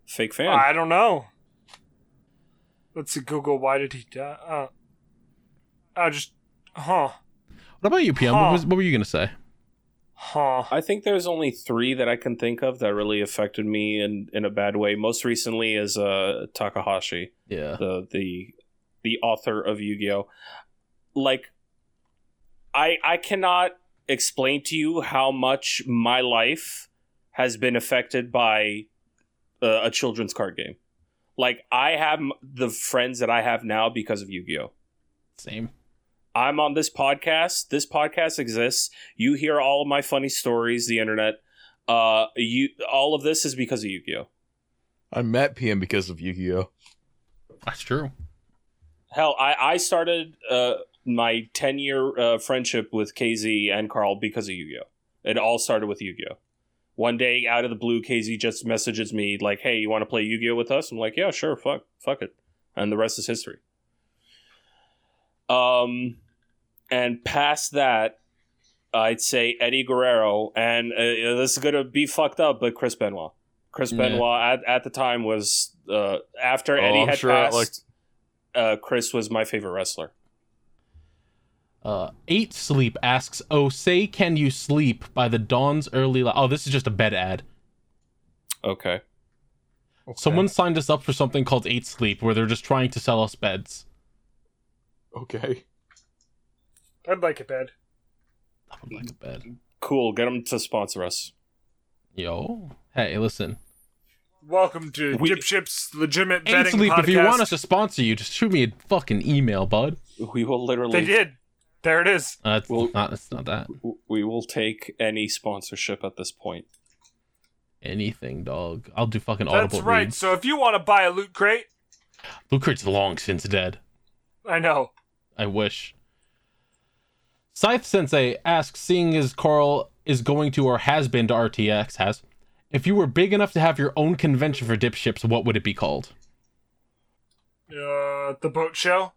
B: Fake fan.
E: I don't know. Let's see, Google, why did he die? Uh, I just, huh,
A: What about you, PM?
E: Huh.
A: What, was, what were you gonna say?
E: huh.
B: I think there's only three that I can think of that really affected me in, in a bad way. Most recently is uh, Takahashi,
A: Yeah.
B: the the the author of Yu-Gi-Oh. Like, I I cannot explain to you how much my life has been affected by uh, a children's card game. Like, I have m- the friends that I have now because of Yu-Gi-Oh.
A: Same.
B: I'm on this podcast. This podcast exists. You hear all of my funny stories, the internet. Uh, you all of this is because of Yu-Gi-Oh.
D: I met PM because of Yu-Gi-Oh.
A: That's true.
B: Hell, I I started uh my 10 year uh, friendship with KZ and Carl because of Yu-Gi-Oh. It all started with Yu-Gi-Oh. One day, out of the blue, KZ just messages me like, "Hey, you want to play Yu-Gi-Oh with us?" I'm like, "Yeah, sure, fuck, fuck it," and the rest is history. Um, and past that, I'd say Eddie Guerrero, and uh, this is gonna be fucked up, but Chris Benoit. Chris
A: Yeah.
B: Benoit at, at the time was uh, after
C: Oh,
B: Eddie
C: I'm
B: had
C: sure I
B: passed. uh, Chris was my favorite wrestler.
A: Uh, Eight Sleep asks, "Oh, say can you sleep by the dawn's early light?" Oh, this is just a bed ad.
B: Okay.
A: Someone signed us up for something called Eight Sleep, where they're just trying to sell us beds.
C: Okay.
E: I'd like a bed.
A: I would like a bed.
B: Cool. Get them to sponsor us.
A: Yo, hey, listen.
E: Welcome to
B: We-
E: Dipship's legitimate
A: Eight
E: betting
A: Sleep,
E: podcast.
A: if you want us to sponsor you, just shoot me a fucking email, bud.
B: We will
E: they
B: literally.
E: did. There it is.
A: Uh, it's
B: Well-
A: not. It's not that.
B: We will take any sponsorship at this point.
A: Anything, dog. I'll do fucking audible.
E: That's right.
A: reads.
E: So if you want to buy a loot crate,
A: Lucret's long since dead.
E: I know.
A: I wish. Scythe Sensei asks, seeing as Carl is going to or has been to RTX, has, if you were big enough to have your own convention for dipships, what would it be called?
E: Uh, the boat show.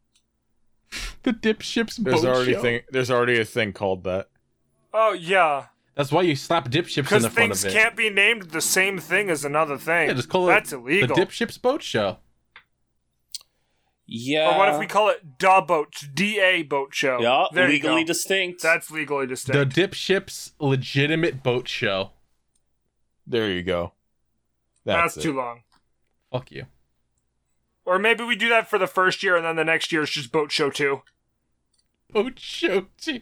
A: The dipships
C: There's
A: boat
C: already
A: show.
C: thing. There's already a thing called that.
E: Oh yeah,
A: That's why you slap dipships in
E: because
A: the front of
E: things
A: it.
E: can't be named the same thing as another thing.
A: yeah, just call
E: That's
A: it
E: illegal.
A: the dipships boat show.
B: Yeah.
E: Or what if we call it da boat, D A boat show?
B: yeah,
E: there
B: legally
E: you go.
B: distinct.
E: That's legally
A: The
E: distinct.
A: dipships legitimate boat show.
C: There you go.
E: That's,
C: That's, it.
E: too long.
A: Fuck you.
E: Or maybe we do that for the first year, and then the next year it's just boat show two.
A: Boat show two.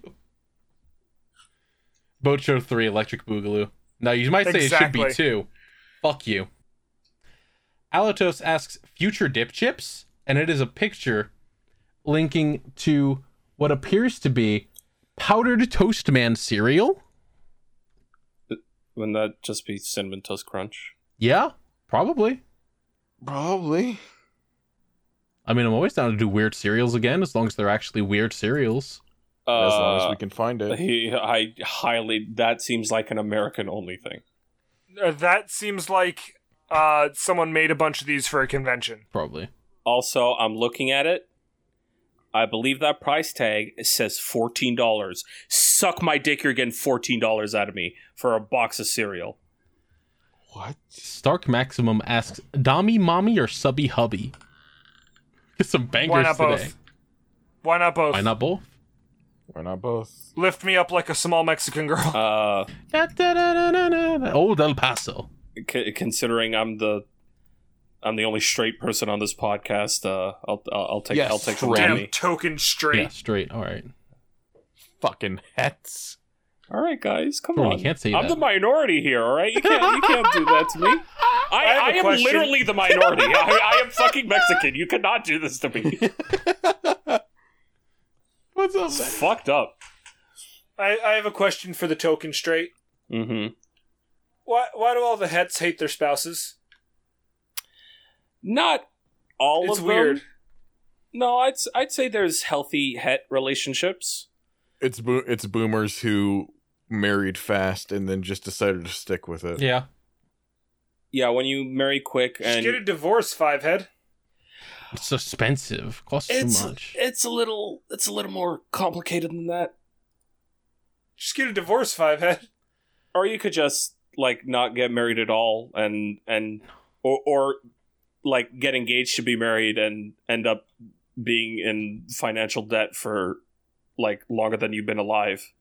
A: Boat show three, electric boogaloo. Now you might say it
E: Exactly.
A: should be two. Fuck you. Alatos asks future dip chips, and it is a picture linking to what appears to be powdered toast man cereal.
B: Wouldn't that just be cinnamon toast crunch?
A: Yeah, probably.
D: Probably.
A: I mean, I'm always down to do weird cereals again, as long as they're actually weird cereals.
C: As long as
B: Uh,
C: we can find it.
B: he, I highly. That seems like an American only thing.
E: Uh, that seems like uh, someone made a bunch of these for a convention.
A: Probably.
B: Also, I'm looking at it. I believe that price tag says fourteen dollars. Suck my dick! You're getting fourteen dollars out of me for a box of cereal.
C: What?
A: Stark Maximum asks, "Dommy, mommy, or subby, hubby?" Get some bangers
E: Why not
A: today.
E: both? Why not both?
A: Why not both?
C: We're not both.
E: Lift me up like a small Mexican girl.
B: Uh,
A: Da-da-da-da-da-da. Old El Paso.
B: c- considering I'm the I'm the only straight person on this podcast. Uh, I'll I'll, I'll take
C: Yes,
B: I'll take
C: straight.
E: Damn
B: Rami.
E: token straight.
A: Yeah, straight. All right.
C: Fucking hats.
B: All right, guys, come
A: Jordan,
B: on.
A: you can't say
B: I'm
A: that.
B: the minority here. All right, you can't you can't do that to me. I,
E: I have a
B: I, am
E: question.
B: literally the minority. I, I am fucking Mexican. You cannot do this to me.
C: What's up?
B: It's fucked up.
E: I, I have a question for the token straight.
B: Mm-hmm.
E: Why why do all the hets hate their spouses?
B: Not all
E: it's
B: of
E: weird.
B: them. No, I'd s- I'd say there's healthy het relationships.
C: It's bo- it's boomers who married fast and then just decided to stick with it.
A: Yeah.
B: Yeah, when you marry quick
E: Just
B: and
E: get a divorce, five head.
A: It's expensive. Costs
B: It's
A: too much.
B: it's a little it's a little more complicated than that.
E: Just get a divorce, five head.
B: Or you could just like not get married at all and and or or like get engaged to be married and end up being in financial debt for like longer than you've been alive.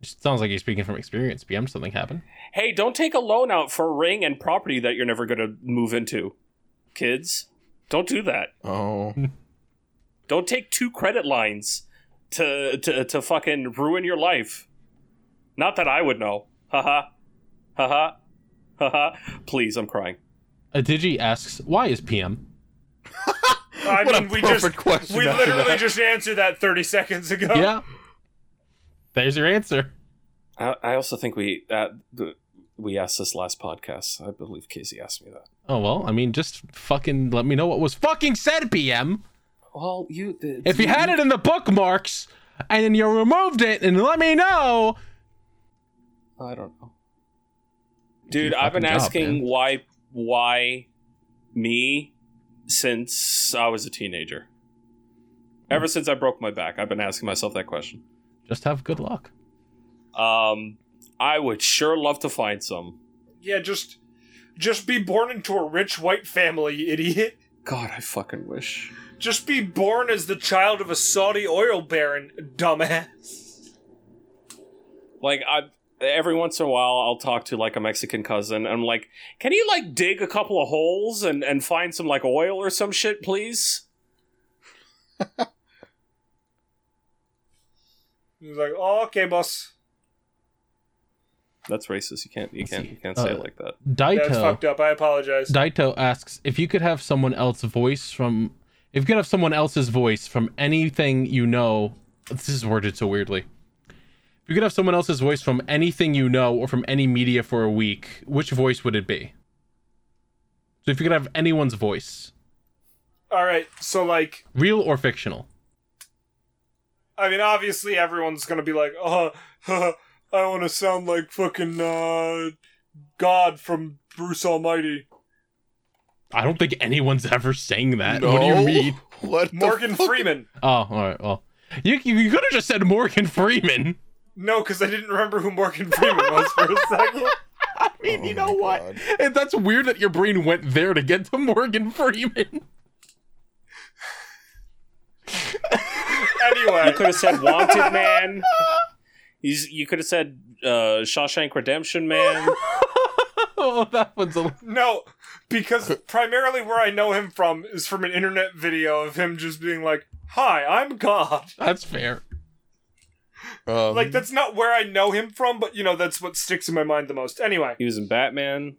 A: Just sounds like you're speaking from experience. BM, something happened.
B: Hey, don't take a loan out for a ring and property that you're never going to move into. Kids, don't do that.
D: Oh.
B: Don't take two credit lines to to to fucking ruin your life. Not that I would know. Haha. Haha. Haha. Please, I'm crying.
A: A digi asks, "Why is PM?"
E: I
D: What a
E: mean, we
D: perfect
E: just
D: question
E: we
D: after
E: literally
D: that.
E: just answered that thirty seconds ago.
A: Yeah. There's your answer.
B: I, I also think we uh, th- we asked this last podcast. I believe Casey asked me that.
A: Oh well, I mean, just fucking let me know what was fucking said, PM.
B: Well, you th-
A: If you had it in the bookmarks and then you removed it, and let me know.
B: I don't know. Dude,
A: your
B: I've been
A: fucking job,
B: asking
A: man.
B: why why me since I was a teenager. Ever
A: Hmm.
B: since I broke my back, I've been asking myself that question.
A: Just have good luck.
B: Um, I would sure love to find some.
E: Yeah, just just be born into a rich white family, you idiot.
B: God, I fucking wish.
E: Just be born as the child of a Saudi oil baron, dumbass.
B: Like I every once in a while I'll talk to like a Mexican cousin and I'm like, "Can you like dig a couple of holes and and find some like oil or some shit, please?"
E: He's like, oh, okay, boss.
B: That's racist. You can't you
A: Let's
B: can't
A: see.
B: you can't say
A: Uh,
B: it like that.
E: That's
A: Daito.
E: fucked up. I apologize.
A: Daito asks if you could have someone else's voice from if you could have someone else's voice from anything you know. This is worded so weirdly. If you could have someone else's voice from anything you know or from any media for a week, which voice would it be? So if you could have anyone's voice,
E: All right, so like,
A: real or fictional,
E: I mean, obviously everyone's gonna be like, oh, I want to sound like fucking uh, God from Bruce Almighty.
A: I don't think anyone's ever saying that. What do you
D: No?
A: mean?
D: What the
E: Morgan
D: fuck?
E: Freeman.
A: Oh, all right. Well, you you could have just said Morgan Freeman.
E: No, because I didn't remember who Morgan Freeman was for a second.
A: I mean,
D: Oh my
A: you know what?
D: God.
A: And that's weird that your brain went there to get to Morgan Freeman.
E: Anyway,
B: You could have said Wanted Man. You, s- you could have said uh, Shawshank Redemption Man.
A: oh, that one's a.
E: no, because primarily where I know him from is from an internet video of him just being like, "Hi, I'm God."
A: That's fair.
D: Um,
E: Like that's not where I know him from, but you know that's what sticks in my mind the most. Anyway,
B: He was in Batman.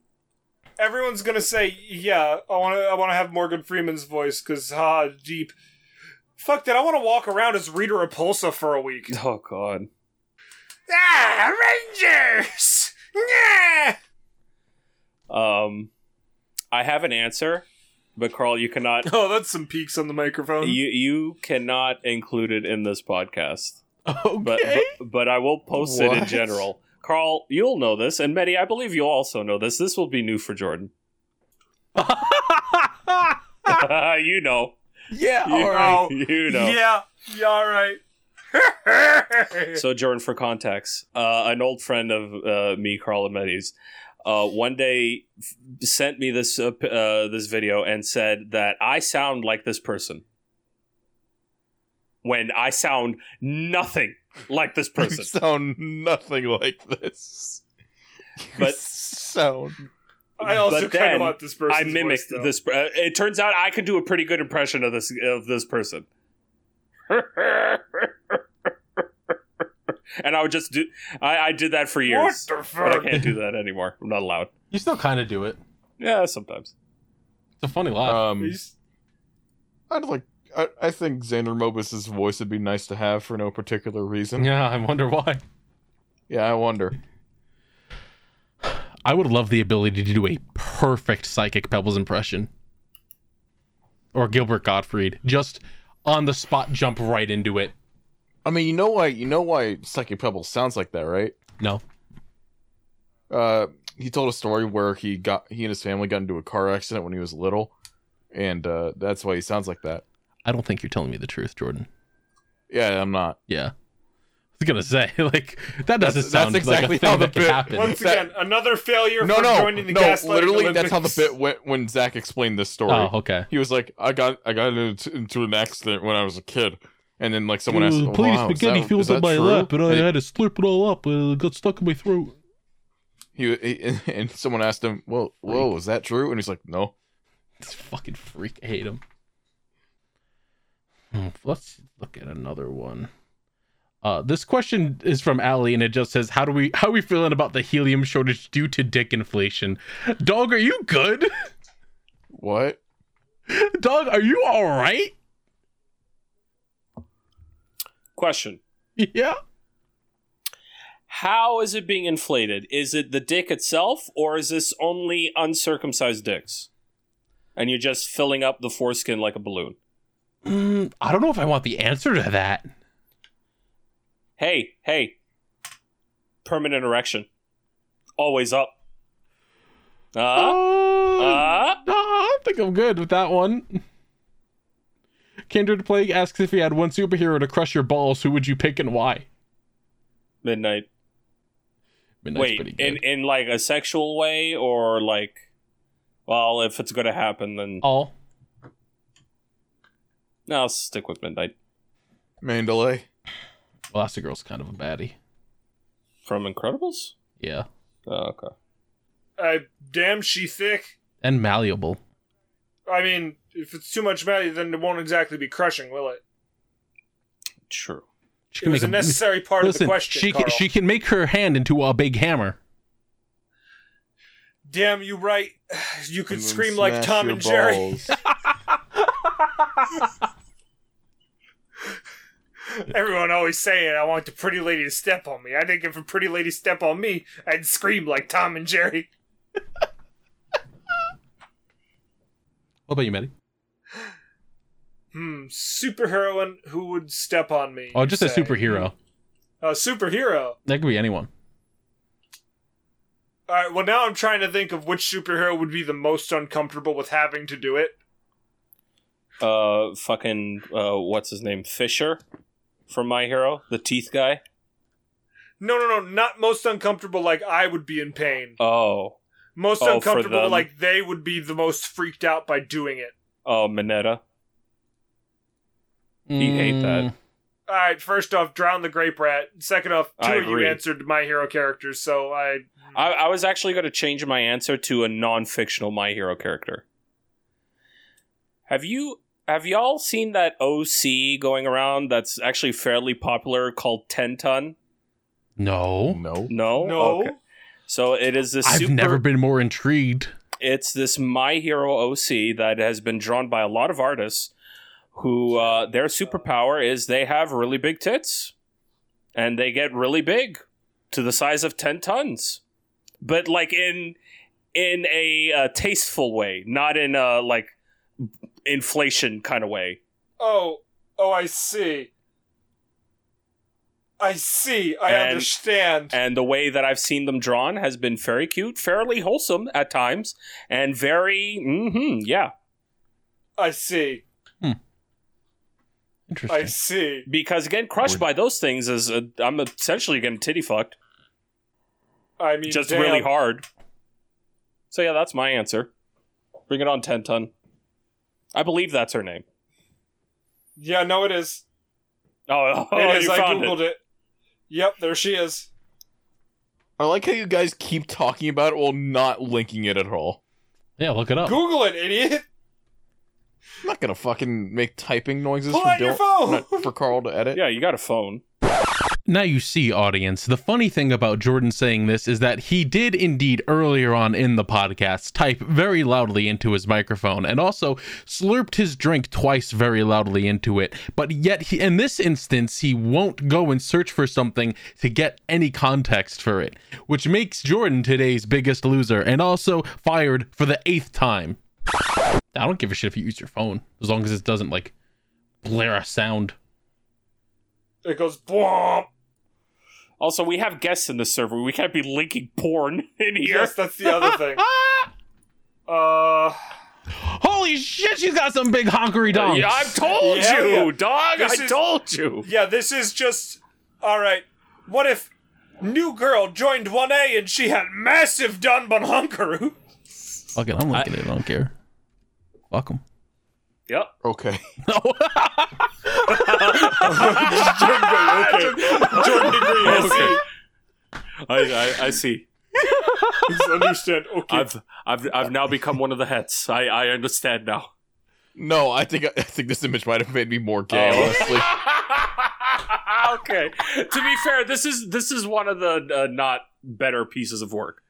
E: everyone's gonna say, "Yeah, I want to. I want to have Morgan Freeman's voice because ha deep." Fuck that! I want to walk around as Rita Repulsa for a week.
B: Oh God.
E: ah, Rangers! Yeah.
B: Um, I have an answer, but Carl, you cannot.
E: Oh, that's some peaks on the microphone.
B: You you cannot include it in this podcast.
A: Okay.
B: But but, but I will post it in
D: What?
B: general. Carl, you'll know this, and Medi, I believe you'll also know this. This will be new for Jordan. you know.
A: yeah.
B: You,
A: All right.
E: right.
B: you know.
E: Yeah. Yeah. All right.
B: So, Jordan, for context, uh, an old friend of uh, me, Carl Amedes, uh, one day f- sent me this uh, p- uh, this video and said that I sound like this person when I sound nothing like this
D: you
B: person.
D: sound nothing like this. You
B: But-
D: sound
E: I also
B: But
E: kind
B: then
E: of want this person.
B: I mimicked this. per- Uh, it turns out I can do a pretty good impression of this of this person. and I would just do. I, I did that for
E: What
B: years,
E: the
B: but I
E: fuck?
B: can't do that anymore. I'm not allowed.
A: You still kind of do it.
B: Yeah, sometimes.
A: It's a funny laugh.
D: um
E: He's-
D: I'd like I, I think Xander Mobus's voice would be nice to have for no particular reason.
A: yeah, I wonder why.
D: Yeah, I wonder.
A: I would love the ability to do a perfect psychic Pebbles impression, or Gilbert Gottfried, just on the spot, jump right into it.
D: I mean, you know why you know why Psychic Pebble sounds like that, right?
A: No.
D: Uh he told a story where he got he and his family got into a car accident when he was little and uh, that's why he sounds like that.
A: I don't think you're telling me the truth, Jordan.
D: Yeah, I'm not.
A: Yeah. I was gonna say, like, that doesn't
D: That's- that's
A: sound
D: exactly
A: like a
D: how
A: thing
D: the
A: that could
D: bit-
A: happen.
E: Once
D: That-
E: again, another failure
D: No,
E: for
D: no,
E: joining the
D: no.
E: gaslighting
D: Literally,
E: Olympics.
D: that's how the bit went when Zach explained this story.
A: Oh, okay.
D: He was like, "I got, I got into, into an accident when I was a kid," and then like someone asked,
A: Uh,
D: him,
A: plate of
D: wow, is
A: spaghetti
D: that,
A: filled
D: is
A: up
D: that
A: my
D: true?"
A: lap, and I
D: And he-
A: had to slurp it all up. Uh, it got stuck in my throat.
D: he, he and someone asked him, "Well, whoa, is that true?" And he's like, "No."
A: This fucking freak. I hate him. Hmm, Let's look at another one. Uh, this question is from Allie, and it just says, "How do we how we feeling about the helium shortage due to dick inflation? Dog, are you good?
D: What?
A: Dog, are you all right?
B: Question.
A: Yeah.
B: How is it being inflated? Is it the dick itself, or is this only uncircumcised dicks? And you're just filling up the foreskin like a balloon.
A: Mm, I don't know if I want the answer to that.
B: Hey, hey. Permanent erection. Always up. Uh,
A: Uh,
B: uh,
A: No, I think I'm good with that one. Kindred Plague asks if you had one superhero to crush your balls, who would you pick and why?
B: midnight.
A: Midnight's pretty
B: Wait,
A: good.
B: in, in like a sexual way or like, well, if it's gonna happen, then
A: all.
B: no, I'll stick with midnight
D: Mandalay.
A: Well, that's the girl's kind of a baddie.
B: from Incredibles.
A: Yeah.
B: Oh, okay.
E: Uh, damn, she thick.
A: And malleable.
E: I mean, if it's too much matter, then it won't exactly be crushing, will it?
B: True.
A: She
E: It was a
A: a-
E: necessary part of the
A: Listen,
E: question.
A: she can,
E: Carl.
A: she can make her hand into a big hammer.
E: Damn, you right. You could
D: And then
E: scream like
D: smash
E: Tom
D: your
E: and Jerry.
D: balls.
E: Everyone always saying I want the pretty lady to step on me. I think if a pretty lady step on me, I'd scream like Tom and Jerry.
A: What about you, Maddie?
E: Hmm, superheroine who would step on me.
A: Oh,
E: you
A: just a
E: say.
A: superhero.
E: A superhero.
A: That could be anyone.
E: All right. Well, now I'm trying to think of which superhero would be the most uncomfortable with having to do it.
B: Uh, fucking uh, what's his name? Fisher from My Hero, the teeth guy.
E: No, no, no. Not most uncomfortable. Like I would be in pain.
B: Oh,
E: Most
B: Oh, for
E: uncomfortable.
B: them.
E: Like they would be the most freaked out by doing it.
B: oh, Mineta. He hate
A: Mm,
B: that.
E: All right. First off, drown the grape rat. Second off, two
B: I
E: of you
B: agree.
E: answered my hero characters, so I
B: I, I was actually going to change my answer to a non-fictional My Hero character. Have you have y'all seen that OC going around that's actually fairly popular called Ten Ton?
A: No.
D: No.
B: No,
E: no.
B: Oh, Okay. So it is this.
A: I've
B: super,
A: never been more intrigued.
B: It's this My Hero OC that has been drawn by a lot of artists, who uh, their superpower is they have really big tits, and they get really big, to the size of ten tons, but like in in a uh, tasteful way, not in a like inflation kind of way.
E: Oh, oh, I see. I see. I
B: And-
E: understand.
B: And the way that I've seen them drawn has been very cute, fairly wholesome at times, and very mm-hmm, yeah.
E: I see. I
A: Interesting.
E: see.
B: Because again, crushed
D: Would-
B: by those things is uh, I'm essentially getting titty fucked.
E: I mean,
B: just
E: damn.
B: really hard. So yeah, that's my answer. Bring it on, Ten Ton. I believe that's her name.
E: Yeah, no, it is.
B: Oh, oh,
E: it is.
B: you
E: I
B: found
E: googled
B: it.
E: it. Yep, there she is.
D: I like how you guys keep talking about it while not linking it at all.
A: yeah, look it up.
E: Google it, idiot.
D: I'm not gonna fucking make typing noises
E: Pull
D: for,
E: out your
D: Dylan-
E: phone!
D: for Carl to edit.
B: Yeah, you got a phone.
A: Now you see, audience, the funny thing about Jordan saying this is that he did indeed earlier on in the podcast type very loudly into his microphone and also slurped his drink twice very loudly into it. But yet, he, in this instance, he won't go and search for something to get any context for it, which makes Jordan today's biggest loser and also fired for the eighth time. I don't give a shit if you use your phone, as long as it doesn't like blare a sound.
E: It goes boom.
B: Also, we have guests in the server. We can't be linking porn in here.
E: Yes, that's the other thing. Uh,
A: Holy shit, she's got some big honkery donks.
B: Yeah, I've told
E: Yeah,
B: you,
E: yeah.
B: dog.
E: This
B: I
E: is-
B: told you.
E: Yeah, this is just all right. What if new girl joined 1A and she had massive Danbon Hankaru?
A: Fuck it, I'm looking at it. I don't care. Fuck them.
B: Yep.
D: Okay.
E: Jordan degree.
B: Okay. I, I, I see.
E: understand. Okay.
B: I've I've I've now become one of the heads. I, I understand now.
C: No, I think I think this image might have made me more gay.
B: Oh.
C: Honestly,
B: okay. To be fair, this is this is one of the uh, not better pieces of work.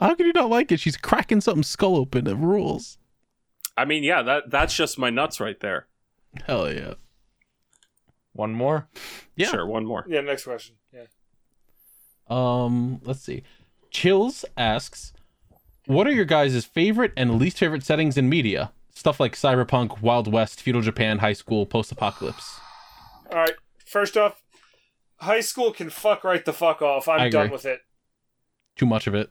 A: How could you not like it? She's cracking something skull open. It rules.
B: I mean, yeah, that that's just my nuts right there.
A: Hell yeah.
C: one more.
A: Yeah.
B: Sure, one more.
E: yeah. Next question. Yeah.
A: Um, let's see. Chills asks, "What are your guys' favorite and least favorite settings in media? Stuff like cyberpunk, Wild West, feudal Japan, high school, post-apocalypse."
E: All right. First off, high school can fuck right the fuck off. I'm
A: I
E: done
A: agree.
E: with it.
A: Too much of it.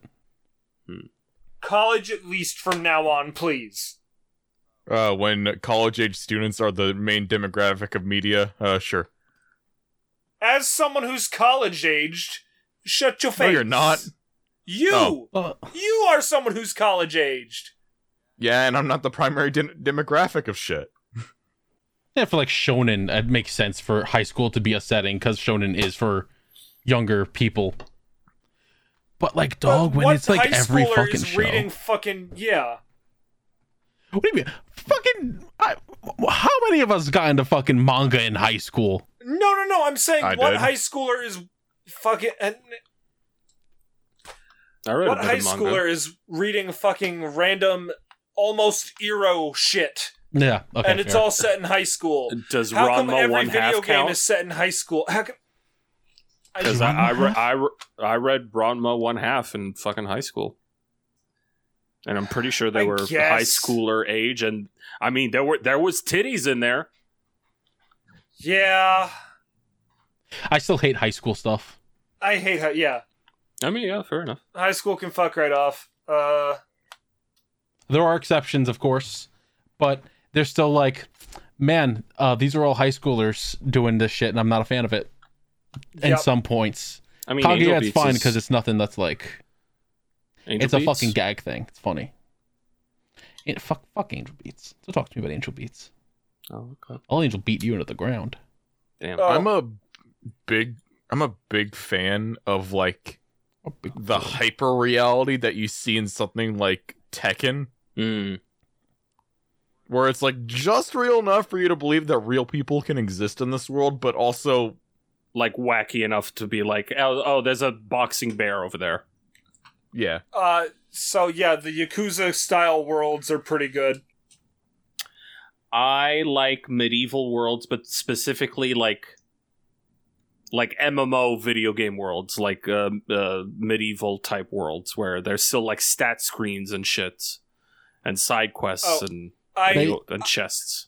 E: College, at least from now on, please.
C: Uh, when college age students are the main demographic of media, uh, sure.
E: As someone who's college aged, shut your face.
C: No, you're not.
E: You.
C: Oh.
A: Uh,
E: You are someone who's college aged.
C: Yeah, and I'm not the primary de- demographic of shit.
A: yeah, for like shonen, it makes sense for high school to be a setting because shonen is for younger people. But like, dog,
E: But
A: when
E: what
A: it's like
E: high
A: every
E: schooler
A: fucking
E: is
A: show.
E: reading fucking yeah.
A: What do you mean? Fucking. I, how many of us got into fucking manga in high school?
E: No, no, no. I'm saying
C: I
E: what
C: did.
E: high schooler is fucking and
B: I read
E: what
B: a bit
E: high
B: of manga.
E: schooler is reading fucking random almost ero shit
A: Yeah. Okay.
E: and it's
A: fair.
E: all set in high school.
B: Does
E: How come
B: Ranma
E: every
B: one
E: video
B: half
E: game
B: count?
E: is set in high school? How come I
B: Because
E: just,
B: I I, re- I, re- I read Ranma one half in fucking high school, and I'm pretty sure they
E: I
B: were high
E: guess.
B: schooler age. And I mean, there were there was titties in there.
E: yeah,
A: I still hate high school stuff.
E: I hate how yeah.
B: I mean, yeah, fair enough.
E: High school can fuck right off. Uh
A: There are exceptions, of course, but they're still like, man, uh, these are all high schoolers doing this shit, and I'm not a fan of it. In
E: Yep.
A: some points,
B: I mean, Angel
A: Kaguya, it's
B: Beats
A: fine
B: is-
A: because it's nothing that's like
B: Angel
A: it's a
B: Beats?
A: fucking gag thing. It's funny. It, fuck, fuck Angel Beats. So talk to me about Angel Beats.
B: Oh, okay.
A: I'll Angel beat you into the ground.
B: Damn.
E: Oh.
C: I'm a big I'm a big fan of like
A: Oh, big-
C: the hyper reality that you see in something like Tekken
B: Mm.
C: where it's like just real enough for you to believe that real people can exist in this world but also
B: Like wacky enough to be like, oh, oh, there's a boxing bear over there.
C: yeah.
E: uh so yeah, the Yakuza style worlds are pretty good.
B: I like medieval worlds, but specifically like like MMO video game worlds, like uh, uh, medieval type worlds where there's still like stat screens and shit, and side quests
E: Oh,
B: and
E: I
A: They-
B: and chests.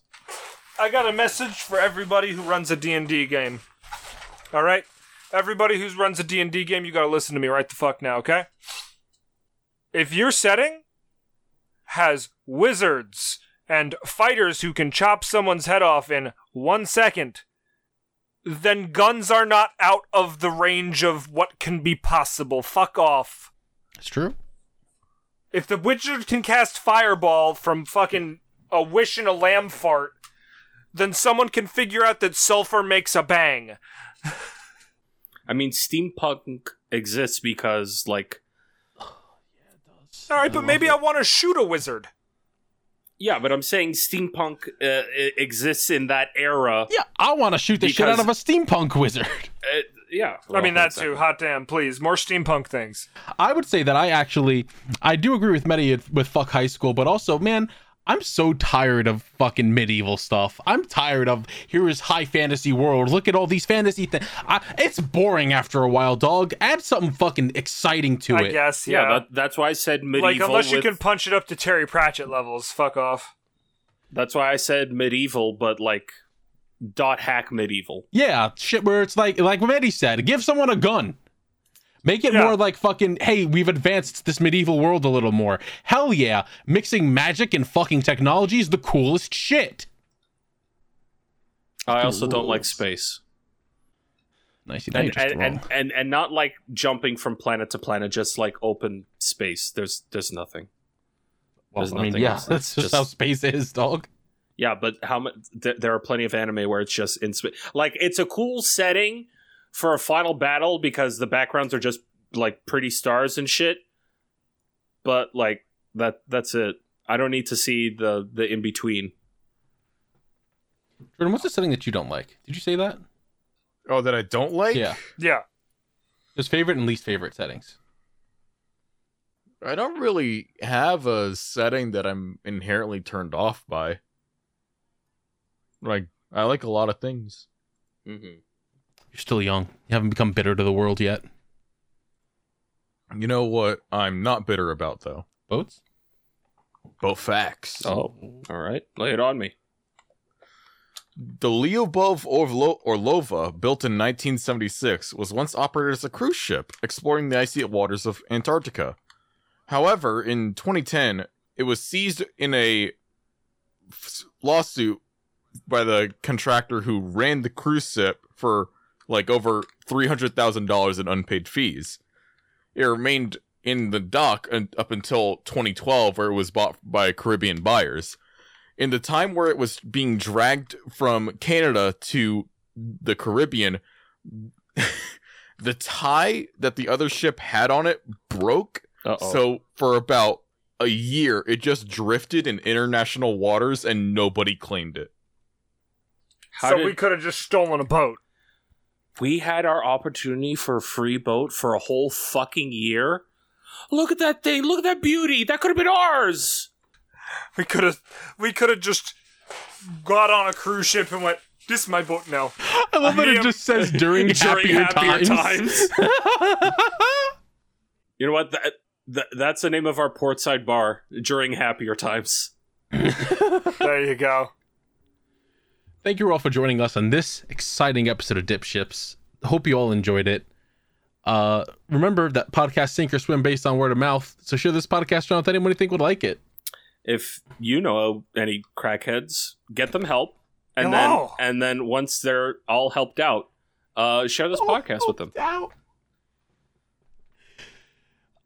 E: I got a message for everybody who runs a D&D game. All right? Everybody who runs a D&D game, you got to listen to me right the fuck now, okay? If your setting has wizards and fighters who can chop someone's head off in 1 second, then guns are not out of the range of what can be possible. Fuck off.
A: It's true.
E: If the wizard can cast fireball from fucking a wish and a lamb fart, then someone can figure out that sulfur makes a bang.
B: I mean, steampunk exists because like
E: All right, but maybe I want to shoot a wizard.
B: yeah, but I'm saying steampunk uh, i- exists in that era.
A: Yeah, I want to shoot the shit out
B: Because-
A: of a steampunk wizard.
B: Uh, yeah,
E: I mean, that too. Hot damn, please. More steampunk things.
A: I would say that I actually I do agree with Medi with fuck high school, but also man, I'm so tired of fucking medieval stuff. I'm tired of here is high fantasy world. Look at all these fantasy things. It's boring after a while, dog. Add something fucking exciting to
E: I
A: it.
E: guess,
B: Yeah,
E: yeah.
B: that, that's why I said medieval.
E: like, unless you
B: with-
E: can punch it up to Terry Pratchett levels, fuck off.
B: That's why I said medieval, but like dot hack medieval.
A: Yeah, shit where it's like like what Medi said, give someone a gun. Make it
E: Yeah.
A: more like fucking, hey, we've advanced this medieval world a little more. Hell yeah. Mixing magic and fucking technology is the coolest shit.
B: I also don't like space.
A: Nice. you know you're
B: And
A: just
B: and,
A: wrong.
B: and, and and not like jumping from planet to planet, just like open space. There's there's nothing.
A: Well,
B: There's
A: I mean,
B: nothing
A: yeah,
B: else.
A: that's just,
B: Just-
A: how space is, dog.
B: Yeah, but how much? Th- there are plenty of anime where it's just in space. Like it's a cool setting for a final battle because the backgrounds are just like pretty stars and shit. But like that that's it. I don't need to see the the in between.
A: Jordan, what's the setting that you don't like? Did you say that?
C: Oh, that I don't like.
A: Yeah.
E: Yeah.
A: Just favorite and least favorite settings.
C: I don't really have a setting that I'm inherently turned off by. Like I like a lot of things.
B: Mm-hmm.
A: You're still young. You haven't become bitter to the world yet.
C: You know what? I'm not bitter about though.
A: Boats?
C: Both facts.
B: Oh, all right, lay it on me.
C: The Lyubov Orlo- Orlova, built in 1976, was once operated as a cruise ship exploring the icy waters of Antarctica. However, in 2010, it was seized in a f- lawsuit by the contractor who ran the cruise ship for like over $300,000 in unpaid fees. It remained in the dock un- up until 2012, where it was bought by Caribbean buyers in the time where it was being dragged from Canada to the Caribbean, the tie that the other ship had on it broke.
B: Uh
C: So for about a year, it just drifted in international waters and nobody claimed it.
B: How
E: so
B: did-
E: we could have just stolen a boat.
B: we had our opportunity for a free boat for a whole fucking year. Look at that thing! Look at that beauty! That could have been ours.
E: We could have we could have just got on a cruise ship and went, This is my boat now.
A: I love that
E: Yeah.
A: it just says during, happier, times.
B: You know what? That, that that's the name of our portside bar during happier times.
E: There you go.
A: Thank you all for joining us on this exciting episode of Dip Ships. Hope you all enjoyed it. Uh, remember that podcast sink or swim based on word of mouth. So share this podcast around with anyone you think would like it.
B: If you know any crackheads, get them help, and
E: Hello.
B: then and then once they're all helped out, uh, share this podcast with them.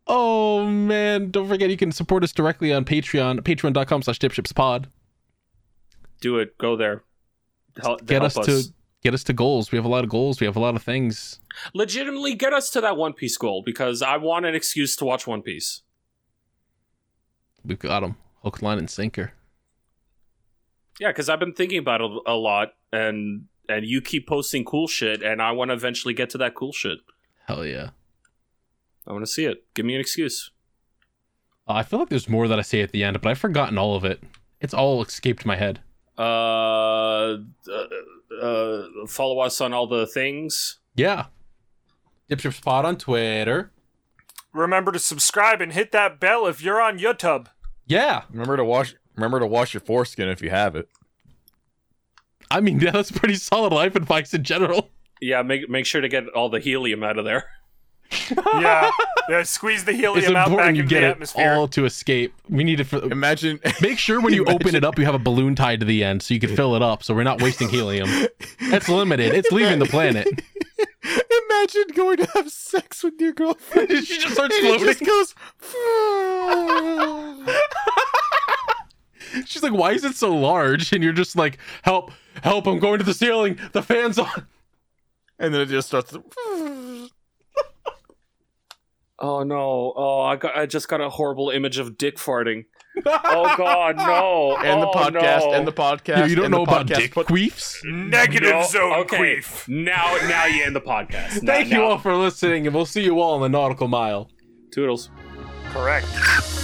A: Oh man, don't forget you can support us directly on Patreon, patreon.com slash dipshipspod.
B: Do it. Go there. Hel-
A: Get
B: help
A: us to get us to goals. We have a lot of goals. We have a lot of things.
B: legitimately get us to that One Piece goal because I want an excuse to watch One Piece.
A: We've got them. Hook, line, and sinker.
B: Yeah, because I've been thinking about it a lot, and and you keep posting cool shit, and I want to eventually get to that cool shit.
A: Hell yeah.
B: I want to see it. Give me an excuse.
A: Uh, I feel like there's more that I say at the end, but I've forgotten all of it. It's all escaped my head.
B: Uh, uh, uh, follow us on all the things.
A: Yeah. Dipship Spot on Twitter.
E: Remember to subscribe and hit that bell if you're on YouTube.
A: Yeah.
C: Remember to wash remember to wash your foreskin if you have it.
A: I mean, yeah, that's pretty solid life advice in general.
B: Yeah, make make sure to get all the helium out of there.
E: yeah. yeah, squeeze the
A: It's
E: helium out back
A: important you
E: into
A: get
E: the
A: it
E: atmosphere.
A: all to escape. We need to f-
C: Imagine
A: make sure when you open it up, you have a balloon tied to the end so you can fill it up so we're not wasting helium. That's limited. It's leaving the planet.
C: Imagine going to have sex with your girlfriend.
A: She just starts
C: and it just
A: floating.
C: goes.
A: She's like, why is it so large? And you're just like, help, help, I'm going to the ceiling. The fan's on.
C: and then it just starts.
B: Oh no! Oh, I got I just got a horrible image of dick farting. Oh god, no!
C: and the
B: Oh,
C: podcast
B: no.
C: and the podcast.
A: Yeah, you don't
C: and the
A: know about
C: podcast.
A: dick queefs?
E: Negative
B: No,
E: zone
B: okay.
E: queef.
B: Now, now you end the podcast. Now-
A: Thank you
B: now.
A: all for listening, and we'll see you all in the nautical mile.
B: Toodles.
E: Correct.